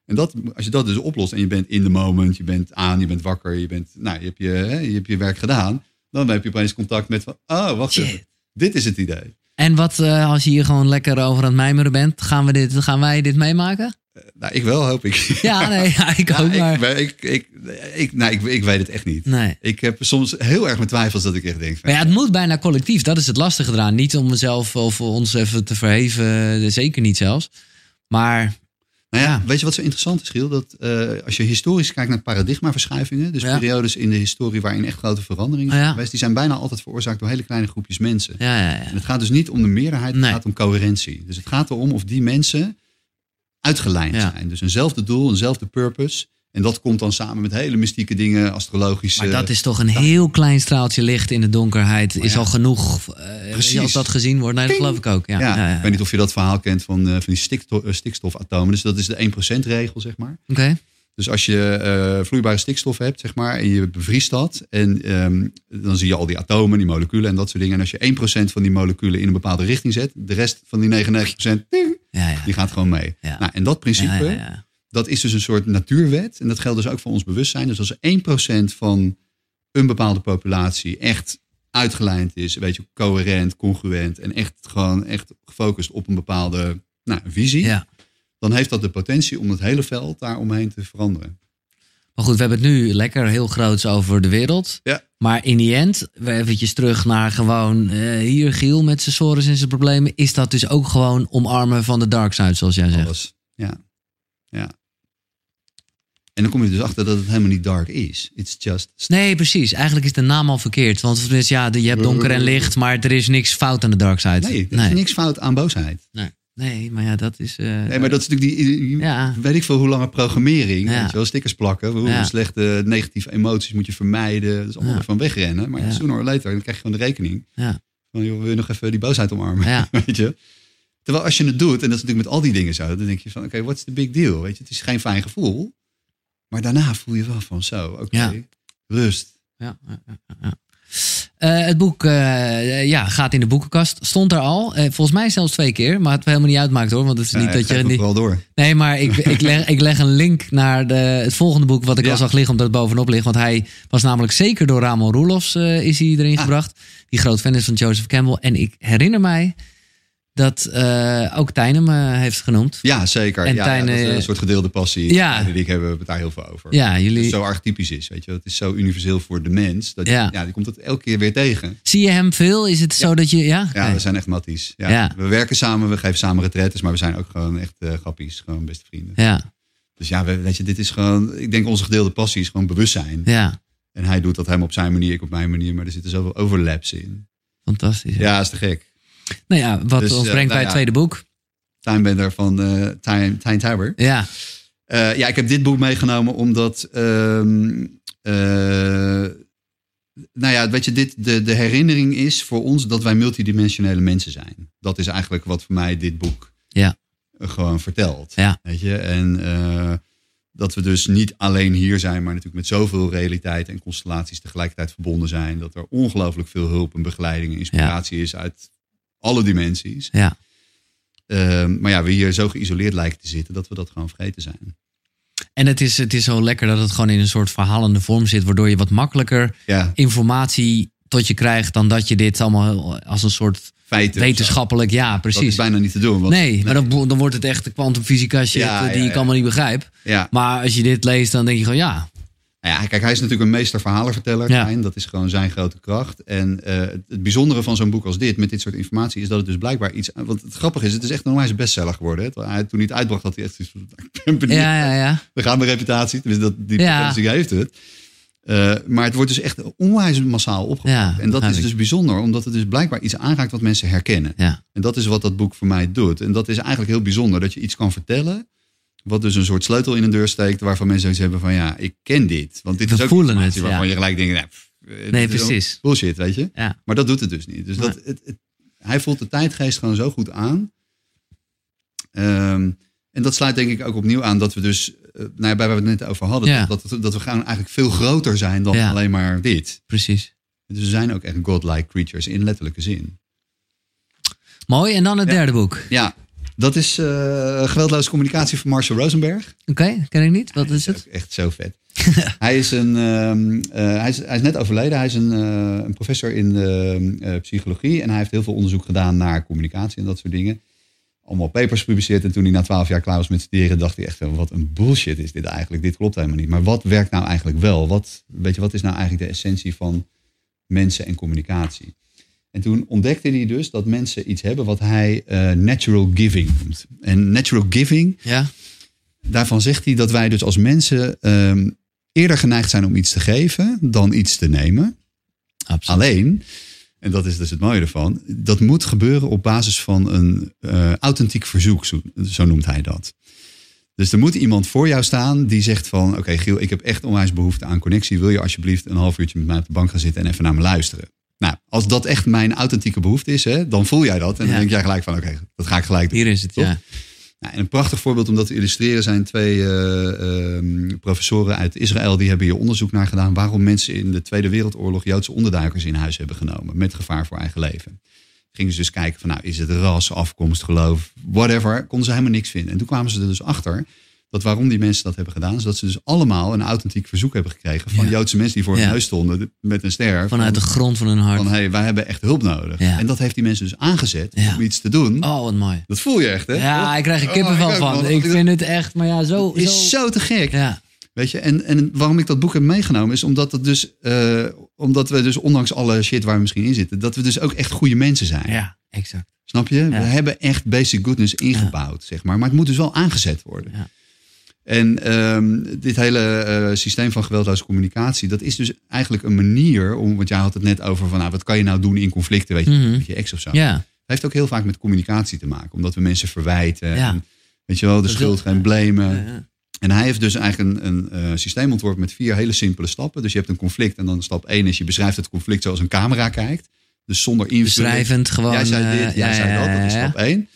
[SPEAKER 2] En dat, als je dat dus oplost en je bent in de moment, je bent aan, je bent wakker, je, bent, nou, je, hebt, je, hè, je hebt je werk gedaan. Dan heb je opeens contact met van, oh, wacht
[SPEAKER 1] Shit.
[SPEAKER 2] even. Dit is het idee.
[SPEAKER 1] En wat eh, als je hier gewoon lekker over aan het mijmeren bent? Gaan, we dit, gaan wij dit meemaken?
[SPEAKER 2] Nou, ik wel, hoop ik.
[SPEAKER 1] Ja, nee, ja, ik
[SPEAKER 2] Ja,
[SPEAKER 1] ook,
[SPEAKER 2] ik,
[SPEAKER 1] maar...
[SPEAKER 2] maar ik, ik, ik, nou, ik, ik weet het echt niet.
[SPEAKER 1] Nee.
[SPEAKER 2] Ik heb soms heel erg mijn twijfels dat ik echt denk van,
[SPEAKER 1] Maar ja, het moet bijna collectief. Dat is het lastige eraan. Niet om mezelf of ons even te verheven. eh, Zeker niet zelfs. Maar
[SPEAKER 2] Nou ja,
[SPEAKER 1] Ja.
[SPEAKER 2] weet je wat zo interessant is, Giel? Dat eh, als je historisch kijkt naar paradigmaverschuivingen, dus
[SPEAKER 1] Ja.
[SPEAKER 2] periodes in de historie waarin echt grote veranderingen zijn
[SPEAKER 1] Ah, ja.
[SPEAKER 2] geweest, die zijn bijna altijd veroorzaakt door hele kleine groepjes mensen.
[SPEAKER 1] ja, ja, ja.
[SPEAKER 2] En het gaat dus niet om de meerderheid, het
[SPEAKER 1] Nee.
[SPEAKER 2] gaat om coherentie. Dus het gaat erom of die mensen uitgelijnd
[SPEAKER 1] Ja.
[SPEAKER 2] zijn. Dus eenzelfde doel, eenzelfde purpose. En dat komt dan samen met hele mystieke dingen, astrologische.
[SPEAKER 1] maar dat is toch een heel klein straaltje licht in de donkerheid. Is
[SPEAKER 2] eh, ja.
[SPEAKER 1] al genoeg. eh,
[SPEAKER 2] Precies.
[SPEAKER 1] Als dat gezien wordt. Nee, dat geloof ik ook. Ja,
[SPEAKER 2] ja,
[SPEAKER 1] ja, ja,
[SPEAKER 2] ik weet niet of je dat verhaal kent van, eh, van die stikto- eh, stikstofatomen. Dus dat is de 1%-regel, zeg maar.
[SPEAKER 1] Oké.
[SPEAKER 2] Dus als je eh, vloeibare stikstof hebt, zeg maar, en je bevriest dat, en ehm, dan zie je al die atomen, die moleculen en dat soort dingen. En als je 1% van die moleculen in een bepaalde richting zet, de rest van die 99%, ding,
[SPEAKER 1] Ja, ja.
[SPEAKER 2] die gaat gewoon mee.
[SPEAKER 1] Ja.
[SPEAKER 2] Nou, en dat principe,
[SPEAKER 1] Ja, ja, ja.
[SPEAKER 2] dat is dus een soort natuurwet. En dat geldt dus ook voor ons bewustzijn. Dus als 1% van een bepaalde populatie echt uitgelijnd is, weet je, coherent, congruent en echt gewoon echt gefocust op een bepaalde nou, visie,
[SPEAKER 1] Ja.
[SPEAKER 2] dan heeft dat de potentie om het hele veld daaromheen te veranderen.
[SPEAKER 1] Maar goed, we hebben het nu lekker heel groots over de wereld.
[SPEAKER 2] Ja.
[SPEAKER 1] Maar in die end, we eventjes terug naar gewoon eh, hier Giel met zijn sores en zijn problemen. Is dat dus ook gewoon omarmen van de dark side, zoals jij zegt?
[SPEAKER 2] Alles. Ja. ja. En dan kom je dus achter dat het helemaal niet dark is. It's just.
[SPEAKER 1] Nee, precies. Eigenlijk is de naam al verkeerd. Want het is, ja, de- je hebt donker en licht, maar er is niks fout aan de dark side.
[SPEAKER 2] Nee, er is
[SPEAKER 1] nee.
[SPEAKER 2] niks fout aan boosheid.
[SPEAKER 1] Nee, maar ja, dat is... eh,
[SPEAKER 2] Nee, maar dat is natuurlijk die. die-
[SPEAKER 1] Ja,
[SPEAKER 2] Weet ik veel hoe lange programmering.
[SPEAKER 1] Ja.
[SPEAKER 2] Weet je wel, stickers plakken. Hoe
[SPEAKER 1] Ja.
[SPEAKER 2] slechte negatieve emoties moet je vermijden. Dat is allemaal
[SPEAKER 1] Ja.
[SPEAKER 2] van wegrennen. Maar
[SPEAKER 1] Ja.
[SPEAKER 2] ja. sooner or later, dan krijg je gewoon de rekening.
[SPEAKER 1] ja,
[SPEAKER 2] Van, joh, wil je nog even die boosheid omarmen?
[SPEAKER 1] Ja.
[SPEAKER 2] weet je? Terwijl als je het doet, en dat is natuurlijk met al die dingen zo, dan denk je van, oké, what's the big deal? Weet je, het is geen fijn gevoel. Maar daarna voel je wel van, zo, oké,
[SPEAKER 1] Ja.
[SPEAKER 2] rust.
[SPEAKER 1] ja, ja, ja, ja. Eh, het boek eh, ja, gaat in de boekenkast. Stond er al. Eh, volgens mij zelfs twee keer. Maar het helemaal niet uitmaakt hoor. Want het is
[SPEAKER 2] Ja,
[SPEAKER 1] niet
[SPEAKER 2] het
[SPEAKER 1] dat je...
[SPEAKER 2] gaat
[SPEAKER 1] niet-
[SPEAKER 2] nog wel door.
[SPEAKER 1] Nee, maar ik, ik, leg, ik leg een link naar de, het volgende boek wat ik
[SPEAKER 2] Ja.
[SPEAKER 1] al zag liggen, omdat het bovenop ligt. Want hij was namelijk zeker door Ramon Roelofs eh, is hij erin
[SPEAKER 2] Ah.
[SPEAKER 1] gebracht. Die groot fan is van Joseph Campbell. En ik herinner mij dat eh, ook Tijnen me heeft genoemd.
[SPEAKER 2] Ja, zeker.
[SPEAKER 1] En
[SPEAKER 2] ja,
[SPEAKER 1] Tijn,
[SPEAKER 2] dat is
[SPEAKER 1] eh,
[SPEAKER 2] een soort gedeelde passie.
[SPEAKER 1] ja.
[SPEAKER 2] Ja. Die ik hebben we het daar heel veel over.
[SPEAKER 1] Ja,
[SPEAKER 2] Dat
[SPEAKER 1] jullie,
[SPEAKER 2] het zo archetypisch is, weet je. wel. Het is zo universeel voor de mens. Dat,
[SPEAKER 1] Ja.
[SPEAKER 2] ja. die komt dat elke keer weer tegen.
[SPEAKER 1] zie je hem veel? Is het zo dat je... Ja,
[SPEAKER 2] Ja,
[SPEAKER 1] Nee.
[SPEAKER 2] we zijn echt matties. Ja.
[SPEAKER 1] Ja.
[SPEAKER 2] We werken samen, we geven samen retretes, maar we zijn ook gewoon echt eh, grappies. Gewoon beste vrienden.
[SPEAKER 1] ja,
[SPEAKER 2] Dus ja, we- weet je, dit is gewoon... Ik denk onze gedeelde passie is gewoon bewustzijn.
[SPEAKER 1] ja.
[SPEAKER 2] En hij doet dat helemaal op zijn manier, ik op mijn manier. Maar er zitten zoveel overlaps in.
[SPEAKER 1] fantastisch.
[SPEAKER 2] Ja, is te gek.
[SPEAKER 1] Nou ja, wat
[SPEAKER 2] Dus, eh,
[SPEAKER 1] ons brengt
[SPEAKER 2] nou
[SPEAKER 1] bij het
[SPEAKER 2] ja.
[SPEAKER 1] tweede boek.
[SPEAKER 2] Timebender van eh Time, Time Tower.
[SPEAKER 1] Ja,
[SPEAKER 2] Eh, ja, ik heb dit boek meegenomen omdat. ehm, eh, nou ja, weet je, dit, de, de herinnering is voor ons dat wij multidimensionele mensen zijn. Dat is eigenlijk wat voor mij dit boek eh,
[SPEAKER 1] Ja.
[SPEAKER 2] gewoon vertelt.
[SPEAKER 1] Ja.
[SPEAKER 2] Weet je, en eh, dat we dus niet alleen hier zijn, maar natuurlijk met zoveel realiteiten en constellaties tegelijkertijd verbonden zijn. Dat er ongelooflijk veel hulp en begeleiding en inspiratie is uit alle dimensies.
[SPEAKER 1] ja.
[SPEAKER 2] Ehm, maar ja, we hier zo geïsoleerd lijken te zitten dat we dat gewoon vergeten zijn.
[SPEAKER 1] En het is, het is zo lekker dat het gewoon in een soort verhalende vorm zit, waardoor je wat makkelijker
[SPEAKER 2] Ja.
[SPEAKER 1] informatie tot je krijgt dan dat je dit allemaal heel- als een soort
[SPEAKER 2] feiten.
[SPEAKER 1] wetenschappelijk, ja,
[SPEAKER 2] Dat is
[SPEAKER 1] precies.
[SPEAKER 2] bijna niet te doen. Want,
[SPEAKER 1] Nee, maar dan, dan wordt het echt de kwantumfysica shit
[SPEAKER 2] Ja,
[SPEAKER 1] eh, die
[SPEAKER 2] ja,
[SPEAKER 1] ik
[SPEAKER 2] ja.
[SPEAKER 1] allemaal niet begrijp.
[SPEAKER 2] Ja.
[SPEAKER 1] Maar als je dit leest, dan denk je gewoon ja.
[SPEAKER 2] Nou ja, kijk, hij is natuurlijk een meester verhalenverteller.
[SPEAKER 1] Ja.
[SPEAKER 2] Hein. Dat is gewoon zijn grote kracht. En eh, het, het bijzondere van zo'n boek als dit, met dit soort informatie, is dat het dus blijkbaar iets... Want het grappige is, het is echt een onwijs bestseller geworden. Hè. Toen hij- Toen hij het uitbracht, had hij echt... iets van, "Nou, Ik ben benieuwd.
[SPEAKER 1] Ja, ja, ja.
[SPEAKER 2] We gaan de reputatie. Tenminste, dat, die
[SPEAKER 1] Ja.
[SPEAKER 2] potentie heeft het. Eh, maar het wordt dus echt onwijs massaal opgepakt.
[SPEAKER 1] Ja,
[SPEAKER 2] en dat
[SPEAKER 1] begrijp
[SPEAKER 2] is
[SPEAKER 1] ik.
[SPEAKER 2] dus bijzonder, omdat het dus blijkbaar iets aanraakt wat mensen herkennen.
[SPEAKER 1] Ja,
[SPEAKER 2] En dat is wat dat boek voor mij doet. En dat is eigenlijk heel bijzonder. Dat je iets kan vertellen. Wat dus een soort sleutel in een deur steekt. Waarvan mensen zoiets hebben van ja, ik ken dit. Want dit
[SPEAKER 1] We
[SPEAKER 2] is ook
[SPEAKER 1] voelen
[SPEAKER 2] informatie
[SPEAKER 1] het, ja.
[SPEAKER 2] waarvan je gelijk denkt. Nou, pff, dit is
[SPEAKER 1] precies.
[SPEAKER 2] allemaal Bullshit, weet je.
[SPEAKER 1] ja.
[SPEAKER 2] Maar dat doet het dus niet. Dus dat, het, het- hij voelt de tijdgeest gewoon zo goed aan. Ehm, en dat sluit denk ik ook opnieuw aan dat we dus, eh, nou ja, bij waar we het net over hadden,
[SPEAKER 1] Ja.
[SPEAKER 2] dat, dat, dat we gewoon eigenlijk veel groter zijn dan
[SPEAKER 1] Ja.
[SPEAKER 2] alleen maar dit.
[SPEAKER 1] precies.
[SPEAKER 2] Dus we zijn ook echt godlike creatures in letterlijke zin.
[SPEAKER 1] Mooi. En dan het
[SPEAKER 2] Ja.
[SPEAKER 1] derde boek. Oké,
[SPEAKER 2] Ja, dat is eh geweldloze communicatie van Marshall Rosenberg.
[SPEAKER 1] ken ik niet. Wat is het?
[SPEAKER 2] Ook echt zo vet. hij, is een, ehm, eh, hij, is, hij is net overleden. Hij is een, eh, een professor in ehm, eh, psychologie. En hij heeft heel veel onderzoek gedaan naar communicatie en dat soort dingen. Allemaal papers gepubliceerd. En toen hij na twaalf jaar klaar was met studeren, dacht hij echt: wel, wat een bullshit is dit eigenlijk. Dit klopt helemaal niet. Maar wat werkt nou eigenlijk wel? Wat, weet je, wat is nou eigenlijk de essentie van mensen en communicatie? En toen ontdekte hij dus dat mensen iets hebben wat hij eh, natural giving noemt. En natural giving,
[SPEAKER 1] Ja,
[SPEAKER 2] daarvan zegt hij dat wij dus als mensen ehm, eerder geneigd zijn om iets te geven dan iets te nemen.
[SPEAKER 1] absoluut.
[SPEAKER 2] Alleen, en dat is dus het mooie ervan, dat moet gebeuren op basis van een eh, authentiek verzoek, zo, zo noemt hij dat. Dus er moet iemand voor jou staan die zegt van, oké Giel, ik heb echt onwijs behoefte aan connectie. Wil je alsjeblieft een half uurtje met mij op de bank gaan zitten en even naar me luisteren? Nou, als dat echt mijn authentieke behoefte is, hè, dan voel jij dat. En
[SPEAKER 1] Ja.
[SPEAKER 2] dan denk jij gelijk van, oké, dat ga ik gelijk doen.
[SPEAKER 1] Hier is het,
[SPEAKER 2] Toch?
[SPEAKER 1] ja.
[SPEAKER 2] Nou, en een prachtig voorbeeld om dat te illustreren zijn twee eh, ehm, professoren uit Israël. Die hebben hier onderzoek naar gedaan waarom mensen in de Tweede Wereldoorlog Joodse onderduikers in huis hebben genomen. Met gevaar voor eigen leven. Gingen ze dus kijken van nou is het ras, afkomst, geloof, whatever. Konden ze helemaal niks vinden. En toen kwamen ze er dus achter dat waarom die mensen dat hebben gedaan. Is dat ze dus allemaal een authentiek verzoek hebben gekregen van
[SPEAKER 1] Ja.
[SPEAKER 2] Joodse mensen die voor
[SPEAKER 1] Ja.
[SPEAKER 2] hun huis stonden met een ster.
[SPEAKER 1] Vanuit de grond van hun
[SPEAKER 2] van
[SPEAKER 1] hart.
[SPEAKER 2] hey, wij hebben echt hulp nodig.
[SPEAKER 1] Ja.
[SPEAKER 2] En dat heeft die mensen dus aangezet
[SPEAKER 1] Ja.
[SPEAKER 2] om iets te doen.
[SPEAKER 1] Oh, wat mooi.
[SPEAKER 2] Dat voel je echt, hè?
[SPEAKER 1] Ja,
[SPEAKER 2] Toch?
[SPEAKER 1] ik krijg er
[SPEAKER 2] Oh,
[SPEAKER 1] kippenvel
[SPEAKER 2] ik ook,
[SPEAKER 1] van.
[SPEAKER 2] man.
[SPEAKER 1] Ik vind het echt, maar ja, zo...
[SPEAKER 2] is zo te gek.
[SPEAKER 1] Ja,
[SPEAKER 2] Weet je, en, en waarom ik dat boek heb meegenomen is omdat, dat dus, eh, omdat we dus ondanks alle shit waar we misschien in zitten, dat we dus ook echt goede mensen zijn.
[SPEAKER 1] ja, exact.
[SPEAKER 2] Snap je? We hebben echt basic goodness ingebouwd, zeg maar. Maar het moet dus wel aangezet worden.
[SPEAKER 1] Ja.
[SPEAKER 2] En ehm, dit hele eh, systeem van geweldloze communicatie, dat is dus eigenlijk een manier om, want jij had het net over van, nou, wat kan je nou doen in conflicten, weet je,
[SPEAKER 1] Mhm.
[SPEAKER 2] met je ex of zo.
[SPEAKER 1] Ja,
[SPEAKER 2] Het heeft ook heel vaak met communicatie te maken, omdat we mensen verwijten.
[SPEAKER 1] Ja.
[SPEAKER 2] En, weet je wel, de
[SPEAKER 1] Dat wil-
[SPEAKER 2] schuld gaan blamen.
[SPEAKER 1] ja, ja.
[SPEAKER 2] En hij heeft dus eigenlijk een, een eh, systeem ontworpen met vier hele simpele stappen. Dus je hebt een conflict en dan stap één is je beschrijft het conflict zoals een camera kijkt. Dus zonder invulling.
[SPEAKER 1] beschrijvend gewoon.
[SPEAKER 2] Jij zei dit,
[SPEAKER 1] eh,
[SPEAKER 2] jij
[SPEAKER 1] ja,
[SPEAKER 2] zei dat,
[SPEAKER 1] ja,
[SPEAKER 2] dat is
[SPEAKER 1] ja, ja.
[SPEAKER 2] stap één.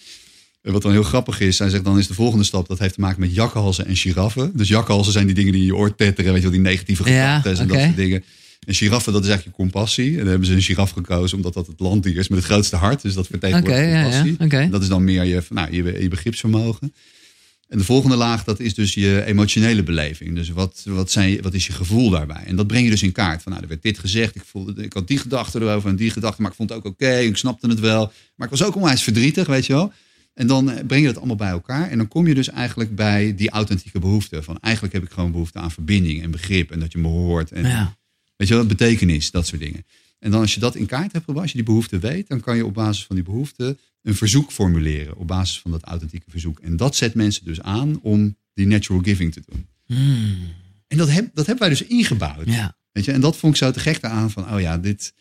[SPEAKER 2] En wat dan heel grappig is, hij zegt dan is de volgende stap, dat heeft te maken met jakhalzen en giraffen. Dus jakhalzen zijn die dingen die in je oor tetteren, weet je wel, die negatieve
[SPEAKER 1] Ja,
[SPEAKER 2] gedachten en
[SPEAKER 1] oké.
[SPEAKER 2] dat soort dingen. En giraffen, dat is eigenlijk je compassie. En dan hebben ze een giraf gekozen omdat dat het landdier is met het grootste hart. Dus dat
[SPEAKER 1] Oké,
[SPEAKER 2] vertegenwoordigt
[SPEAKER 1] ja,
[SPEAKER 2] compassie.
[SPEAKER 1] ja. oké.
[SPEAKER 2] En Dat is dan meer je, nou, je, je begripsvermogen. En de volgende laag, dat is dus je emotionele beleving. Dus wat, wat, zijn, wat is je gevoel daarbij? En dat breng je dus in kaart. Van, nou, er werd dit gezegd, ik, voelde, ik had die gedachte erover en die gedachte, maar ik vond het ook oké, ik snapte het wel. Maar ik was ook onwijs verdrietig, weet je wel. En dan eh, breng je dat allemaal bij elkaar. En dan kom je dus eigenlijk bij die authentieke behoefte. Van eigenlijk heb ik gewoon behoefte aan verbinding en begrip. En dat je me hoort. En,
[SPEAKER 1] Ja.
[SPEAKER 2] Weet je wel, betekenis, dat soort dingen. En dan als je dat in kaart hebt gebracht, als je die behoefte weet, dan kan je op basis van die behoefte een verzoek formuleren. Op basis van dat authentieke verzoek. En dat zet mensen dus aan om die natural giving te doen.
[SPEAKER 1] Hmm,
[SPEAKER 2] En dat, heb, dat hebben wij dus ingebouwd.
[SPEAKER 1] ja.
[SPEAKER 2] Weet je? En dat vond ik zo te gek aan van, oh ja, dit,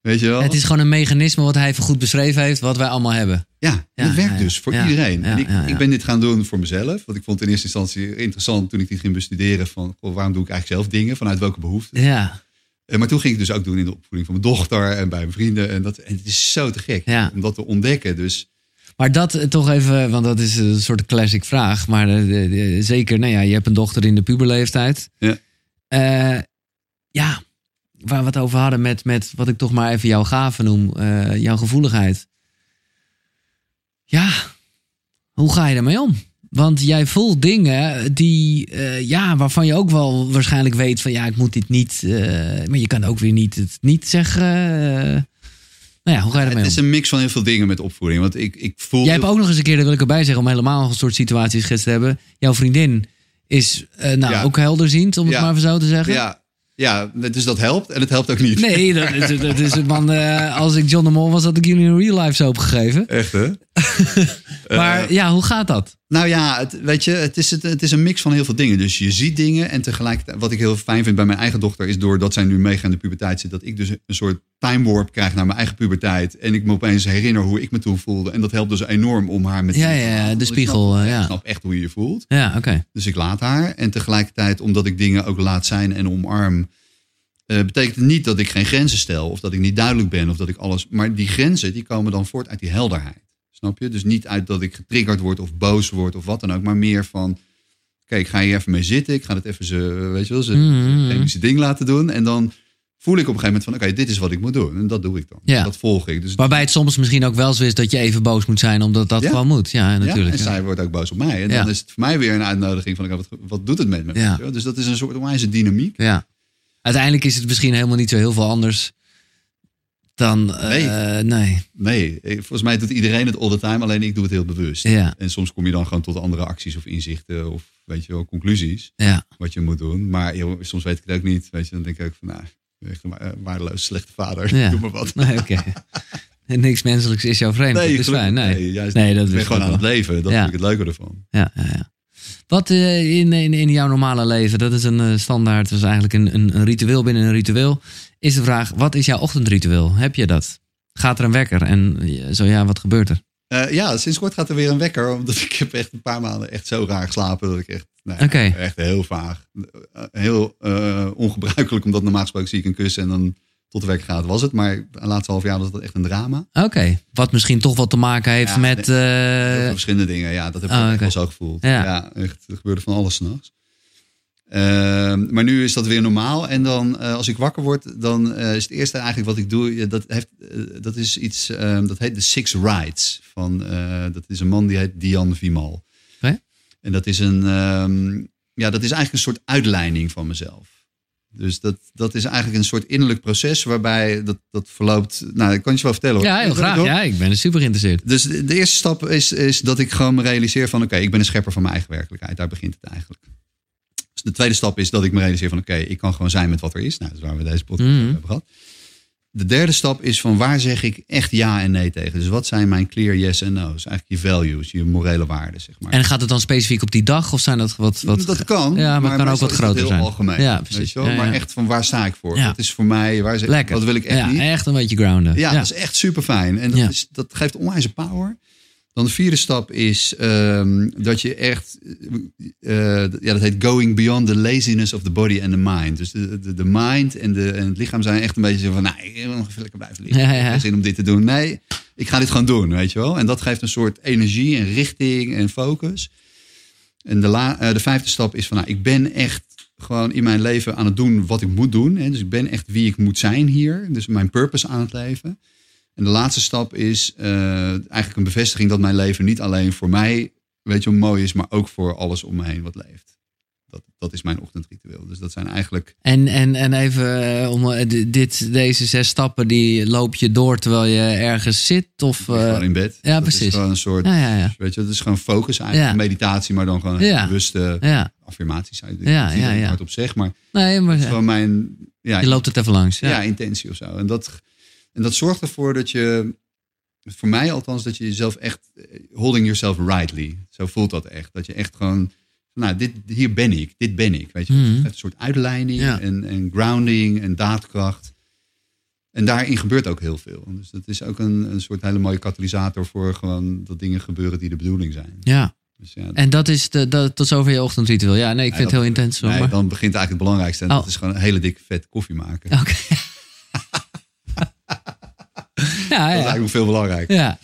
[SPEAKER 2] weet je wel.
[SPEAKER 1] Het is gewoon een mechanisme wat hij even goed beschreven heeft, wat wij allemaal hebben.
[SPEAKER 2] Ja,
[SPEAKER 1] Ja,
[SPEAKER 2] dat werkt
[SPEAKER 1] ja, ja.
[SPEAKER 2] dus voor
[SPEAKER 1] Ja,
[SPEAKER 2] iedereen.
[SPEAKER 1] ja,
[SPEAKER 2] en ik,
[SPEAKER 1] ja, ja.
[SPEAKER 2] ik ben dit gaan doen voor mezelf. Want ik vond het in eerste instantie interessant toen ik dit ging bestuderen. Van goh, waarom doe ik eigenlijk zelf dingen? Vanuit welke behoefte?
[SPEAKER 1] Ja,
[SPEAKER 2] Eh, Maar toen ging ik het dus ook doen in de opvoeding van mijn dochter en bij mijn vrienden. En, dat, en het is zo te gek
[SPEAKER 1] Ja.
[SPEAKER 2] om dat te ontdekken. Dus
[SPEAKER 1] maar dat eh, toch even, want dat is een soort classic vraag. Maar eh, eh, eh, zeker, nou ja, je hebt een dochter in de puberleeftijd.
[SPEAKER 2] Ja.
[SPEAKER 1] Eh, ja, waar we het over hadden met, met wat ik toch maar even jouw gave noem, eh, jouw gevoeligheid. Ja, hoe ga je daarmee om? Want jij voelt dingen die, eh, ja, waarvan je ook wel waarschijnlijk weet van ja, ik moet dit niet. eh, maar je kan ook weer niet het niet zeggen. eh. nou ja, hoe ga je daarmee
[SPEAKER 2] het
[SPEAKER 1] om?
[SPEAKER 2] is een mix van heel veel dingen met opvoeding. Want ik, ik voel...
[SPEAKER 1] Jij hebt ook nog eens een keer, dat wil ik erbij zeggen, om helemaal een soort situatieschets te hebben. Jouw vriendin is, eh, nou,
[SPEAKER 2] Ja.
[SPEAKER 1] ook helderziend, om het
[SPEAKER 2] Ja.
[SPEAKER 1] maar even zo te zeggen.
[SPEAKER 2] ja, ja, dus dat helpt en het helpt ook niet.
[SPEAKER 1] Nee, dat, is- dat is het man. eh, als ik John de Mol was, had ik jullie een real life soap gegeven.
[SPEAKER 2] Echt hè? Eh.
[SPEAKER 1] maar ja, hoe gaat dat?
[SPEAKER 2] Nou ja, het, weet je, het is, het, het is een mix van heel veel dingen. Dus je ziet dingen en tegelijkertijd... Wat ik heel fijn vind bij mijn eigen dochter is doordat zij nu meegaande in de puberteit zit... dat ik dus een soort time warp krijg naar mijn eigen puberteit. En ik me opeens herinner hoe ik me toen voelde. En dat helpt dus enorm om haar met...
[SPEAKER 1] Ja, ja, ja, de
[SPEAKER 2] Ik snap-
[SPEAKER 1] spiegel, eh,
[SPEAKER 2] Ik
[SPEAKER 1] ja.
[SPEAKER 2] snap echt hoe je je voelt.
[SPEAKER 1] Ja, oké.
[SPEAKER 2] Dus ik laat haar. En tegelijkertijd, omdat ik dingen ook laat zijn en omarm, eh, betekent het niet dat ik geen grenzen stel of dat ik niet duidelijk ben of dat ik alles. Maar die grenzen die komen dan voort uit die helderheid. Snap je? Dus niet uit dat ik getriggerd word of boos word of wat dan ook, maar meer van. Kijk, ik ga hier even mee zitten. Ik ga het even ze, weet je wel, ze
[SPEAKER 1] Mhm.
[SPEAKER 2] chemische ding laten doen. En dan voel ik op een gegeven moment van, oké, dit is wat ik moet doen. En dat doe ik dan.
[SPEAKER 1] Ja.
[SPEAKER 2] Dat volg ik. Dus
[SPEAKER 1] Waarbij het soms misschien ook wel zo is dat je even boos moet zijn, omdat dat
[SPEAKER 2] Ja.
[SPEAKER 1] gewoon moet. Ja, natuurlijk.
[SPEAKER 2] Ja, en zij wordt ook boos op mij. En
[SPEAKER 1] Ja.
[SPEAKER 2] dan is het voor mij weer een uitnodiging van, oké, wat, wat doet het met me?
[SPEAKER 1] Ja.
[SPEAKER 2] Weet je wel? Dus dat is een soort onwijze dynamiek.
[SPEAKER 1] Ja. Uiteindelijk is het misschien helemaal niet zo heel veel anders dan. eh, nee.
[SPEAKER 2] Nee. Nee, eh, volgens mij doet iedereen het all the time, alleen ik doe het heel bewust.
[SPEAKER 1] Ja.
[SPEAKER 2] En soms kom je dan gewoon tot andere acties of inzichten of weet je wel, conclusies
[SPEAKER 1] Ja.
[SPEAKER 2] wat je moet doen. Maar joh, soms weet ik het ook niet, weet je, dan denk ik ook van nou, echt een wa- eh, waardeloos slechte vader,
[SPEAKER 1] Ja.
[SPEAKER 2] doe maar wat.
[SPEAKER 1] Nee, oké. En Niks menselijks is jou vreemd. dat is
[SPEAKER 2] gelukkig-
[SPEAKER 1] fijn. Nee.
[SPEAKER 2] juist,
[SPEAKER 1] Nee, dat
[SPEAKER 2] ik
[SPEAKER 1] is
[SPEAKER 2] ben gewoon
[SPEAKER 1] goed
[SPEAKER 2] aan het leven, dat
[SPEAKER 1] Ja.
[SPEAKER 2] vind ik het leuke ervan.
[SPEAKER 1] Ja, ja, ja. Wat eh, in, in, in jouw normale leven, dat is een eh, standaard, dat is eigenlijk een, een, een ritueel binnen een ritueel, is de vraag, wat is jouw ochtendritueel? Heb je dat? Gaat er een wekker? En eh, zo ja, wat gebeurt er?
[SPEAKER 2] Eh, ja, sinds kort gaat er weer een wekker, omdat ik heb echt een paar maanden echt zo raar geslapen dat ik echt, nou ja,
[SPEAKER 1] Oké.
[SPEAKER 2] echt heel vaag, eh, heel eh, ongebruikelijk, omdat normaal gesproken zie ik een kus en dan tot de wekker gaat was het. Maar de laatste half jaar was dat echt een drama.
[SPEAKER 1] Oké, wat misschien toch wat te maken heeft
[SPEAKER 2] Ja,
[SPEAKER 1] met...
[SPEAKER 2] Heel veel
[SPEAKER 1] eh,
[SPEAKER 2] verschillende dingen, ja, dat heb ik
[SPEAKER 1] oh,
[SPEAKER 2] ook echt
[SPEAKER 1] oké.
[SPEAKER 2] wel zo gevoeld.
[SPEAKER 1] Ja.
[SPEAKER 2] Ja, echt, er gebeurde van alles s'nachts. Ehm maar nu is dat weer normaal. En dan, eh, als ik wakker word, dan eh, is het eerste eigenlijk wat ik doe. ja, dat, heeft, eh, dat is iets, ehm, dat heet de Six Rides. Van, eh, dat is een man die heet Dian Vimal.
[SPEAKER 1] Oké.
[SPEAKER 2] En dat is een, ehm, ja, dat is eigenlijk een soort uitleiding van mezelf. Dus dat, dat is eigenlijk een soort innerlijk proces waarbij dat, dat verloopt. Nou, ik kan je wel vertellen hoor.
[SPEAKER 1] ja, heel graag.
[SPEAKER 2] Hoor.
[SPEAKER 1] Ja, ik ben er super geïnteresseerd.
[SPEAKER 2] Dus de de eerste stap is, is dat ik gewoon me realiseer van... oké, ik ben een schepper van mijn eigen werkelijkheid. Daar begint het eigenlijk. Dus de tweede stap is dat ik me realiseer van... oké, ik kan gewoon zijn met wat er is. Nou, dat is waar we deze podcast
[SPEAKER 1] Mhm.
[SPEAKER 2] over hebben gehad. De derde stap is van waar zeg ik echt ja en nee tegen? Dus wat zijn mijn clear yes en no's? Eigenlijk je values, je morele waarden, zeg maar.
[SPEAKER 1] En gaat het dan specifiek op die dag of zijn dat wat... wat
[SPEAKER 2] dat kan,
[SPEAKER 1] Ja, maar het kan ook wat
[SPEAKER 2] meestal is dat
[SPEAKER 1] groter
[SPEAKER 2] heel
[SPEAKER 1] zijn.
[SPEAKER 2] algemeen.
[SPEAKER 1] Ja,
[SPEAKER 2] weet je
[SPEAKER 1] precies.
[SPEAKER 2] wel?
[SPEAKER 1] Ja, ja.
[SPEAKER 2] Maar echt van waar sta ik voor?
[SPEAKER 1] Ja.
[SPEAKER 2] Wat is voor mij? Waar zeg,
[SPEAKER 1] Lekker.
[SPEAKER 2] Wat wil ik echt
[SPEAKER 1] ja,
[SPEAKER 2] niet?
[SPEAKER 1] echt een beetje grounden.
[SPEAKER 2] Ja, dus dat is echt super fijn. En dat,
[SPEAKER 1] Ja.
[SPEAKER 2] is, dat geeft onwijs power. Dan de vierde stap is ehm, dat je echt, eh, eh, ja, dat heet going beyond the laziness of the body and the mind. Dus de, de, de mind en, de, en het lichaam zijn echt een beetje zo van, nou, ik wil nog even lekker blijven liggen.
[SPEAKER 1] Ja, ja,
[SPEAKER 2] Ik heb
[SPEAKER 1] ja.
[SPEAKER 2] geen zin om dit te doen. Nee, ik ga dit gewoon doen, weet je wel. En dat geeft een soort energie en richting en focus. En de, la, eh, de vijfde stap is van, nou, ik ben echt gewoon in mijn leven aan het doen wat ik moet doen. Hè? Dus ik ben echt wie ik moet zijn hier. Dus mijn purpose aan het leven. En de laatste stap is eh, eigenlijk een bevestiging dat mijn leven niet alleen voor mij weet je, wel, mooi is, maar ook voor alles om me heen wat leeft. Dat, dat is mijn ochtendritueel. Dus dat zijn eigenlijk
[SPEAKER 1] En, en, en even, eh, om, eh, di- dit, deze zes stappen, die loop je door terwijl je ergens zit? Of, eh,
[SPEAKER 2] gewoon in bed.
[SPEAKER 1] ja,
[SPEAKER 2] dat
[SPEAKER 1] precies.
[SPEAKER 2] Is gewoon een soort,
[SPEAKER 1] ja, ja, ja.
[SPEAKER 2] weet je, dat is gewoon focus eigenlijk.
[SPEAKER 1] Ja.
[SPEAKER 2] Meditatie, maar dan gewoon een
[SPEAKER 1] Ja.
[SPEAKER 2] bewuste
[SPEAKER 1] ja.
[SPEAKER 2] affirmaties. zou je- Ik
[SPEAKER 1] Ja,
[SPEAKER 2] zie
[SPEAKER 1] ja,
[SPEAKER 2] dat niet
[SPEAKER 1] ja.
[SPEAKER 2] hardop zeg, maar
[SPEAKER 1] Nee, maar
[SPEAKER 2] het is gewoon mijn ja,
[SPEAKER 1] je loopt het even langs.
[SPEAKER 2] ja.
[SPEAKER 1] Ja,
[SPEAKER 2] intentie of zo. En dat, en dat zorgt ervoor dat je, voor mij althans, dat je jezelf echt, eh, holding yourself rightly, zo voelt dat echt. Dat je echt gewoon, nou, dit, hier ben ik, dit ben ik. Weet je,
[SPEAKER 1] Mhm.
[SPEAKER 2] Het geeft een soort uitleiding
[SPEAKER 1] Ja.
[SPEAKER 2] en, en grounding en daadkracht. En daarin gebeurt ook heel veel. Dus dat is ook een, een soort hele mooie katalysator voor gewoon dat dingen gebeuren die de bedoeling zijn.
[SPEAKER 1] ja.
[SPEAKER 2] Dus ja,
[SPEAKER 1] En dat is de, dat, tot zover je ochtendritueel. Ja, nee, ik
[SPEAKER 2] Ja,
[SPEAKER 1] vind het
[SPEAKER 2] dat-
[SPEAKER 1] heel intens. hoor,
[SPEAKER 2] nee,
[SPEAKER 1] maar-
[SPEAKER 2] dan begint eigenlijk het belangrijkste. En
[SPEAKER 1] Oh.
[SPEAKER 2] dat is gewoon een hele dikke vet koffie maken.
[SPEAKER 1] Oké. ja,
[SPEAKER 2] Dat is
[SPEAKER 1] ja.
[SPEAKER 2] eigenlijk nog veel belangrijker.
[SPEAKER 1] ja.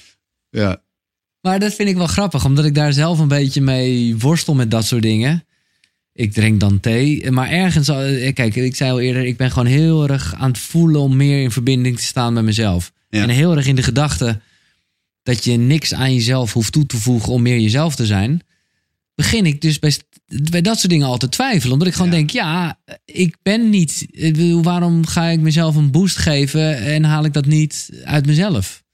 [SPEAKER 2] Ja.
[SPEAKER 1] Maar dat vind ik wel grappig, omdat ik daar zelf een beetje mee worstel met dat soort dingen. Ik drink dan thee. Maar ergens, eh, kijk, ik zei al eerder, ik ben gewoon heel erg aan het voelen om meer in verbinding te staan met mezelf.
[SPEAKER 2] Ja.
[SPEAKER 1] En heel erg in de gedachte dat je niks aan jezelf hoeft toe te voegen om meer jezelf te zijn. Begin ik dus bij, st- bij dat soort dingen altijd twijfelen. Omdat ik gewoon
[SPEAKER 2] Ja.
[SPEAKER 1] denk, ja, ik ben niet. ik bedoel, Waarom ga ik mezelf een boost geven en haal ik dat niet uit mezelf?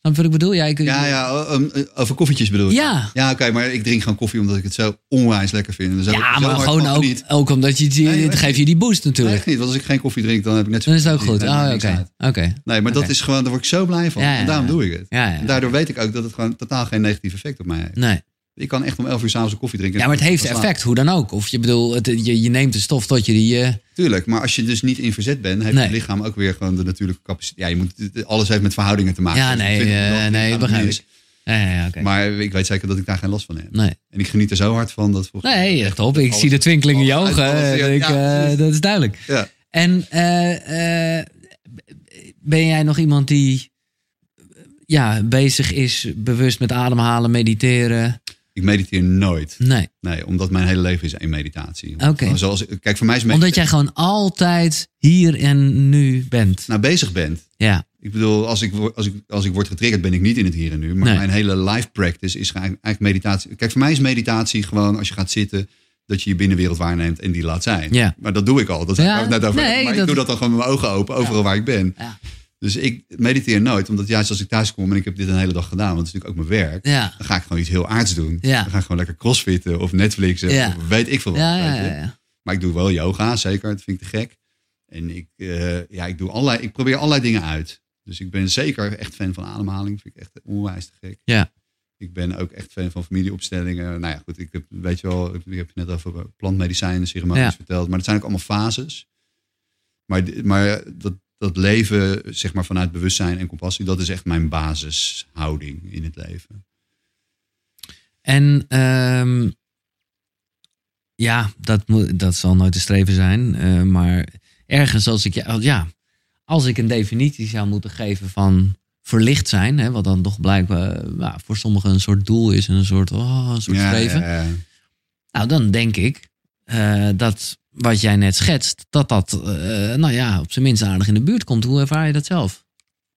[SPEAKER 1] Snap je wat ik bedoel? Ja, ik,
[SPEAKER 2] Ja, ja, o- om- eh, over koffietjes bedoel je?
[SPEAKER 1] Mm-hmm. Ja.
[SPEAKER 2] Ja, oké, maar ik drink gewoon koffie omdat ik het zo onwijs lekker vind. En Zo,
[SPEAKER 1] Ja,
[SPEAKER 2] zo
[SPEAKER 1] maar
[SPEAKER 2] hard
[SPEAKER 1] gewoon
[SPEAKER 2] mag het
[SPEAKER 1] ook,
[SPEAKER 2] Niet.
[SPEAKER 1] ook omdat je die,
[SPEAKER 2] Nee,
[SPEAKER 1] het
[SPEAKER 2] echt
[SPEAKER 1] geeft je die boost natuurlijk.
[SPEAKER 2] Echt niet, want als ik geen koffie drink, dan heb ik net zo...
[SPEAKER 1] Dan is het ook goed.
[SPEAKER 2] Nee, maakt
[SPEAKER 1] Ah,
[SPEAKER 2] niks
[SPEAKER 1] oké.
[SPEAKER 2] uit.
[SPEAKER 1] Oké.
[SPEAKER 2] Nee, maar dat
[SPEAKER 1] Oké.
[SPEAKER 2] is gewoon, daar word ik zo blij van.
[SPEAKER 1] Ja, ja,
[SPEAKER 2] en daarom
[SPEAKER 1] ja.
[SPEAKER 2] doe ik het.
[SPEAKER 1] Ja,
[SPEAKER 2] En
[SPEAKER 1] ja.
[SPEAKER 2] daardoor weet ik ook dat het gewoon totaal geen negatief effect op mij heeft.
[SPEAKER 1] Nee.
[SPEAKER 2] Ik kan echt om 11 uur s'avonds een koffie drinken.
[SPEAKER 1] Ja,
[SPEAKER 2] en
[SPEAKER 1] maar het
[SPEAKER 2] dan
[SPEAKER 1] heeft
[SPEAKER 2] gaan
[SPEAKER 1] effect, hoe dan ook. Of je bedoel, het, je, je neemt de stof tot je die... eh,
[SPEAKER 2] slapen. Tuurlijk, maar als je dus niet in verzet bent, heeft
[SPEAKER 1] Nee.
[SPEAKER 2] je lichaam ook weer gewoon de natuurlijke capaciteit. Ja, je moet, alles heeft met verhoudingen te maken.
[SPEAKER 1] Ja,
[SPEAKER 2] Dus
[SPEAKER 1] nee,
[SPEAKER 2] ik vind
[SPEAKER 1] eh,
[SPEAKER 2] het wel-
[SPEAKER 1] nee,
[SPEAKER 2] gaat het
[SPEAKER 1] begrijp
[SPEAKER 2] mis.
[SPEAKER 1] ik. ja, ja, ja, oké.
[SPEAKER 2] Maar ik weet zeker dat ik daar geen last van heb.
[SPEAKER 1] Nee.
[SPEAKER 2] En ik geniet er zo hard van dat volgens mij
[SPEAKER 1] Nee,
[SPEAKER 2] dat
[SPEAKER 1] echt op. Ik
[SPEAKER 2] alles-
[SPEAKER 1] zie de twinkeling in je
[SPEAKER 2] alles
[SPEAKER 1] ogen. eh,
[SPEAKER 2] uitbalanceert.
[SPEAKER 1] dat ik,
[SPEAKER 2] Ja,
[SPEAKER 1] eh,
[SPEAKER 2] precies.
[SPEAKER 1] dat is duidelijk.
[SPEAKER 2] Ja.
[SPEAKER 1] En eh, eh, ben jij nog iemand die ja, bezig is bewust met ademhalen, mediteren?
[SPEAKER 2] Ik mediteer nooit.
[SPEAKER 1] Nee.
[SPEAKER 2] Nee, omdat mijn hele leven is één meditatie.
[SPEAKER 1] Oké.
[SPEAKER 2] Gewoon Zoals, kijk, voor mij is meditatie...
[SPEAKER 1] Omdat jij gewoon altijd hier en nu bent.
[SPEAKER 2] Nou, bezig bent.
[SPEAKER 1] Ja.
[SPEAKER 2] Ik bedoel, als ik, wo- als, ik, als ik word getriggerd, ben ik niet in het hier en nu. Maar
[SPEAKER 1] Nee.
[SPEAKER 2] mijn hele life practice is eigenlijk, eigenlijk meditatie. Kijk, voor mij is meditatie gewoon als je gaat zitten... dat je je binnenwereld waarneemt en die laat zijn.
[SPEAKER 1] Ja.
[SPEAKER 2] Maar dat doe ik al. Dat
[SPEAKER 1] Ja,
[SPEAKER 2] heb ik net over.
[SPEAKER 1] nee,
[SPEAKER 2] maar
[SPEAKER 1] dat-
[SPEAKER 2] ik doe dat dan gewoon met mijn ogen open, overal waar ik ben.
[SPEAKER 1] Ja.
[SPEAKER 2] Dus ik mediteer nooit. Omdat juist als ik thuis kom en ik heb dit een hele dag gedaan... want het is natuurlijk ook mijn werk...
[SPEAKER 1] Ja.
[SPEAKER 2] dan ga ik gewoon iets heel aards doen.
[SPEAKER 1] Ja.
[SPEAKER 2] Dan ga ik gewoon lekker crossfitten of Netflixen.
[SPEAKER 1] Ja.
[SPEAKER 2] Of weet ik veel wat.
[SPEAKER 1] Ja, ja,
[SPEAKER 2] weet je.
[SPEAKER 1] ja, ja.
[SPEAKER 2] Maar ik doe wel yoga, zeker. Dat vind ik te gek. En ik, eh, ja, ik, doe allerlei, ik probeer allerlei dingen uit. Dus ik ben zeker echt fan van ademhaling. Vind ik echt onwijs te gek.
[SPEAKER 1] Ja.
[SPEAKER 2] Ik ben ook echt fan van familieopstellingen. Nou ja, goed. Ik heb, weet je wel, ik ik heb net over plantmedicijnen, ceremonies
[SPEAKER 1] Ja.
[SPEAKER 2] verteld. Maar dat zijn ook allemaal fases. Maar, di- maar dat, dat leven, zeg maar vanuit bewustzijn en compassie, dat is echt mijn basishouding in het leven.
[SPEAKER 1] En ehm, ja, dat, moet, dat zal nooit te streven zijn. eh, maar ergens als ik, ja, ja, als ik een definitie zou moeten geven van verlicht zijn, hè, wat dan toch blijkbaar eh, nou, voor sommigen een soort doel is en een soort, oh, een soort streven.
[SPEAKER 2] ja, ja.
[SPEAKER 1] Nou, dan denk ik eh, dat wat jij net schetst, dat dat, eh, nou ja, op zijn minst aardig in de buurt komt. Hoe ervaar je dat zelf?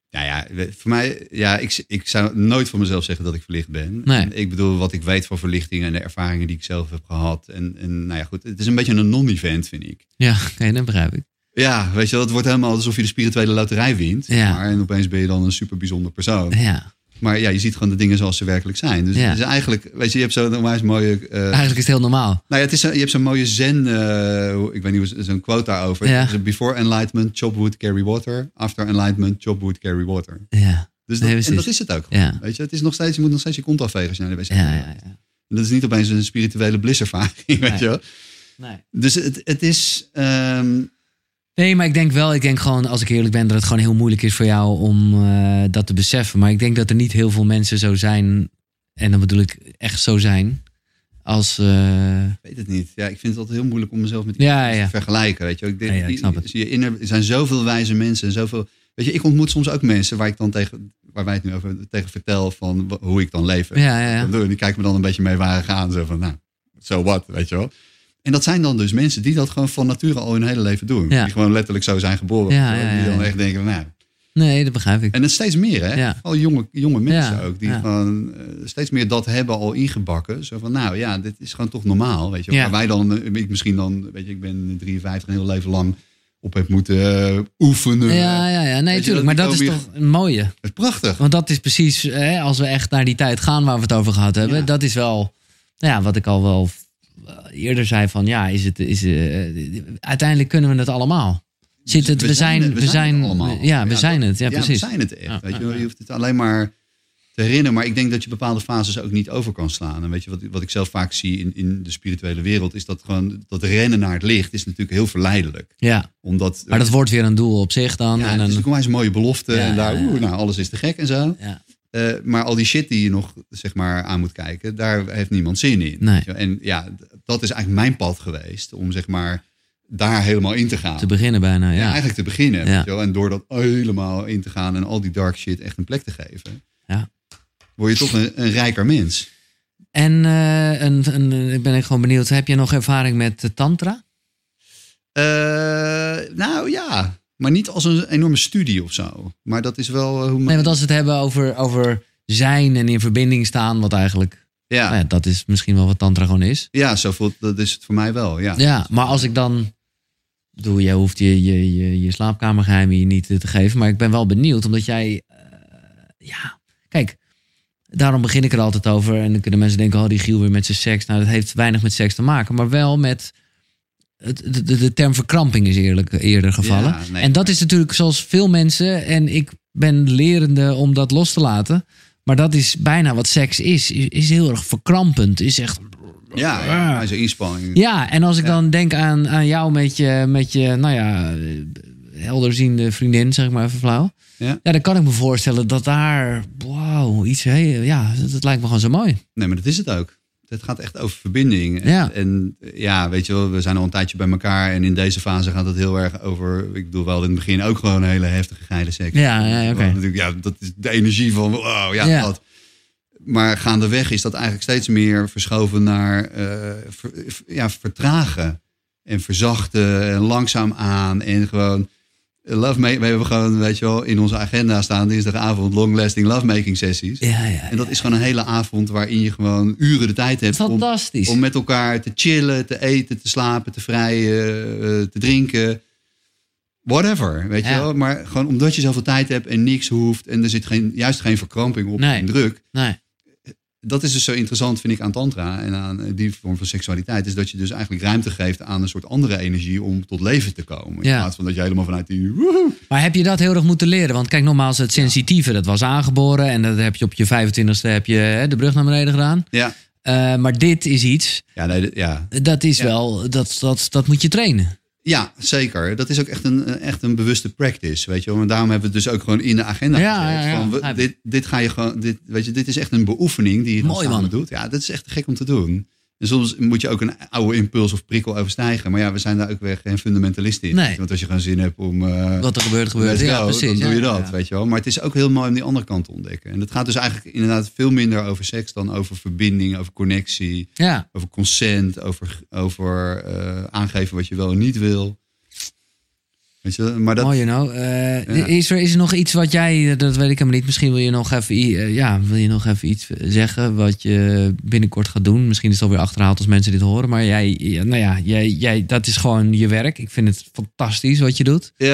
[SPEAKER 2] Nou ja, we- voor mij, ja, ik, ik zou nooit van mezelf zeggen dat ik verlicht ben.
[SPEAKER 1] Nee.
[SPEAKER 2] En Ik bedoel, wat ik weet van verlichting en de ervaringen die ik zelf heb gehad. En, en nou ja, goed, het is een beetje een non-event, vind ik.
[SPEAKER 1] Ja, oké, dat begrijp ik.
[SPEAKER 2] Ja, weet je, wel, het wordt helemaal alsof je de spirituele loterij wint. zeg
[SPEAKER 1] Ja.
[SPEAKER 2] Maar, en opeens ben je dan een super bijzonder persoon.
[SPEAKER 1] Ja,
[SPEAKER 2] Maar ja, je ziet gewoon de dingen zoals ze werkelijk zijn. Dus
[SPEAKER 1] Ja. Ah.
[SPEAKER 2] het is eigenlijk, weet je, je hebt zo'n onwijs mooie eh,
[SPEAKER 1] eigenlijk is het heel normaal.
[SPEAKER 2] nou ja, het is, zo- je hebt zo'n mooie zen, eh, ik weet niet, hoe ze- zo'n quote daarover.
[SPEAKER 1] Ja.
[SPEAKER 2] Het is een Before enlightenment, chop wood, carry water. After enlightenment, chop wood, carry water.
[SPEAKER 1] Ja,
[SPEAKER 2] Dus
[SPEAKER 1] Nee,
[SPEAKER 2] dat, en
[SPEAKER 1] precies.
[SPEAKER 2] dat is het ook.
[SPEAKER 1] Ja.
[SPEAKER 2] Weet je, het is nog steeds, je moet nog steeds je kont afvegen als je naar de wc
[SPEAKER 1] ja,
[SPEAKER 2] gaat.
[SPEAKER 1] ja. ja.
[SPEAKER 2] En Dat is niet opeens een spirituele blisservaring, weet
[SPEAKER 1] Nee.
[SPEAKER 2] je wel.
[SPEAKER 1] Nee.
[SPEAKER 2] Dus het, het is, ehm,
[SPEAKER 1] Nee, maar ik denk wel, ik denk gewoon, als ik eerlijk ben, dat het gewoon heel moeilijk is voor jou om eh, dat te beseffen. Maar ik denk dat er niet heel veel mensen zo zijn, en dan bedoel ik echt zo zijn, als. eh,
[SPEAKER 2] ik weet het niet. Ja, ik vind het altijd heel moeilijk om mezelf met
[SPEAKER 1] Ja,
[SPEAKER 2] iemand
[SPEAKER 1] ja.
[SPEAKER 2] te vergelijken, weet je wel. Ik denk,
[SPEAKER 1] Ja, ja, ik
[SPEAKER 2] die-
[SPEAKER 1] snap het.
[SPEAKER 2] zie je inner- er zijn zoveel wijze mensen en zoveel... Weet je, ik ontmoet soms ook mensen waar ik dan tegen, waar wij het nu over tegen vertel van wa- hoe ik dan leef.
[SPEAKER 1] ja, ja, ja.
[SPEAKER 2] Dan doen. Die kijken me dan een beetje meewarig aan. Zo van, nou, zo wat, weet je wel. En dat zijn dan dus mensen die dat gewoon van nature al hun hele leven doen.
[SPEAKER 1] Ja.
[SPEAKER 2] Die gewoon letterlijk zo zijn geboren.
[SPEAKER 1] Ja, ja,
[SPEAKER 2] die
[SPEAKER 1] ja,
[SPEAKER 2] dan
[SPEAKER 1] ja.
[SPEAKER 2] echt denken, nou,
[SPEAKER 1] Nee, dat begrijp ik.
[SPEAKER 2] En dat steeds meer, hè?
[SPEAKER 1] Ja.
[SPEAKER 2] Al jonge, jonge mensen
[SPEAKER 1] Ja,
[SPEAKER 2] ook, die
[SPEAKER 1] ja.
[SPEAKER 2] gewoon, eh, steeds meer dat hebben al ingebakken. Zo van, nou ja, dit is gewoon toch normaal, weet je.
[SPEAKER 1] Ja.
[SPEAKER 2] Waar wij dan, eh, ik misschien dan, weet je, ik ben 53 een heel leven lang op heb moeten eh, oefenen.
[SPEAKER 1] Ja, ja, ja. Nee,
[SPEAKER 2] Weet je, dat
[SPEAKER 1] natuurlijk. Maar dat is
[SPEAKER 2] die
[SPEAKER 1] toch
[SPEAKER 2] komen
[SPEAKER 1] een mooie.
[SPEAKER 2] Het is prachtig.
[SPEAKER 1] Want dat is precies, hè, als we echt naar die tijd gaan waar we het over gehad hebben,
[SPEAKER 2] Ja.
[SPEAKER 1] dat is wel, nou ja, wat ik al wel eh, eerder zei van, ja, is het, is, eh, uiteindelijk kunnen we het allemaal. Zit het, we, zijn, we zijn,
[SPEAKER 2] Dus het allemaal.
[SPEAKER 1] ja, we zijn
[SPEAKER 2] dat-
[SPEAKER 1] het, ja,
[SPEAKER 2] we
[SPEAKER 1] precies.
[SPEAKER 2] zijn het echt.
[SPEAKER 1] Ja,
[SPEAKER 2] weet je,
[SPEAKER 1] ja,
[SPEAKER 2] wel.
[SPEAKER 1] ja.
[SPEAKER 2] je hoeft het alleen maar te herinneren. Maar ik denk dat je bepaalde fases ook niet over kan slaan. En weet je, wat, wat ik zelf vaak zie in, in de spirituele wereld... is dat gewoon dat rennen naar het licht is natuurlijk heel verleidelijk.
[SPEAKER 1] Ja,
[SPEAKER 2] Omdat...
[SPEAKER 1] maar dat wordt weer een doel op zich dan. en
[SPEAKER 2] ja, het is
[SPEAKER 1] een,
[SPEAKER 2] natuurlijk een mooie belofte.
[SPEAKER 1] Ja,
[SPEAKER 2] en daar,
[SPEAKER 1] ja, ja.
[SPEAKER 2] oeh, nou, alles is te gek en zo.
[SPEAKER 1] ja,
[SPEAKER 2] Eh, maar al die shit die je nog zeg maar, aan moet kijken, daar heeft niemand zin in.
[SPEAKER 1] Nee.
[SPEAKER 2] Weet je wel. En ja, d- dat is eigenlijk mijn pad geweest om zeg maar, daar helemaal in te gaan.
[SPEAKER 1] te beginnen bijna,
[SPEAKER 2] Ja,
[SPEAKER 1] ja.
[SPEAKER 2] eigenlijk te beginnen.
[SPEAKER 1] Ja.
[SPEAKER 2] weet je wel. En door dat helemaal in te gaan en al die dark shit echt een plek te geven,
[SPEAKER 1] Ja.
[SPEAKER 2] word je toch een, een rijker mens.
[SPEAKER 1] En eh, een, een, ik ben echt gewoon benieuwd, heb je nog ervaring met eh, tantra?
[SPEAKER 2] Eh, nou ja, maar niet als een enorme studie of zo. Maar dat is wel eh, hoe
[SPEAKER 1] Nee, want als we het hebben over, over zijn en in verbinding staan, wat eigenlijk,
[SPEAKER 2] ja.
[SPEAKER 1] nou ja, dat is misschien wel wat tantra gewoon is.
[SPEAKER 2] ja, zo voelt dat is het voor mij wel. Ja.
[SPEAKER 1] Ja, maar als ik dan. Doe, jij hoeft je, je, je, je slaapkamergeheimen hier niet eh, te geven. Maar ik ben wel benieuwd, omdat jij. eh, ja, kijk. Daarom begin ik er altijd over. En dan kunnen mensen denken: oh, die Giel weer met zijn seks. Nou, dat heeft weinig met seks te maken. Maar wel met. het- de, de, de term verkramping is eerlijk, eerder gevallen.
[SPEAKER 2] Ja, nee,
[SPEAKER 1] en dat
[SPEAKER 2] maar-
[SPEAKER 1] is natuurlijk zoals veel mensen. En ik ben lerende om dat los te laten. Maar dat is bijna wat seks is. Is, is heel erg verkrampend. Is echt.
[SPEAKER 2] Ja, ja, ja, zo'n inspanning.
[SPEAKER 1] Ja, en als ik
[SPEAKER 2] Ja.
[SPEAKER 1] dan denk aan, aan jou met je, met je, nou ja, eh, helderziende vriendin, zeg ik maar even flauw.
[SPEAKER 2] Ja.
[SPEAKER 1] dan kan ik me voorstellen dat daar, wauw, iets, hé, ja, dat, dat lijkt me gewoon zo mooi.
[SPEAKER 2] Nee, maar dat is het ook. Het gaat echt over verbinding. En-
[SPEAKER 1] Ja.
[SPEAKER 2] En eh, ja, weet je wel, we zijn al een tijdje bij elkaar. En in deze fase gaat het heel erg over. Ik bedoel wel in het begin ook gewoon een hele heftige geile seks.
[SPEAKER 1] Ja, ja, oké.
[SPEAKER 2] Want natuurlijk, ja, dat is de energie van. Wow, ja,
[SPEAKER 1] Ja.
[SPEAKER 2] dat. Maar gaandeweg is dat eigenlijk steeds meer verschoven naar eh, ver- ver- ja, vertragen. En verzachten en langzaam aan. En gewoon lovemaking. We hebben gewoon, weet je wel, in onze agenda staan dinsdagavond long-lasting lovemaking sessies.
[SPEAKER 1] Ja, ja.
[SPEAKER 2] En dat is gewoon een hele avond waarin je gewoon uren de tijd hebt om,
[SPEAKER 1] Fantastisch.
[SPEAKER 2] om met elkaar te chillen, te eten, te slapen, te vrijen, eh, te drinken. Whatever, weet je
[SPEAKER 1] Ja.
[SPEAKER 2] wel. Maar gewoon omdat je zoveel tijd hebt en niks hoeft en er zit geen, juist geen verkramping op
[SPEAKER 1] Nee.
[SPEAKER 2] en druk.
[SPEAKER 1] nee.
[SPEAKER 2] Dat is dus zo interessant, vind ik, aan tantra en aan eh, die vorm van seksualiteit. Is dat je dus eigenlijk ruimte geeft aan een soort andere energie om tot leven te komen. In
[SPEAKER 1] Ja.
[SPEAKER 2] plaats van dat je helemaal vanuit die... woehoe.
[SPEAKER 1] Maar heb je dat heel erg moeten leren? Want kijk, nogmaals, het sensitieve, dat was aangeboren. En dat heb je op je 25ste heb je hè, de brug naar beneden gedaan.
[SPEAKER 2] Ja,
[SPEAKER 1] Eh, maar dit is iets,
[SPEAKER 2] ja, nee, d- ja.
[SPEAKER 1] dat is
[SPEAKER 2] Ja.
[SPEAKER 1] wel, dat, dat, dat moet je trainen.
[SPEAKER 2] Ja, zeker. Dat is ook echt een, eh, echt een bewuste practice, weet je wel. En daarom hebben we het dus ook gewoon in de agenda
[SPEAKER 1] Ja,
[SPEAKER 2] gezet.
[SPEAKER 1] ja, ja.
[SPEAKER 2] Van, we-
[SPEAKER 1] Ja.
[SPEAKER 2] dit, dit ga je gewoon, dit, weet je, dit is echt een beoefening die je dan
[SPEAKER 1] Mooi,
[SPEAKER 2] samen
[SPEAKER 1] man.
[SPEAKER 2] doet. Ja, dat is echt gek om te doen. En soms moet je ook een oude impuls of prikkel overstijgen. Maar ja, we zijn daar ook weer geen fundamentalisten in.
[SPEAKER 1] Nee.
[SPEAKER 2] weet je. Want als je gewoon zin hebt om... eh,
[SPEAKER 1] Wat er gebeurt, gebeurt.
[SPEAKER 2] let's
[SPEAKER 1] Ja,
[SPEAKER 2] go,
[SPEAKER 1] precies.
[SPEAKER 2] dan doe
[SPEAKER 1] Ja,
[SPEAKER 2] je dat,
[SPEAKER 1] ja.
[SPEAKER 2] weet je wel. Maar het is ook heel mooi om die andere kant te ontdekken. En het gaat dus eigenlijk inderdaad veel minder over seks dan over verbinding, over connectie
[SPEAKER 1] Ja.
[SPEAKER 2] over consent, over, over eh, aangeven wat je wel en niet wil. Weet je, maar dat,
[SPEAKER 1] Mooi, you know. Eh,
[SPEAKER 2] Ja.
[SPEAKER 1] is, er, is er nog iets wat jij, eh, dat weet ik helemaal niet, misschien wil je nog even, i- eh, ja, wil je nog even iets eh, zeggen wat je binnenkort gaat doen? Misschien is het alweer achterhaald als mensen dit horen, maar jij, ja, nou ja, jij, jij, dat is gewoon je werk. Ik vind het fantastisch wat je doet.
[SPEAKER 2] ja,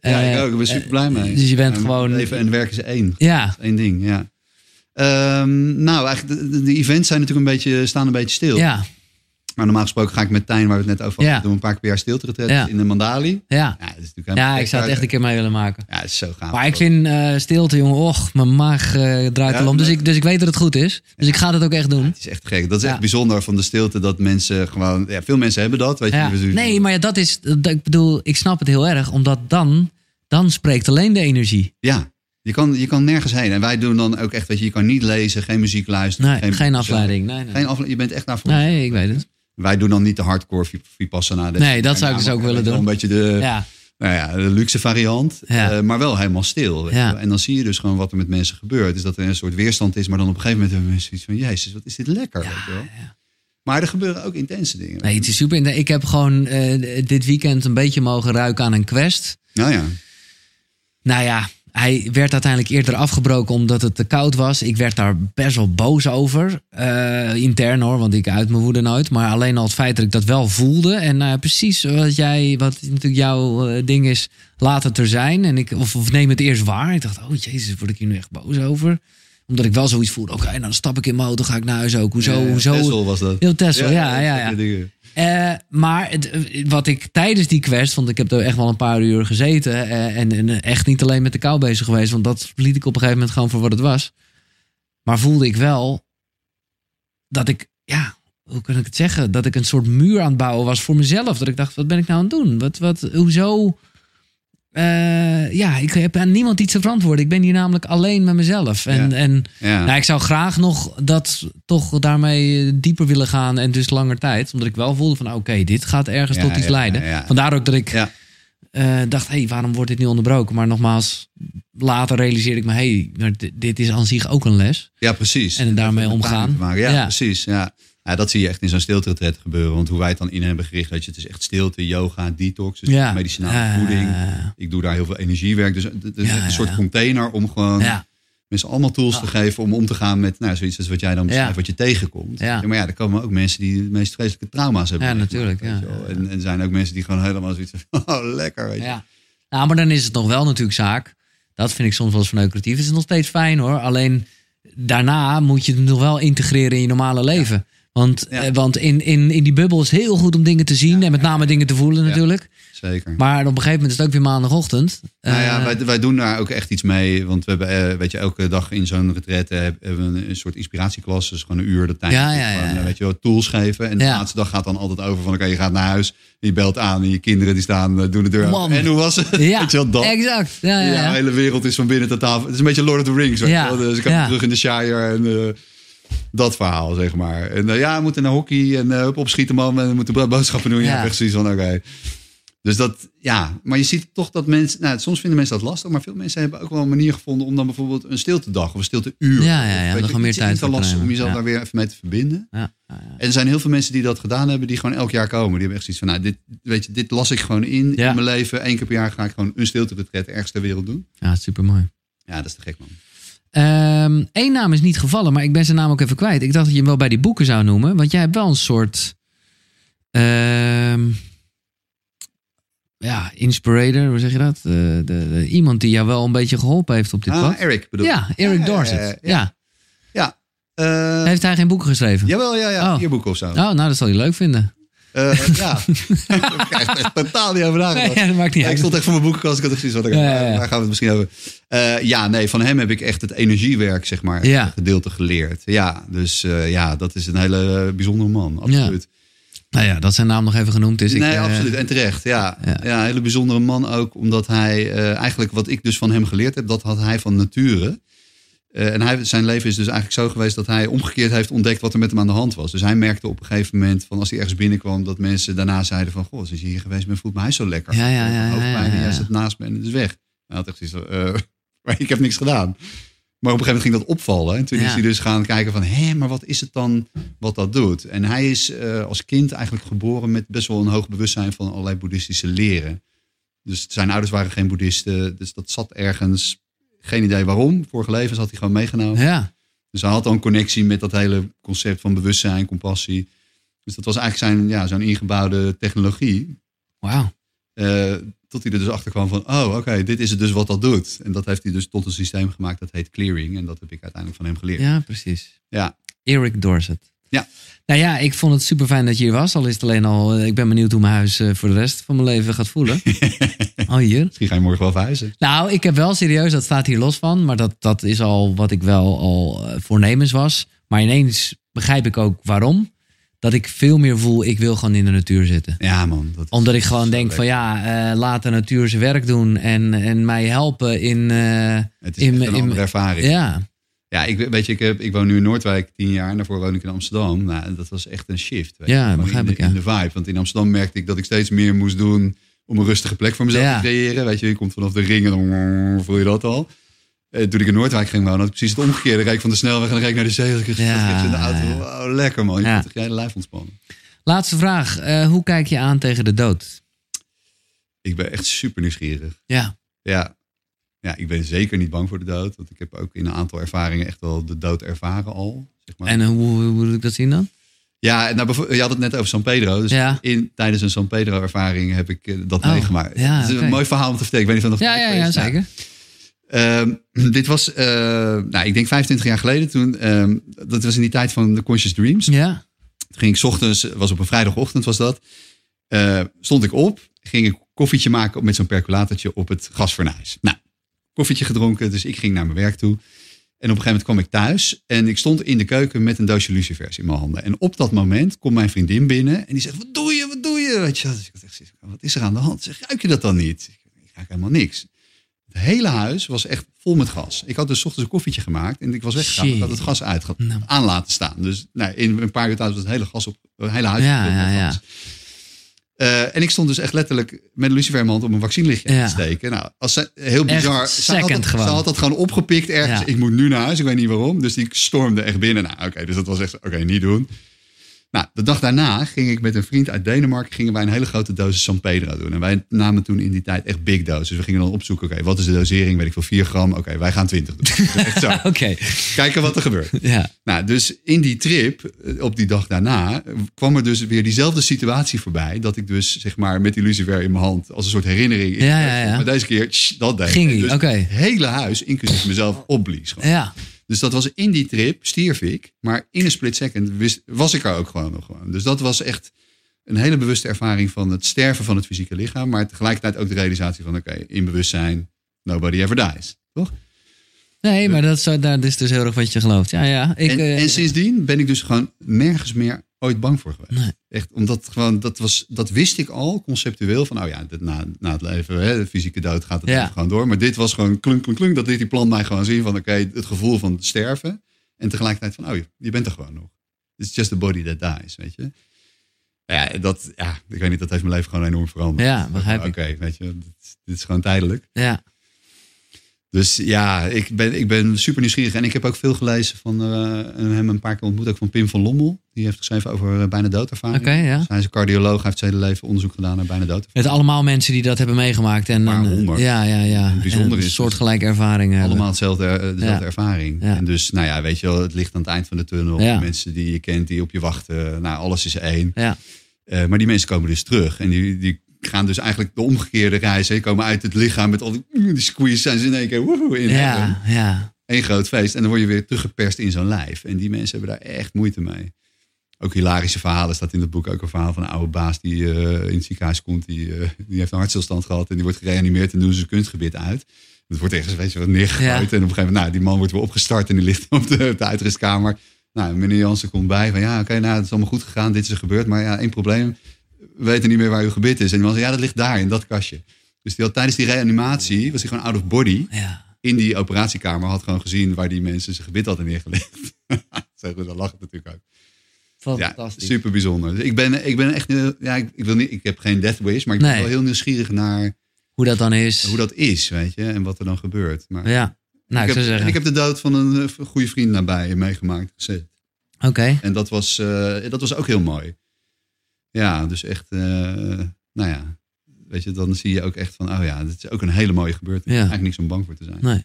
[SPEAKER 2] ja,
[SPEAKER 1] Eh,
[SPEAKER 2] ik ook. Ik ben super blij mee.
[SPEAKER 1] dus je bent
[SPEAKER 2] Ja,
[SPEAKER 1] gewoon-
[SPEAKER 2] Leven en werk is één.
[SPEAKER 1] Ja,
[SPEAKER 2] Eén ding, ja. Ehm, nou, eigenlijk, de, de- de events zijn natuurlijk een beetje, staan een beetje stil.
[SPEAKER 1] ja,
[SPEAKER 2] Maar normaal gesproken ga ik met Tijn, waar we het net over hadden,
[SPEAKER 1] Ja.
[SPEAKER 2] doen we een paar keer per jaar stilte
[SPEAKER 1] Ja.
[SPEAKER 2] in de Mandali.
[SPEAKER 1] ja.
[SPEAKER 2] Ja, dat is natuurlijk
[SPEAKER 1] Ja,
[SPEAKER 2] helemaal
[SPEAKER 1] ik zou het echt een keer mee willen maken.
[SPEAKER 2] Ja, het is zo gaaf.
[SPEAKER 1] Maar ik vind eh, stilte, jongen, och, mijn maag eh, draait
[SPEAKER 2] Ja,
[SPEAKER 1] al om. Dus
[SPEAKER 2] maar-
[SPEAKER 1] ik, dus ik weet dat het goed is. Dus ik ga dat ook echt doen.
[SPEAKER 2] Het is echt gek. Dat is
[SPEAKER 1] Ja.
[SPEAKER 2] echt bijzonder van de stilte dat mensen gewoon... Ja, veel mensen hebben dat, weet je. Dus
[SPEAKER 1] Ja.
[SPEAKER 2] We doen-
[SPEAKER 1] Nee, maar ja, dat is, dat, ik bedoel, ik snap het heel erg, omdat dan, dan spreekt alleen de energie.
[SPEAKER 2] Ja, je kan, je kan nergens heen. En wij doen dan ook echt, weet je, je kan niet lezen, geen muziek luisteren.
[SPEAKER 1] Nee, geen, afleiding. Nee, nee.
[SPEAKER 2] Geen afleiding, je bent echt daarvoor.
[SPEAKER 1] nee, ik weet het.
[SPEAKER 2] Wij doen dan niet de hardcore vi- vipassana.
[SPEAKER 1] Nee, dat zou ik dus ook willen doen.
[SPEAKER 2] Een beetje de,
[SPEAKER 1] Ja,
[SPEAKER 2] Nou ja, de luxe variant,
[SPEAKER 1] Ja.
[SPEAKER 2] eh, maar wel helemaal stil. weet je
[SPEAKER 1] Ja.
[SPEAKER 2] wel. En dan zie je dus gewoon wat er met mensen gebeurt. Dus dat er een soort weerstand is, maar dan op een gegeven moment hebben mensen iets van... Jezus, wat is dit lekker, weet je wel. Maar er gebeuren ook intense dingen.
[SPEAKER 1] nee, het is super. Ik heb gewoon eh, dit weekend een beetje mogen ruiken aan een quest.
[SPEAKER 2] Nou ja,
[SPEAKER 1] Nou ja, Hij werd uiteindelijk eerder afgebroken omdat het te koud was. Ik werd daar best wel boos over. Eh, intern hoor, want ik uit mijn woede nooit. Maar alleen al het feit dat ik dat wel voelde. En nou ja, precies wat jij, wat natuurlijk jouw eh, ding is, laat het er zijn. En ik, of, of neem het eerst waar. Ik dacht, oh jezus, word ik hier nu echt boos over? Omdat ik wel zoiets voelde. Oké, nou, dan stap ik in mijn auto, ga ik naar huis ook. Hoezo,
[SPEAKER 2] Eh,
[SPEAKER 1] hoezo?
[SPEAKER 2] Texel was dat.
[SPEAKER 1] Heel Tesla, ja, ja, ja.
[SPEAKER 2] dat soort dingen.
[SPEAKER 1] Eh, maar het, eh, wat ik tijdens die quest, want ik heb er echt wel een paar uur gezeten eh, en, en echt niet alleen met de kou bezig geweest, want dat liet ik op een gegeven moment gewoon voor wat het was. Maar voelde ik wel dat ik, ja, hoe kan ik het zeggen? Dat ik een soort muur aan het bouwen was voor mezelf. Dat ik dacht, wat ben ik nou aan het doen? Wat, wat, hoezo? Eh, ja, ik heb aan niemand iets te verantwoorden. Ik ben hier namelijk alleen met mezelf. En,
[SPEAKER 2] Ja.
[SPEAKER 1] en
[SPEAKER 2] Ja.
[SPEAKER 1] nou, ik zou graag nog dat toch daarmee eh, dieper willen gaan en dus langer tijd. Omdat ik wel voelde van nou, oké, dit gaat ergens
[SPEAKER 2] Ja,
[SPEAKER 1] tot iets
[SPEAKER 2] ja,
[SPEAKER 1] leiden.
[SPEAKER 2] ja, ja.
[SPEAKER 1] Vandaar ook dat ik
[SPEAKER 2] Ja.
[SPEAKER 1] eh, dacht, hé, hey, waarom wordt dit nu onderbroken? Maar nogmaals, later realiseerde ik me, hé, hey, maar dit- dit is aan zich ook een les.
[SPEAKER 2] Ja, precies.
[SPEAKER 1] En het daarmee
[SPEAKER 2] Met elkaar
[SPEAKER 1] omgaan.
[SPEAKER 2] te maken. Ja,
[SPEAKER 1] Ja.
[SPEAKER 2] precies. Ja. Ja, dat zie je echt in zo'n stilteretret gebeuren. Want hoe wij het dan in hebben gericht, dat je, het is echt stilte, yoga, detox, dus
[SPEAKER 1] Ja.
[SPEAKER 2] medicinale
[SPEAKER 1] Ja,
[SPEAKER 2] voeding.
[SPEAKER 1] ja, ja.
[SPEAKER 2] Ik doe daar heel veel energiewerk. Dus het het is
[SPEAKER 1] Ja,
[SPEAKER 2] echt een
[SPEAKER 1] ja,
[SPEAKER 2] soort
[SPEAKER 1] ja.
[SPEAKER 2] container om gewoon
[SPEAKER 1] Ja, Ah.
[SPEAKER 2] mensen allemaal tools te geven om om te gaan met nou, zoiets als wat jij dan beschrijft,
[SPEAKER 1] Ja.
[SPEAKER 2] wat je tegenkomt.
[SPEAKER 1] Ja.
[SPEAKER 2] maar ja, er komen ook mensen die de meest vreselijke trauma's hebben.
[SPEAKER 1] Ja,
[SPEAKER 2] meegemaakt,
[SPEAKER 1] natuurlijk,
[SPEAKER 2] weet
[SPEAKER 1] ja,
[SPEAKER 2] je wel.
[SPEAKER 1] ja,
[SPEAKER 2] En, en er zijn ook mensen die gewoon helemaal zoiets van, oh, lekker. Weet je.
[SPEAKER 1] ja. Nou, maar dan is het nog wel natuurlijk zaak. Dat vind ik soms wel eens verneukeratief. Het is nog steeds fijn hoor. Alleen daarna moet je het nog wel integreren in je normale leven. Want,
[SPEAKER 2] Ja.
[SPEAKER 1] eh, want in, in, in die bubbel is het heel goed om dingen te zien. en met name dingen te voelen
[SPEAKER 2] Ja.
[SPEAKER 1] natuurlijk.
[SPEAKER 2] Zeker.
[SPEAKER 1] Maar op een gegeven moment is het ook weer maandagochtend.
[SPEAKER 2] Nou ja,
[SPEAKER 1] Eh,
[SPEAKER 2] wij, wij doen daar ook echt iets mee. Want we hebben, eh, weet je, elke dag in zo'n retreat eh, hebben we een, een soort inspiratieklas. Dus gewoon een uur de tijd.
[SPEAKER 1] Ja, ja, ja,
[SPEAKER 2] Gewoon,
[SPEAKER 1] ja.
[SPEAKER 2] eh, Weet je wel, tools geven. En de
[SPEAKER 1] Ja.
[SPEAKER 2] laatste dag gaat dan altijd over van, oké, je gaat naar huis. en Je belt aan en je kinderen die staan, eh, doen de deur
[SPEAKER 1] Man.
[SPEAKER 2] open. En hoe was het?
[SPEAKER 1] ja,
[SPEAKER 2] weet je wel, dat.
[SPEAKER 1] exact. Ja, ja,
[SPEAKER 2] Ja,
[SPEAKER 1] ja.
[SPEAKER 2] de hele wereld is van binnen tot tafel. Het is een beetje Lord of the Rings. weet
[SPEAKER 1] Ja,
[SPEAKER 2] je wel. Dus ik heb
[SPEAKER 1] ja.
[SPEAKER 2] terug in de Shire en eh, dat verhaal, zeg maar. En eh, ja, we moeten naar hockey en eh, opschieten man. En we moeten bro- boodschappen doen. Ja,
[SPEAKER 1] Ja.
[SPEAKER 2] echt zoiets van, oké. Dus dat, ja. Maar je ziet toch dat mensen... Nou, soms vinden mensen dat lastig. Maar veel mensen hebben ook wel een manier gevonden... om dan bijvoorbeeld een stiltedag of een
[SPEAKER 1] Ja, ja,
[SPEAKER 2] stilteuur...
[SPEAKER 1] Ah, ja,
[SPEAKER 2] of, weet
[SPEAKER 1] dan
[SPEAKER 2] je,
[SPEAKER 1] gewoon meer
[SPEAKER 2] iets
[SPEAKER 1] tijd
[SPEAKER 2] in te
[SPEAKER 1] voor te
[SPEAKER 2] lassen om
[SPEAKER 1] nemen.
[SPEAKER 2] jezelf
[SPEAKER 1] Ja.
[SPEAKER 2] daar weer even mee te verbinden.
[SPEAKER 1] Ja, ja,
[SPEAKER 2] En er zijn heel veel mensen die dat gedaan hebben... die gewoon elk jaar komen. Die hebben echt zoiets van... Nou, dit, weet je, dit las ik gewoon in
[SPEAKER 1] Ja.
[SPEAKER 2] in mijn leven. Eén keer per jaar ga ik gewoon een stilte-retret... ergens ter wereld doen.
[SPEAKER 1] ja super mooi.
[SPEAKER 2] Ja, dat is te gek, man.
[SPEAKER 1] Eén Ehm, naam is niet gevallen, maar ik ben zijn naam ook even kwijt. Ik dacht dat je hem wel bij die boeken zou noemen, want jij hebt wel een soort. ehm, ja, inspirator, hoe zeg je dat? Eh, de, de- iemand die jou wel een beetje geholpen heeft op dit
[SPEAKER 2] Ah,
[SPEAKER 1] pad.
[SPEAKER 2] Eric bedoel ik.
[SPEAKER 1] Ja, Eric
[SPEAKER 2] Ja, ja,
[SPEAKER 1] Dorset.
[SPEAKER 2] ja,
[SPEAKER 1] Ja,
[SPEAKER 2] ja. Eh,
[SPEAKER 1] Heeft hij geen boeken geschreven?
[SPEAKER 2] jawel, ja, ja.
[SPEAKER 1] Oh.
[SPEAKER 2] Vier boeken of zo.
[SPEAKER 1] Oh, nou, dat zal hij leuk vinden.
[SPEAKER 2] Eh, ja. ik krijg er echt totaal niet over nagedacht.
[SPEAKER 1] Nee, dat maakt niet
[SPEAKER 2] Ja, ik
[SPEAKER 1] uit.
[SPEAKER 2] stond echt voor mijn boekenkast. Ik had echt zoiets van,
[SPEAKER 1] Ja, ja, ja.
[SPEAKER 2] daar gaan we het misschien over. Eh, ja, nee, van hem heb ik echt het energiewerk, zeg maar,
[SPEAKER 1] Ja.
[SPEAKER 2] gedeelte geleerd. Ja, dus eh, ja, dat is een hele eh, bijzondere man. Absoluut.
[SPEAKER 1] Nou ja, dat zijn naam nog even genoemd is. ik,
[SPEAKER 2] nee,
[SPEAKER 1] eh,
[SPEAKER 2] absoluut. En terecht, ja.
[SPEAKER 1] Ja.
[SPEAKER 2] ja. een hele bijzondere man ook, omdat hij eh, eigenlijk wat ik dus van hem geleerd heb, dat had hij van nature. Eh, en hij, zijn leven is dus eigenlijk zo geweest dat hij omgekeerd heeft ontdekt wat er met hem aan de hand was. Dus hij merkte op een gegeven moment van als hij ergens binnenkwam dat mensen daarna zeiden van, goh, is je hier geweest, men voelt mij zo lekker.
[SPEAKER 1] Ja, ja,
[SPEAKER 2] Ik heb
[SPEAKER 1] ja, ja,
[SPEAKER 2] hoofdpijn
[SPEAKER 1] ja,
[SPEAKER 2] en
[SPEAKER 1] ja.
[SPEAKER 2] jij zit naast me en het is weg. Hij had echt zoiets van, eh, maar ik heb niks gedaan. Maar op een gegeven moment ging dat opvallen. En toen
[SPEAKER 1] Ja.
[SPEAKER 2] is hij dus gaan kijken van, hé, maar wat is het dan wat dat doet? En hij is eh, als kind eigenlijk geboren met best wel een hoog bewustzijn van allerlei boeddhistische leren. Dus zijn ouders waren geen boeddhisten, dus dat zat ergens. Geen idee waarom. Vorige levens had hij gewoon meegenomen.
[SPEAKER 1] Ja,
[SPEAKER 2] Dus hij had al een connectie met dat hele concept van bewustzijn, compassie. Dus dat was eigenlijk zijn, ja, zo'n ingebouwde technologie.
[SPEAKER 1] wauw.
[SPEAKER 2] Eh, tot hij er dus achter kwam van, oh oké, dit is het dus wat dat doet. En dat heeft hij dus tot een systeem gemaakt dat heet clearing. En dat heb ik uiteindelijk van hem geleerd.
[SPEAKER 1] Ja, precies.
[SPEAKER 2] Ja.
[SPEAKER 1] Eric Dorset.
[SPEAKER 2] Ja.
[SPEAKER 1] Nou ja, ik vond het super fijn dat je hier was. Al is het alleen al, eh, ik ben benieuwd hoe mijn huis eh, voor de rest van mijn leven gaat voelen. oh, hier.
[SPEAKER 2] Misschien ga je morgen wel verhuizen.
[SPEAKER 1] Nou, ik heb wel serieus, dat staat hier los van. Maar dat, dat is al wat ik wel al eh, voornemens was. Maar ineens begrijp ik ook waarom. Dat ik veel meer voel, ik wil gewoon in de natuur zitten.
[SPEAKER 2] Ja man. Dat is-
[SPEAKER 1] Omdat ik gewoon
[SPEAKER 2] dat is
[SPEAKER 1] denk
[SPEAKER 2] zo
[SPEAKER 1] van ja, eh, laat de natuur zijn werk doen. En, en mij helpen in... eh,
[SPEAKER 2] Het is
[SPEAKER 1] in
[SPEAKER 2] echt
[SPEAKER 1] mijn-
[SPEAKER 2] een
[SPEAKER 1] in
[SPEAKER 2] andere
[SPEAKER 1] mijn-
[SPEAKER 2] ervaring. Ja,
[SPEAKER 1] ja,
[SPEAKER 2] ik, weet je, ik, heb, ik woon nu in Noordwijk tien jaar. En daarvoor woon ik in Amsterdam. Nou, dat was echt een shift. Weet je.
[SPEAKER 1] Ja,
[SPEAKER 2] Gewoon
[SPEAKER 1] begrijp
[SPEAKER 2] in de,
[SPEAKER 1] ik, ja.
[SPEAKER 2] In de vibe. Want in Amsterdam merkte ik dat ik steeds meer moest doen... om een rustige plek voor mezelf
[SPEAKER 1] Ja.
[SPEAKER 2] te creëren. Weet je, je komt vanaf de ring en dan voel je dat al. Eh, toen ik in Noordwijk ging wonen, had ik precies het omgekeerde. Reek van de snelweg en dan reek ik naar de zee. Ik
[SPEAKER 1] Ja.
[SPEAKER 2] ja. in de auto. Wauw, lekker man. Je
[SPEAKER 1] Ja.
[SPEAKER 2] kunt toch je hele lijf ontspannen.
[SPEAKER 1] Laatste vraag. Eh, hoe kijk je aan tegen de dood?
[SPEAKER 2] Ik ben echt super nieuwsgierig.
[SPEAKER 1] Ja.
[SPEAKER 2] Ja. Ja, ik ben zeker niet bang voor de dood. Want ik heb ook in een aantal ervaringen echt wel de dood ervaren al. Zeg maar.
[SPEAKER 1] En eh, hoe, hoe, hoe moet ik dat zien dan?
[SPEAKER 2] Ja, en nou, bijvo- je had het net over San Pedro. Dus
[SPEAKER 1] Ja.
[SPEAKER 2] in, tijdens een San Pedro ervaring heb ik eh, dat
[SPEAKER 1] Oh,
[SPEAKER 2] meegemaakt.
[SPEAKER 1] ja,
[SPEAKER 2] het is
[SPEAKER 1] oké.
[SPEAKER 2] een mooi verhaal om te vertellen. Ik weet niet of dat
[SPEAKER 1] Ja,
[SPEAKER 2] nog
[SPEAKER 1] ja,
[SPEAKER 2] geweest
[SPEAKER 1] ja,
[SPEAKER 2] is. Nou,
[SPEAKER 1] zeker.
[SPEAKER 2] Ehm, dit was, eh, nou, ik denk 25 jaar geleden toen. ehm, dat was in die tijd van de Conscious Dreams.
[SPEAKER 1] Ja.
[SPEAKER 2] Toen ging ik 's ochtends, was op een vrijdagochtend was dat. eh, stond ik op, ging een koffietje maken met zo'n percolatortje op het gasfornuis. Nou, koffietje gedronken, dus ik ging naar mijn werk toe. En op een gegeven moment kwam ik thuis en ik stond in de keuken met een doosje lucifers in mijn handen. En op dat moment komt mijn vriendin binnen en die zegt, wat doe je, wat doe je? Weet je wel. dus ik had echt zoiets van, wat is er aan de hand? Zeg, ruik je dat dan niet? Ik zeg, Ik ruik helemaal niks. Het hele huis was echt vol met gas. Ik had dus 's ochtends een koffietje gemaakt en ik was weggegaan. Ik had het gas uit,
[SPEAKER 1] Nou.
[SPEAKER 2] aan laten staan. Dus nou, in een paar uur tijd was het hele, gas op, het hele huis
[SPEAKER 1] Ja,
[SPEAKER 2] op-
[SPEAKER 1] ja,
[SPEAKER 2] op-
[SPEAKER 1] ja.
[SPEAKER 2] gas. Eh, en ik stond dus echt letterlijk met een lucifermand om een vaccinlichtje
[SPEAKER 1] Ja.
[SPEAKER 2] aan te steken. Nou, als ze, heel
[SPEAKER 1] Echt
[SPEAKER 2] bizar. Ze had,
[SPEAKER 1] second
[SPEAKER 2] dat,
[SPEAKER 1] gewoon.
[SPEAKER 2] ze had dat gewoon opgepikt ergens.
[SPEAKER 1] Ja.
[SPEAKER 2] Ik moet nu naar huis, ik weet niet waarom. Dus ik stormde echt binnen. Nou, oké, dus dat was echt, oké, niet doen. Nou, de dag daarna ging ik met een vriend uit Denemarken gingen wij een hele grote dosis San Pedro doen. En wij namen toen in die tijd echt big doses. Dus we gingen dan opzoeken, oké, wat is de dosering? Weet ik veel, 4 gram? Oké, wij gaan 20 doen. Echt zo.
[SPEAKER 1] Oké.
[SPEAKER 2] Kijken wat er gebeurt.
[SPEAKER 1] Ja.
[SPEAKER 2] Nou, dus in die trip, eh, op die dag daarna, eh, kwam er dus weer diezelfde situatie voorbij. Dat ik dus, zeg maar, met die lucifer in mijn hand, als een soort herinnering. eh,
[SPEAKER 1] Ja, ja, ja.
[SPEAKER 2] Maar deze keer, tss, dat deed.
[SPEAKER 1] Ging
[SPEAKER 2] En
[SPEAKER 1] ie,
[SPEAKER 2] dus
[SPEAKER 1] oké. Eh.
[SPEAKER 2] Het hele huis, inclusief mezelf, opblies. gewoon.
[SPEAKER 1] Ja.
[SPEAKER 2] Dus dat was in die trip, stierf ik. Maar in een split second wist, was ik er ook gewoon nog. Gewoon. Dus dat was echt een hele bewuste ervaring van het sterven van het fysieke lichaam. Maar tegelijkertijd ook de realisatie van, oké, in bewustzijn, nobody ever dies. Toch?
[SPEAKER 1] Nee, maar dat is, zo- daar, dat is dus heel erg wat je gelooft. Ja, ja. Ik,
[SPEAKER 2] en,
[SPEAKER 1] eh,
[SPEAKER 2] en sindsdien ben ik dus gewoon nergens meer ooit bang voor geweest.
[SPEAKER 1] Nee.
[SPEAKER 2] Echt, omdat gewoon, dat, was, dat wist ik al conceptueel. Van, oh ja, dit na, na het leven, hè, de fysieke dood gaat het
[SPEAKER 1] Ja.
[SPEAKER 2] leven gewoon door. Maar dit was gewoon klunk, klunk, klunk. Dat dit die plan mij gewoon zien van, oké, het gevoel van sterven. En tegelijkertijd van, oh, je, je bent er gewoon nog. It's just the body that dies, weet je. Ja, dat, ja, ik weet niet, dat heeft mijn leven gewoon enorm veranderd.
[SPEAKER 1] Ja, begrijp
[SPEAKER 2] Oké,
[SPEAKER 1] ik.
[SPEAKER 2] weet je, dit is- dit is gewoon tijdelijk.
[SPEAKER 1] Ja.
[SPEAKER 2] Dus ja, ik ben, ik ben super nieuwsgierig. En ik heb ook veel gelezen van eh, hem een paar keer ontmoet. Ook van Pim van Lommel. Die heeft geschreven over eh, bijna doodervaring.
[SPEAKER 1] Oké, ja.
[SPEAKER 2] Dus hij is een cardioloog. Hij heeft zijn hele leven onderzoek gedaan naar bijna doodervaring.
[SPEAKER 1] Het allemaal mensen die dat hebben meegemaakt. En,
[SPEAKER 2] Maar
[SPEAKER 1] en, eh,
[SPEAKER 2] honderd.
[SPEAKER 1] Ja, ja, ja.
[SPEAKER 2] Het bijzondere
[SPEAKER 1] En
[SPEAKER 2] is
[SPEAKER 1] Een
[SPEAKER 2] dus-
[SPEAKER 1] soortgelijke ervaringen hebben.
[SPEAKER 2] Allemaal hetzelfde, eh, dezelfde
[SPEAKER 1] Ja.
[SPEAKER 2] ervaring.
[SPEAKER 1] Ja.
[SPEAKER 2] En dus, nou ja, weet je wel, het ligt aan het eind van de tunnel.
[SPEAKER 1] Ja.
[SPEAKER 2] De mensen die je kent, die op je wachten. Nou, alles is één.
[SPEAKER 1] Ja.
[SPEAKER 2] Eh, maar die mensen komen dus terug. En die, die gaan dus eigenlijk de omgekeerde reis. Hè. Die komen uit het lichaam met al die, die squeeze. Zijn ze in één keer woehoe, in heaven.
[SPEAKER 1] Ja, ja.
[SPEAKER 2] één groot feest. En dan word je weer teruggeperst in zo'n lijf. En die mensen hebben daar echt moeite mee. Ook hilarische verhalen. staat in het boek ook een verhaal van een oude baas die eh, in het ziekenhuis komt. Die, eh, die heeft een hartstilstand gehad en die wordt gereanimeerd en doen ze een kunstgebit uit. Het wordt ergens, weet je wat, neergegooid.
[SPEAKER 1] Ja.
[SPEAKER 2] En op een gegeven moment, nou, die man wordt weer opgestart en die ligt op de, op de uitrustkamer. Nou, meneer Jansen komt bij van ja, oké, nou, het is allemaal goed gegaan. Dit is er gebeurd. Maar ja, één probleem. We weten niet meer waar uw gebit is. En die man zei, ja, dat ligt daar in dat kastje. Dus die had, tijdens die reanimatie was hij gewoon out of body
[SPEAKER 1] ja.
[SPEAKER 2] in die operatiekamer had gewoon gezien waar die mensen zijn gebit hadden neergelegd. Zo goed, dan lacht het natuurlijk ook. Ja,
[SPEAKER 1] Fantastisch.
[SPEAKER 2] super bijzonder. Dus ik ben, ik ben echt, eh, ja, ik, ik wil niet, ik heb geen death wish, maar ik ben
[SPEAKER 1] Nee.
[SPEAKER 2] wel heel nieuwsgierig naar
[SPEAKER 1] Hoe dat dan is.
[SPEAKER 2] hoe dat is, weet je, en wat er dan gebeurt. Maar
[SPEAKER 1] Ja. Nou, ik,
[SPEAKER 2] ik,
[SPEAKER 1] zou
[SPEAKER 2] heb,
[SPEAKER 1] zeggen.
[SPEAKER 2] ik heb de dood van een eh, goede vriend nabij je meegemaakt. gezet.
[SPEAKER 1] Oké.
[SPEAKER 2] En dat was, eh, dat was ook heel mooi. Ja, dus echt, eh, nou ja, weet je, dan zie je ook echt van, oh ja, dat is ook een hele mooie gebeurtenis.
[SPEAKER 1] Ja.
[SPEAKER 2] Eigenlijk niks om bang voor te zijn.
[SPEAKER 1] Nee.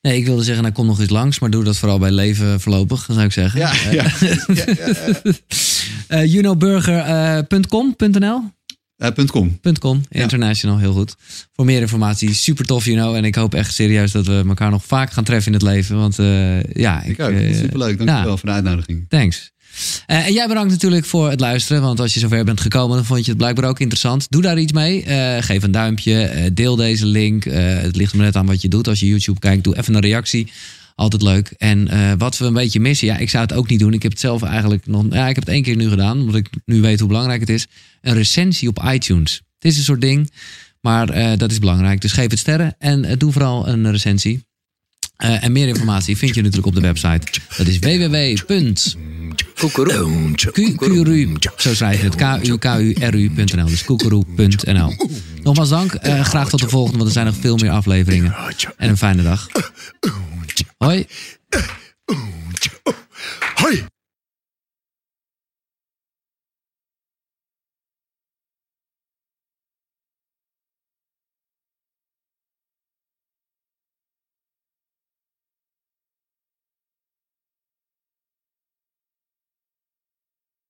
[SPEAKER 1] Nee, ik wilde zeggen, nou kom nog eens langs, maar doe dat vooral bij leven voorlopig, zou ik zeggen.
[SPEAKER 2] Ja, ja. ja, ja, ja.
[SPEAKER 1] Eh, junoburger.com.nl
[SPEAKER 2] Eh, punt com.
[SPEAKER 1] .com, international, heel goed. Voor meer informatie, super tof, you know. En ik hoop echt serieus dat we elkaar nog vaak gaan treffen in het leven. Want eh, ja, ik...
[SPEAKER 2] Ik ook.
[SPEAKER 1] eh,
[SPEAKER 2] Superleuk. Dankjewel voor de uitnodiging.
[SPEAKER 1] Thanks. Eh, en jij bedankt natuurlijk voor het luisteren. Want als je zover bent gekomen, dan vond je het blijkbaar ook interessant. Doe daar iets mee. Eh, geef een duimpje. eh, deel deze link. Eh, het ligt er maar net aan wat je doet. Als je YouTube kijkt, doe even een reactie. Altijd leuk. En eh, wat we een beetje missen. Ja, ik zou het ook niet doen. Ik heb het zelf eigenlijk nog. Ja, ik heb het één keer nu gedaan. Omdat ik nu weet hoe belangrijk het is. Een recensie op iTunes. Het is een soort ding. Maar eh, dat is belangrijk. Dus geef het sterren. En eh, doe vooral een recensie. Eh, en meer informatie vind je natuurlijk op de website. Dat is www. Kukuru. Zo schrijf je het. K-U-K-U-R-U.nl. Dus kukuru.nl. Nogmaals dank. eh, graag tot de volgende, want er zijn nog veel meer afleveringen. En een fijne dag. Hoi.
[SPEAKER 3] Oeh, tja, oeh.